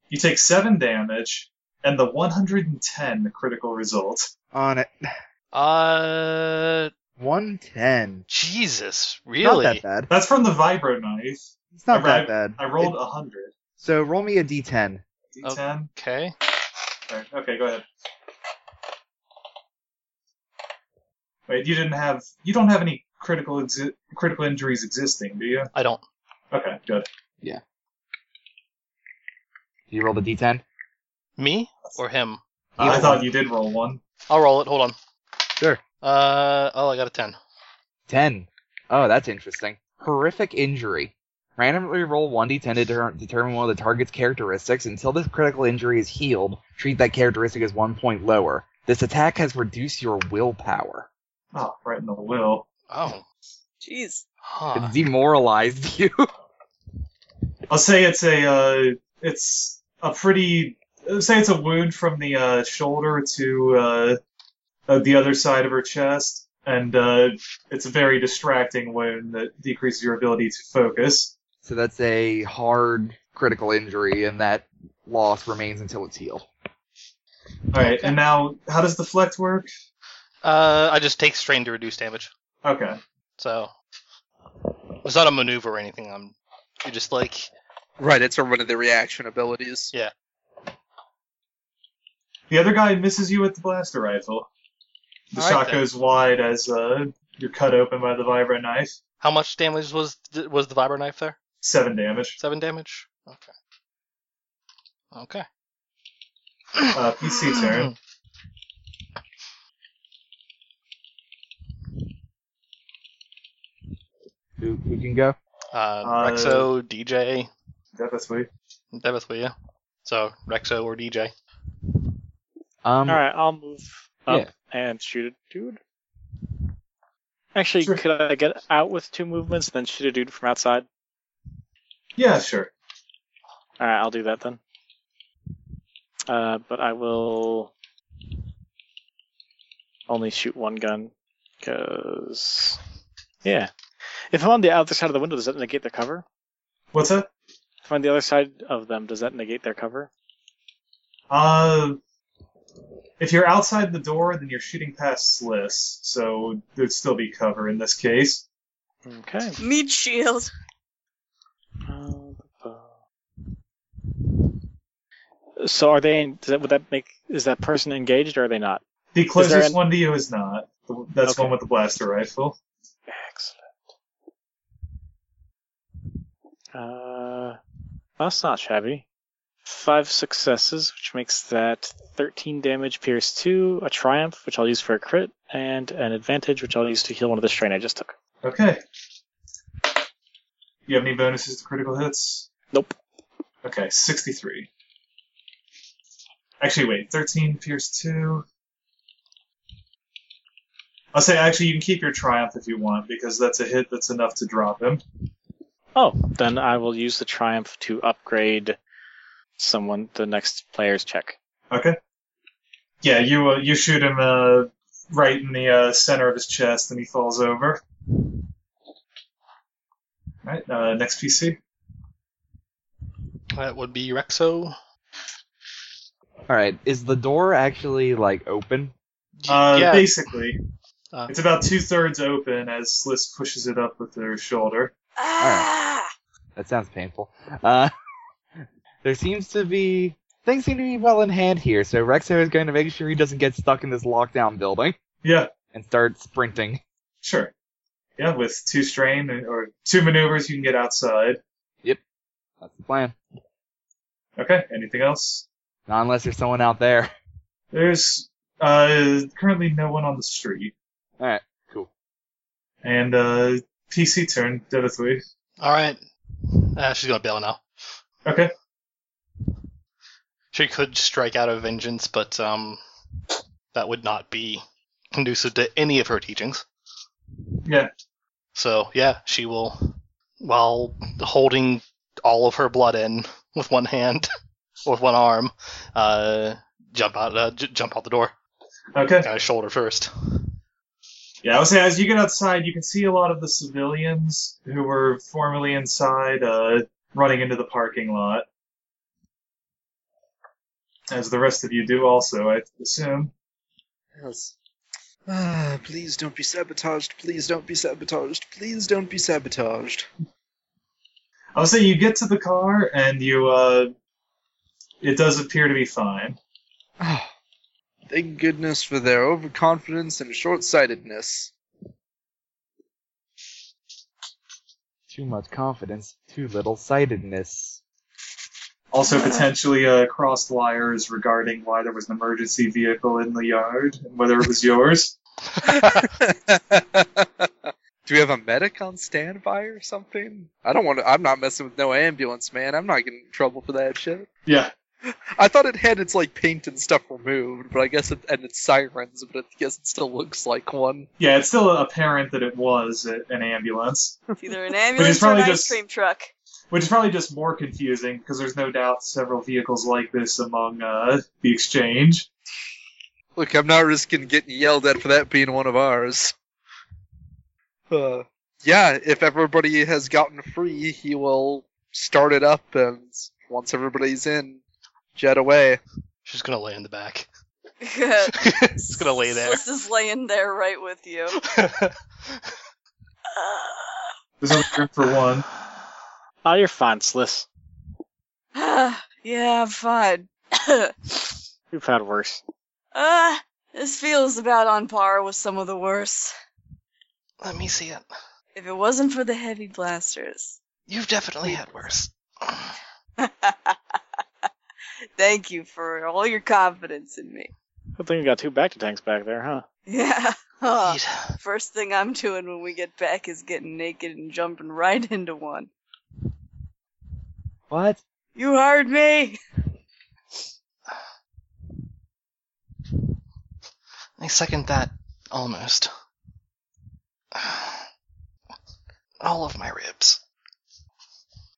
A: you take seven damage and the 110 critical result.
G: On it.
B: Uh,
G: 110.
B: Jesus,
G: Not that
B: really?
G: bad.
A: That's from the vibro knife.
G: It's not
A: I
G: that
A: rolled-
G: bad.
A: I rolled a hundred.
G: So roll me a d10.
B: Oh.
A: D10.
B: Okay.
A: Alright, Okay, go ahead. Wait, you didn't have you don't have any critical exi- critical injuries existing, do you?
B: I don't.
A: Okay, good.
G: You roll the d10.
B: Me or him?
A: I
G: Either
A: thought
G: one.
A: you did roll one.
B: I'll roll it. Hold on.
G: Sure.
B: Uh oh, I got a ten.
G: 10. Oh, that's interesting. Horrific injury. Randomly roll 1d10 to deter- determine one of the target's characteristics. Until this critical injury is healed, treat that characteristic as one point lower. This attack has reduced your willpower.
A: Oh, right in the will.
B: Oh.
H: Jeez.
B: Huh.
A: Ah.
G: It demoralized [laughs] you.
A: I'll say it's a uh, it's a pretty I'll say it's a wound from the uh, shoulder to uh, uh, the other side of her chest, and uh, it's a very distracting wound that decreases your ability to focus.
G: so that's a hard critical injury, and that loss remains until it's healed.
A: All right, and now how does deflect work?
B: Uh, I just take strain to reduce damage.
A: Okay,
B: So it's not a maneuver or anything. I'm. You just like
I: Right, it's a, one of the reaction abilities.
A: the other guy misses you with the blaster rifle. The
B: All right,
A: shot
B: then.
A: goes wide as uh, you're cut open by the vibra knife.
B: how much damage was was the vibro knife there?
A: Seven damage.
B: Seven damage. Okay. Okay.
A: Uh, PC turn.
B: Mm.
G: Who, who can go?
B: Uh,
A: Uh,
B: Rexo, DJ,
A: That- That's weak.
B: Devith, will you? So Rexo or DJ.
G: Um,
F: All right, I'll move up
G: Yeah.
F: and shoot a dude. Actually,
A: Sure.
F: could I get out with two movements, then shoot a dude from outside?
A: Yeah, sure.
F: All right, I'll do that then. Uh, but I will only shoot one gun, cause yeah, if I'm on the other side of the window, does that negate their cover?
A: What's that?
F: If I'm on the other side of them, does that negate their cover?
A: Uh, if you're outside the door, then you're shooting past Sliss, so there'd still be cover in this case.
F: Okay.
H: Meat shield.
F: So are they? Does that, would that make? Is that person engaged or are they not?
A: The
F: there
A: closest
F: an-
A: one to you is not. The- That's the
F: Okay.
A: one with the blaster rifle.
F: Excellent. Uh, that's not shabby. Five successes, which makes that 13 damage, pierce 2, a triumph, which I'll use for a crit, and an advantage, which I'll use to heal one of the strain I just took.
A: Okay. You have any bonuses to critical hits?
F: Nope.
A: Okay, 63. Actually, wait, 13, pierce 2. I'll say, actually, you can keep your triumph if you want, because that's a hit that's enough to drop him.
F: Oh, then I will use the triumph to upgrade someone, the next player's check.
A: Okay. Yeah, you uh, you shoot him uh, right in the uh, center of his chest, and he falls over. All right. Uh, next PC.
B: That would be Rexo.
G: all right. Is the door actually like open?
B: Y-
A: Uh,
B: yeah.
A: Basically,
B: Uh.
A: it's about two thirds open as Sliss pushes it up with her shoulder.
H: Ah!
G: That sounds painful. Uh, [laughs] there seems to be things seem to be well in hand here. So Rexo is going to make sure he doesn't get stuck in this lockdown building
A: Yeah,
G: and start sprinting.
A: sure. Yeah, with two strain or two maneuvers, you can get outside.
G: That's the plan.
A: Okay. Anything else?
G: Not unless there's someone out there. [laughs]
A: There's uh, currently no one on the street.
G: All right. Cool.
A: And uh, PC turn, Devith Lee.
B: All right. Uh, she's gonna bail now.
A: Okay.
B: She could strike out of vengeance, but um, that would not be conducive to any of her teachings.
A: Yeah.
B: So yeah, she will, while holding all of her blood in with one hand, [laughs] or with one arm, uh, jump out, uh, j- jump out the door,
A: Okay.
B: kind of shoulder first.
A: Yeah, I would say as you get outside, you can see a lot of the civilians who were formerly inside uh, running into the parking lot. As the rest of you do also, I assume.
E: Yes. Ah, please don't be sabotaged. Please don't be sabotaged. Please don't be sabotaged.
A: I'll say you get to the car and you, uh, it does appear to be fine.
E: Ah, thank goodness for their overconfidence and short-sightedness.
G: Too much confidence, too little sightedness.
A: Also, potentially uh, crossed wires regarding why there was an emergency vehicle in the yard and whether it was yours.
E: [laughs] Do we have a medic on standby or something? I don't want to. I'm not messing with no ambulance, man. I'm not getting in trouble for that shit.
A: Yeah,
E: I thought it had its like paint and stuff removed, but I guess it and its sirens, but I guess it still looks like one.
A: yeah, it's still apparent that it was a- an ambulance,
H: It's either an ambulance or an
A: probably
H: ice
A: just-
H: cream truck.
A: which is probably just more confusing because there's no doubt several vehicles like this among uh, the exchange.
E: Look, I'm not risking getting yelled at for that being one of ours. Uh, yeah, if everybody has gotten free, he will start it up, and once everybody's in, jet away.
B: She's gonna lay in the back. [laughs]
H: it's
B: She's gonna lay
H: [laughs]
B: there. [laughs]
H: Sliss is laying there right with you.
A: There's only room for one.
F: Oh, you're fine, Sliss.
H: Uh, [sighs] yeah, I'm fine. [coughs]
F: We've had worse.
H: uh, this feels about on par with some of the worst.
B: Let me see it.
H: If it wasn't for the heavy blasters. [laughs]
B: You've definitely had worse.
H: Thank you for all your confidence in me. [laughs]
F: Good thing we got two back to tanks back there, huh?
H: Yeah. Huh.
B: Eat.
H: [laughs] First thing I'm doing when we get back is getting naked and jumping right into one.
G: What?
H: You heard me?
B: I second that almost. [sighs] All of my ribs.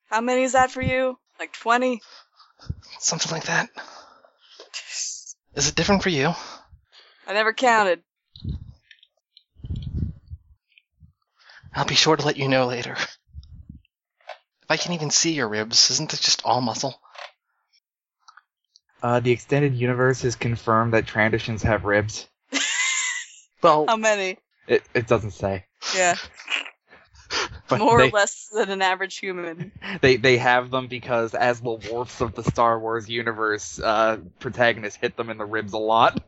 H: How many is that for you? Like 20?
B: Something like that. Is it different for you?
H: I never counted.
B: I'll be sure to let you know later. If I can even see your ribs, isn't it just all muscle?
G: Uh, the extended universe has confirmed that Traditions have ribs.
B: Well,
H: How many?
G: It it doesn't say.
H: Yeah.
G: [laughs] But
H: More
G: they,
H: or less than an average human.
G: they they have them because as the warps of the Star Wars universe, uh, protagonists hit them in the ribs a lot.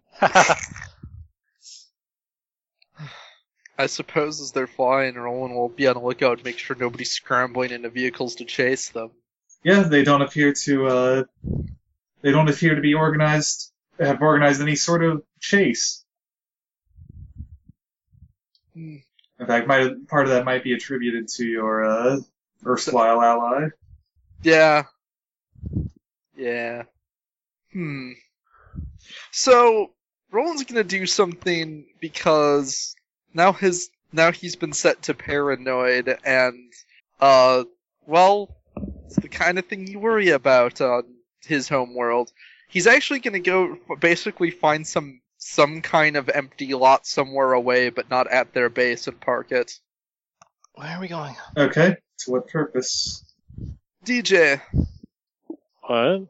E: I suppose as they're flying, Roland will be on the lookout and make sure nobody's scrambling into vehicles to chase them.
A: Yeah, they don't appear to uh, they don't appear to be organized have organized any sort of chase.
E: Hmm.
A: In fact, might, part of that might be attributed to your uh, erstwhile ally.
E: Yeah. Yeah. Hmm. So Roland's gonna do something because now his now he's been set to paranoid and uh well it's the kind of thing you worry about on his home world. He's actually gonna go f- basically find some some kind of empty lot somewhere away, but not at their base and park it.
B: where are we going?
A: Okay, to what purpose?
E: DJ,
F: What?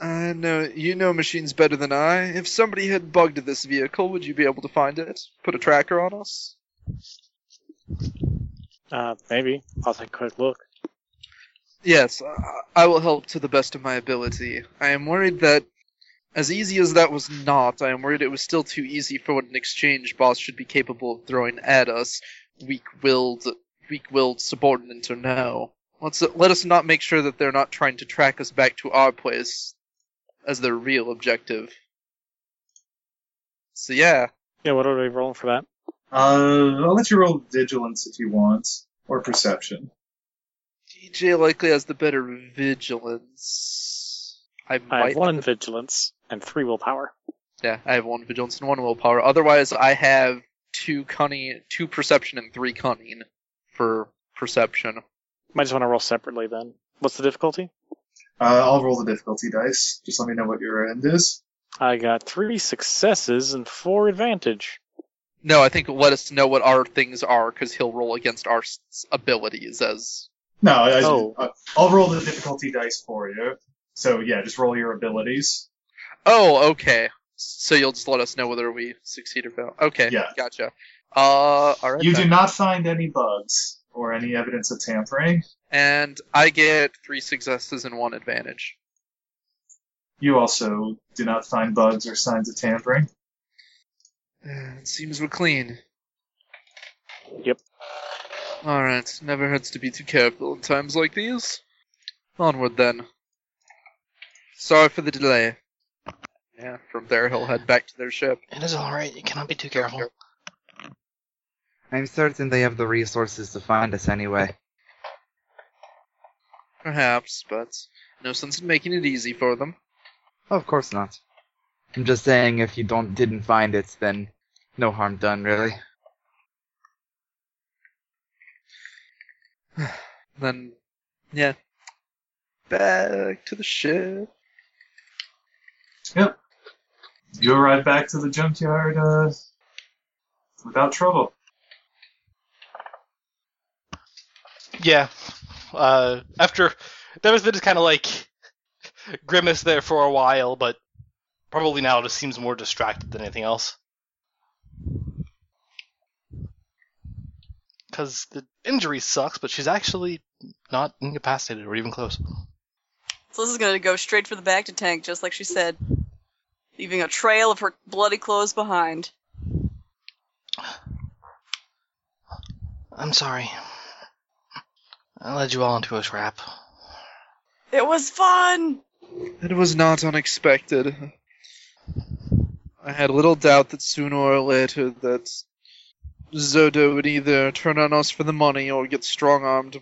E: I know you know machines better than I. If somebody had bugged this vehicle, would you be able to find it? Put a tracker on us?
F: Uh, maybe. I'll take a quick look.
E: Yes, I, I will help to the best of my ability. I am worried that, as easy as that was not, I am worried it was still too easy for what an exchange boss should be capable of throwing at us, weak-willed, weak-willed subordinate or no. Let's let us not make sure that they're not trying to track us back to our place, as their real objective. So yeah.
F: Yeah, what are we rolling for that?
A: Uh, I'll let you roll vigilance if you want, or perception.
E: DJ likely has the better vigilance. I might.
F: I have one vigilance and three willpower.
E: Yeah, I have one vigilance and one willpower. Otherwise, I have two cunning, two perception, and three cunning for perception.
F: Might just want to roll separately then. What's the difficulty?
A: Uh, I'll roll the difficulty dice. Just let me know what your end is.
F: I got three successes and four advantage.
E: No, I think let us know what our things are because he'll roll against our s- abilities as.
A: No, I,
F: Oh.
A: I, I'll roll the difficulty dice for you. So yeah, just roll your abilities.
E: Oh, okay. So you'll just let us know whether we succeed or fail. Okay.
A: Yeah.
E: Gotcha. Uh, all right.
A: You
E: then.
A: do not find any bugs or any evidence of tampering.
E: And I get three successes and one advantage.
A: You also do not find bugs or signs of tampering.
E: Uh, It seems we're clean.
F: Yep.
E: All right. Never hurts to be too careful in times like these. Onward then. Sorry for the delay. Yeah. From there, he'll head back to their ship.
B: It is alright, you cannot be too careful.
G: I'm certain they have the resources to find us anyway.
E: Perhaps, but no sense in making it easy for them.
G: Of course not. I'm just saying if you don't didn't find it, then no harm done really.
E: Then, yeah. Back to the ship.
A: You arrive back to the junkyard uh, without trouble.
B: Yeah. Uh, after there was just kind of like grimace there for a while, but probably now it just seems more distracted than anything else. Because the injury sucks, but she's actually not incapacitated or even close.
H: So this is gonna go straight for the back to tank, just like she said, leaving a trail of her bloody clothes behind.
B: I'm sorry. I led you all into a trap.
H: It was fun.
E: It was not unexpected. I had little doubt that sooner or later that Zodo would either turn on us for the money or get strong-armed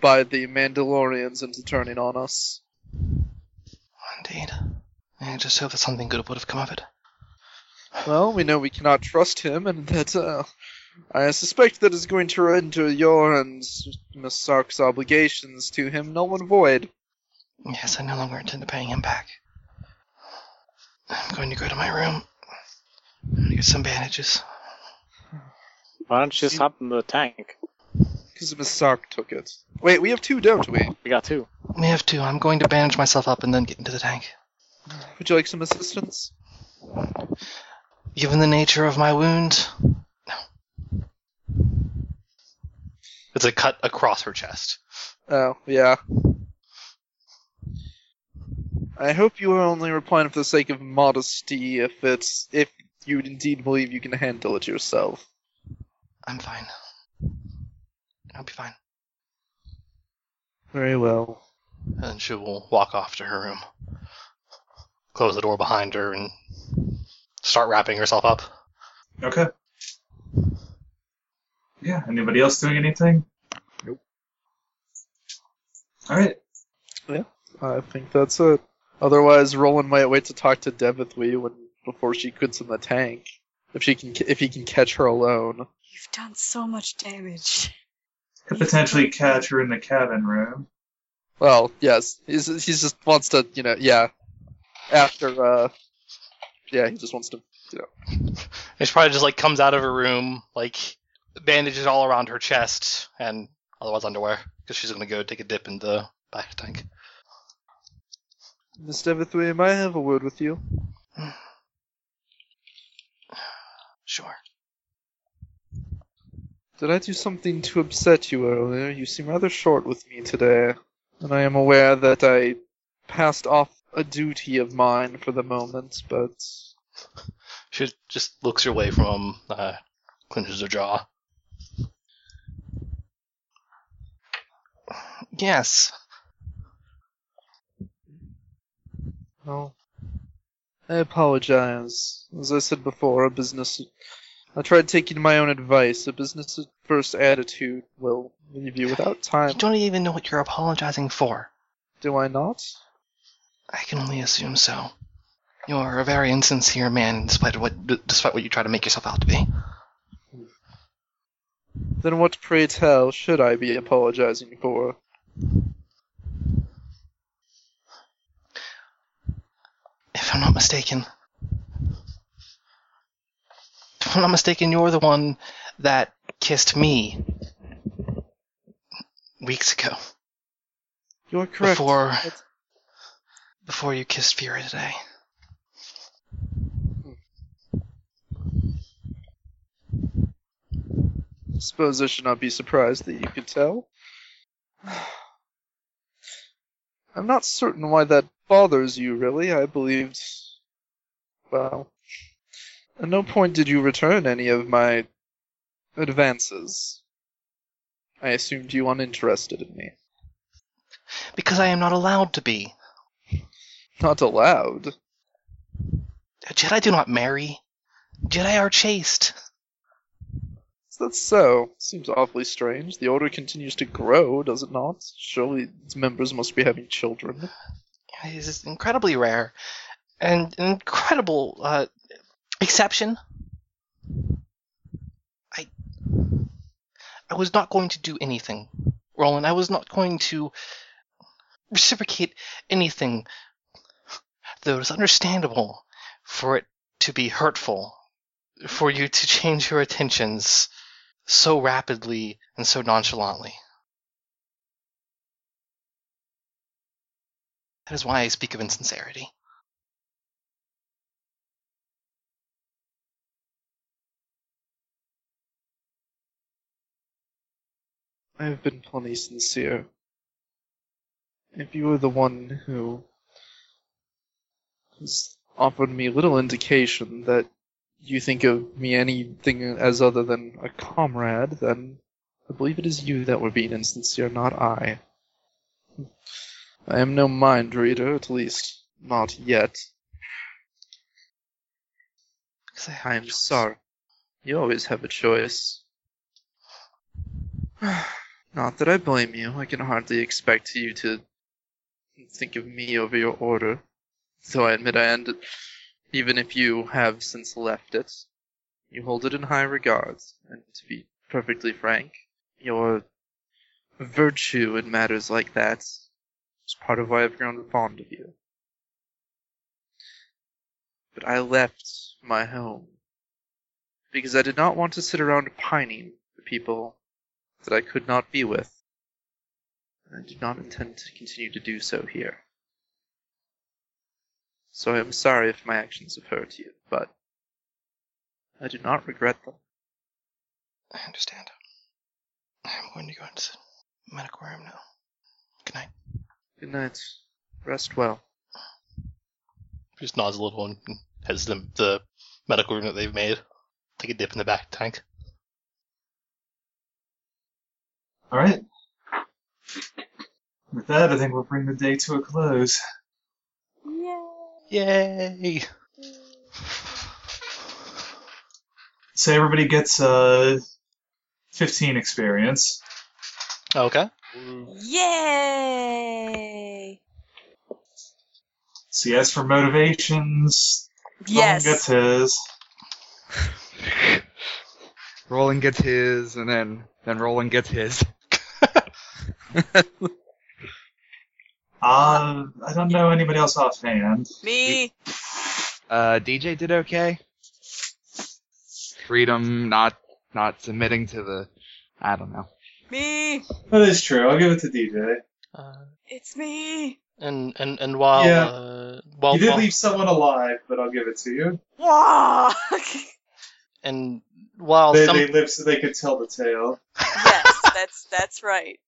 E: by the Mandalorians into turning on us.
B: Indeed. I just hope that something good would have come of it.
E: Well, we know we cannot trust him, and that uh, I suspect that is going to render your and Miss Sark's obligations to him null and void.
B: Yes, I no longer intend to paying him back. I'm going to go to my room and get some bandages.
F: Why don't you just hop in the tank?
E: Because Miss Sark took it. Wait, we have two, don't we?
F: We got two.
B: We have two. I'm going to bandage myself up and then get into the tank.
E: Would you like some assistance?
B: Given the nature of my wound, no. It's a cut across her chest.
E: Oh, yeah. I hope you are only replying for the sake of modesty if it's if you indeed believe you can handle it yourself.
B: I'm fine. I'll be fine.
E: Very well.
B: And she will walk off to her room, close the door behind her, and start wrapping herself up.
A: Okay. Yeah. Anybody else doing anything?
E: Nope.
A: All right.
E: I think that's it. Otherwise, Roland might wait to talk to Devithwee when before she quits in the tank. If she can, if he can catch her alone.
H: You've done so much damage.
A: Could potentially catch her in the cabin room.
E: Well, yes, he's he's just wants to, you know, yeah. After, uh, yeah, he just wants to.
B: And She probably just like comes out of her room, like bandages all around her chest and otherwise underwear, because she's gonna go take a dip in the back tank.
E: Miss Devithwee, may I have a word with you?
B: Sure.
E: Did I do something to upset you earlier? You seem rather short with me today, and I am aware that I passed off a duty of mine for the moment, but
B: She just looks her way from him, uh, clenches her jaw. Yes.
E: well, I apologize. As I said before, a business. I tried taking my own advice. A business first attitude will leave you without
B: You
E: time.
B: don't even know what you're apologizing for.
E: Do I not?
B: I can only assume so. You are a very insincere man, despite what d- despite what you try to make yourself out to be.
E: Then what, pray tell, should I be apologizing for?
B: If I'm not mistaken. If I'm not mistaken, you're the one that kissed me weeks ago.
E: You're correct.
B: Before
E: But-
B: before you kissed Vera today.
E: suppose I should not be surprised that you could tell. [sighs] I'm not certain why that bothers you, really. I believed. Well, at no point did you return any of my advances. I assumed you uninterested in me.
B: Because I am not allowed to be.
E: Not allowed.
B: Jedi do not marry. Jedi are chaste.
E: Is that so? Seems awfully strange. The order continues to grow, does it not? Surely its members must be having children.
B: It's just incredibly rare, and an incredible uh, exception. I, I was not going to do anything, Roland. I was not going to reciprocate anything, though it is understandable for it to be hurtful, for you to change your attentions so rapidly and so nonchalantly. That is why I speak of insincerity.
E: I have been plenty sincere. If you were the one who has offered me little indication that you think of me anything as other than a comrade, then I believe it is you that were being insincere, not I. I am no mind reader, at least not yet.
B: Because I have
E: I am sorry. You always have a choice. Not that I blame you. I can hardly expect you to think of me over your order. So I admit I end it, even if you have since left it. You hold it in high regards, and to be perfectly frank, your virtue in matters like that is part of why I've grown fond of you. But I left my home because I did not want to sit around pining for people that I could not be with. And I do not intend to continue to do so here. So I am sorry if my actions have hurt you, but I do not regret them.
B: I understand. I'm going to go into the medical room now. Good night.
E: Good night. Rest well.
B: Just nods a little and heads to the medical room that they've made. Take a dip in the back tank.
A: All right. With that, I think we'll bring the day to a close.
B: Yay!
A: So everybody gets uh, 15 experience.
B: Okay.
F: Mm. Yay!
A: See, as for motivations, Roland gets
H: Yes.
A: his.
K: Roland gets his, and then then Roland gets his.
A: Uh, I don't know anybody else offhand.
H: Me.
G: Uh, DJ did okay.
K: Freedom not not submitting to the. I don't know.
H: Me.
A: That is true. I'll give it to DJ.
B: Uh,
H: It's me.
B: and and and while
A: Yeah.
B: uh, while,
A: You did
B: while-
A: leave someone alive, but I'll give it to you.
H: Walk.
B: and while
A: They,
B: some
A: they lived so they could tell the tale.
H: [laughs] yes, that's that's right.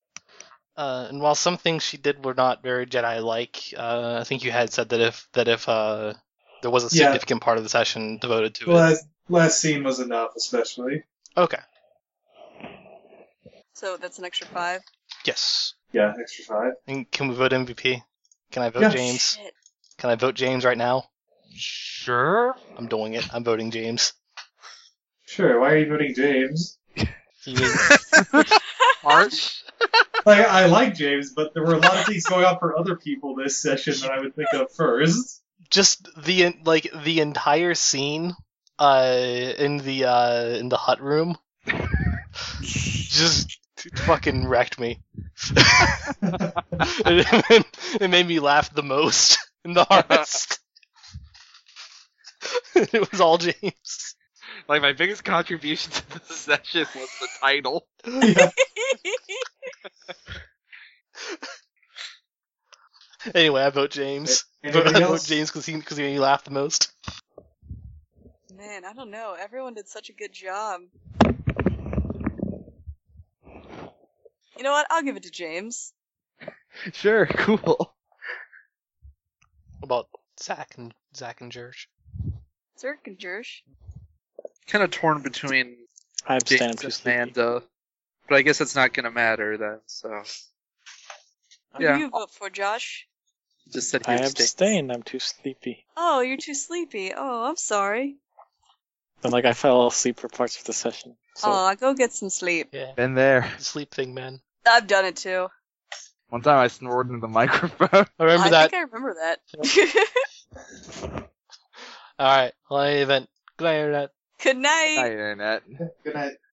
B: Uh, and while some things she did were not very Jedi-like, uh, I think you had said that if that if uh, there was a
A: Yeah.
B: significant part of the session devoted to it.
A: Last, last scene was enough, especially.
B: Okay.
H: So that's an extra five.
B: Yes.
A: Yeah, extra five.
B: And can we vote MVP? Can I vote
A: Yeah.
B: James?
H: Shit. [laughs]
B: Can I vote James right now?
G: Sure.
B: I'm doing it. I'm voting James.
A: Sure, why are you voting James?
B: He is-
G: Arch.
A: Like, I like James, but there were a lot of things going on for other people this session that I would think of [laughs] first.
B: just the en- like the entire scene uh in the uh in the hut room just fucking wrecked me [laughs] it, it made me laugh the most and the hardest [laughs] it was all james
G: Like my biggest contribution [laughs] to the session was the title.
A: Yeah.
B: anyway i vote james i vote
A: Anything else?
B: james because he, 'cause he made me laugh the most
H: Man, I don't know. Everyone did such a good job. You know what? I'll give it to James.
L: Sure, cool.
B: About Zach and Zach and Jersh.
H: Zerk and Jersh.
E: Kind of torn between
F: I abstain. I'm too
E: James and
F: sleepy.
E: Amanda, but I guess that's not gonna matter then. So
H: Who
E: Yeah.
H: do you vote for, Josh?
E: just said he
F: I
E: abstained.
F: abstain. I'm too sleepy.
H: Oh, you're too sleepy. Oh, I'm sorry.
F: And like I fell asleep for parts of the session. So
H: oh, go get some sleep.
B: Yeah.
G: Been there.
B: Sleep thing, man.
H: I've done it too.
G: One time I snored into the microphone.
B: I remember
H: I
B: that.
H: think I remember [laughs] that.
B: All right. Well, event. Good night, internet.
H: Good night.
G: Hi, internet.
A: Good night.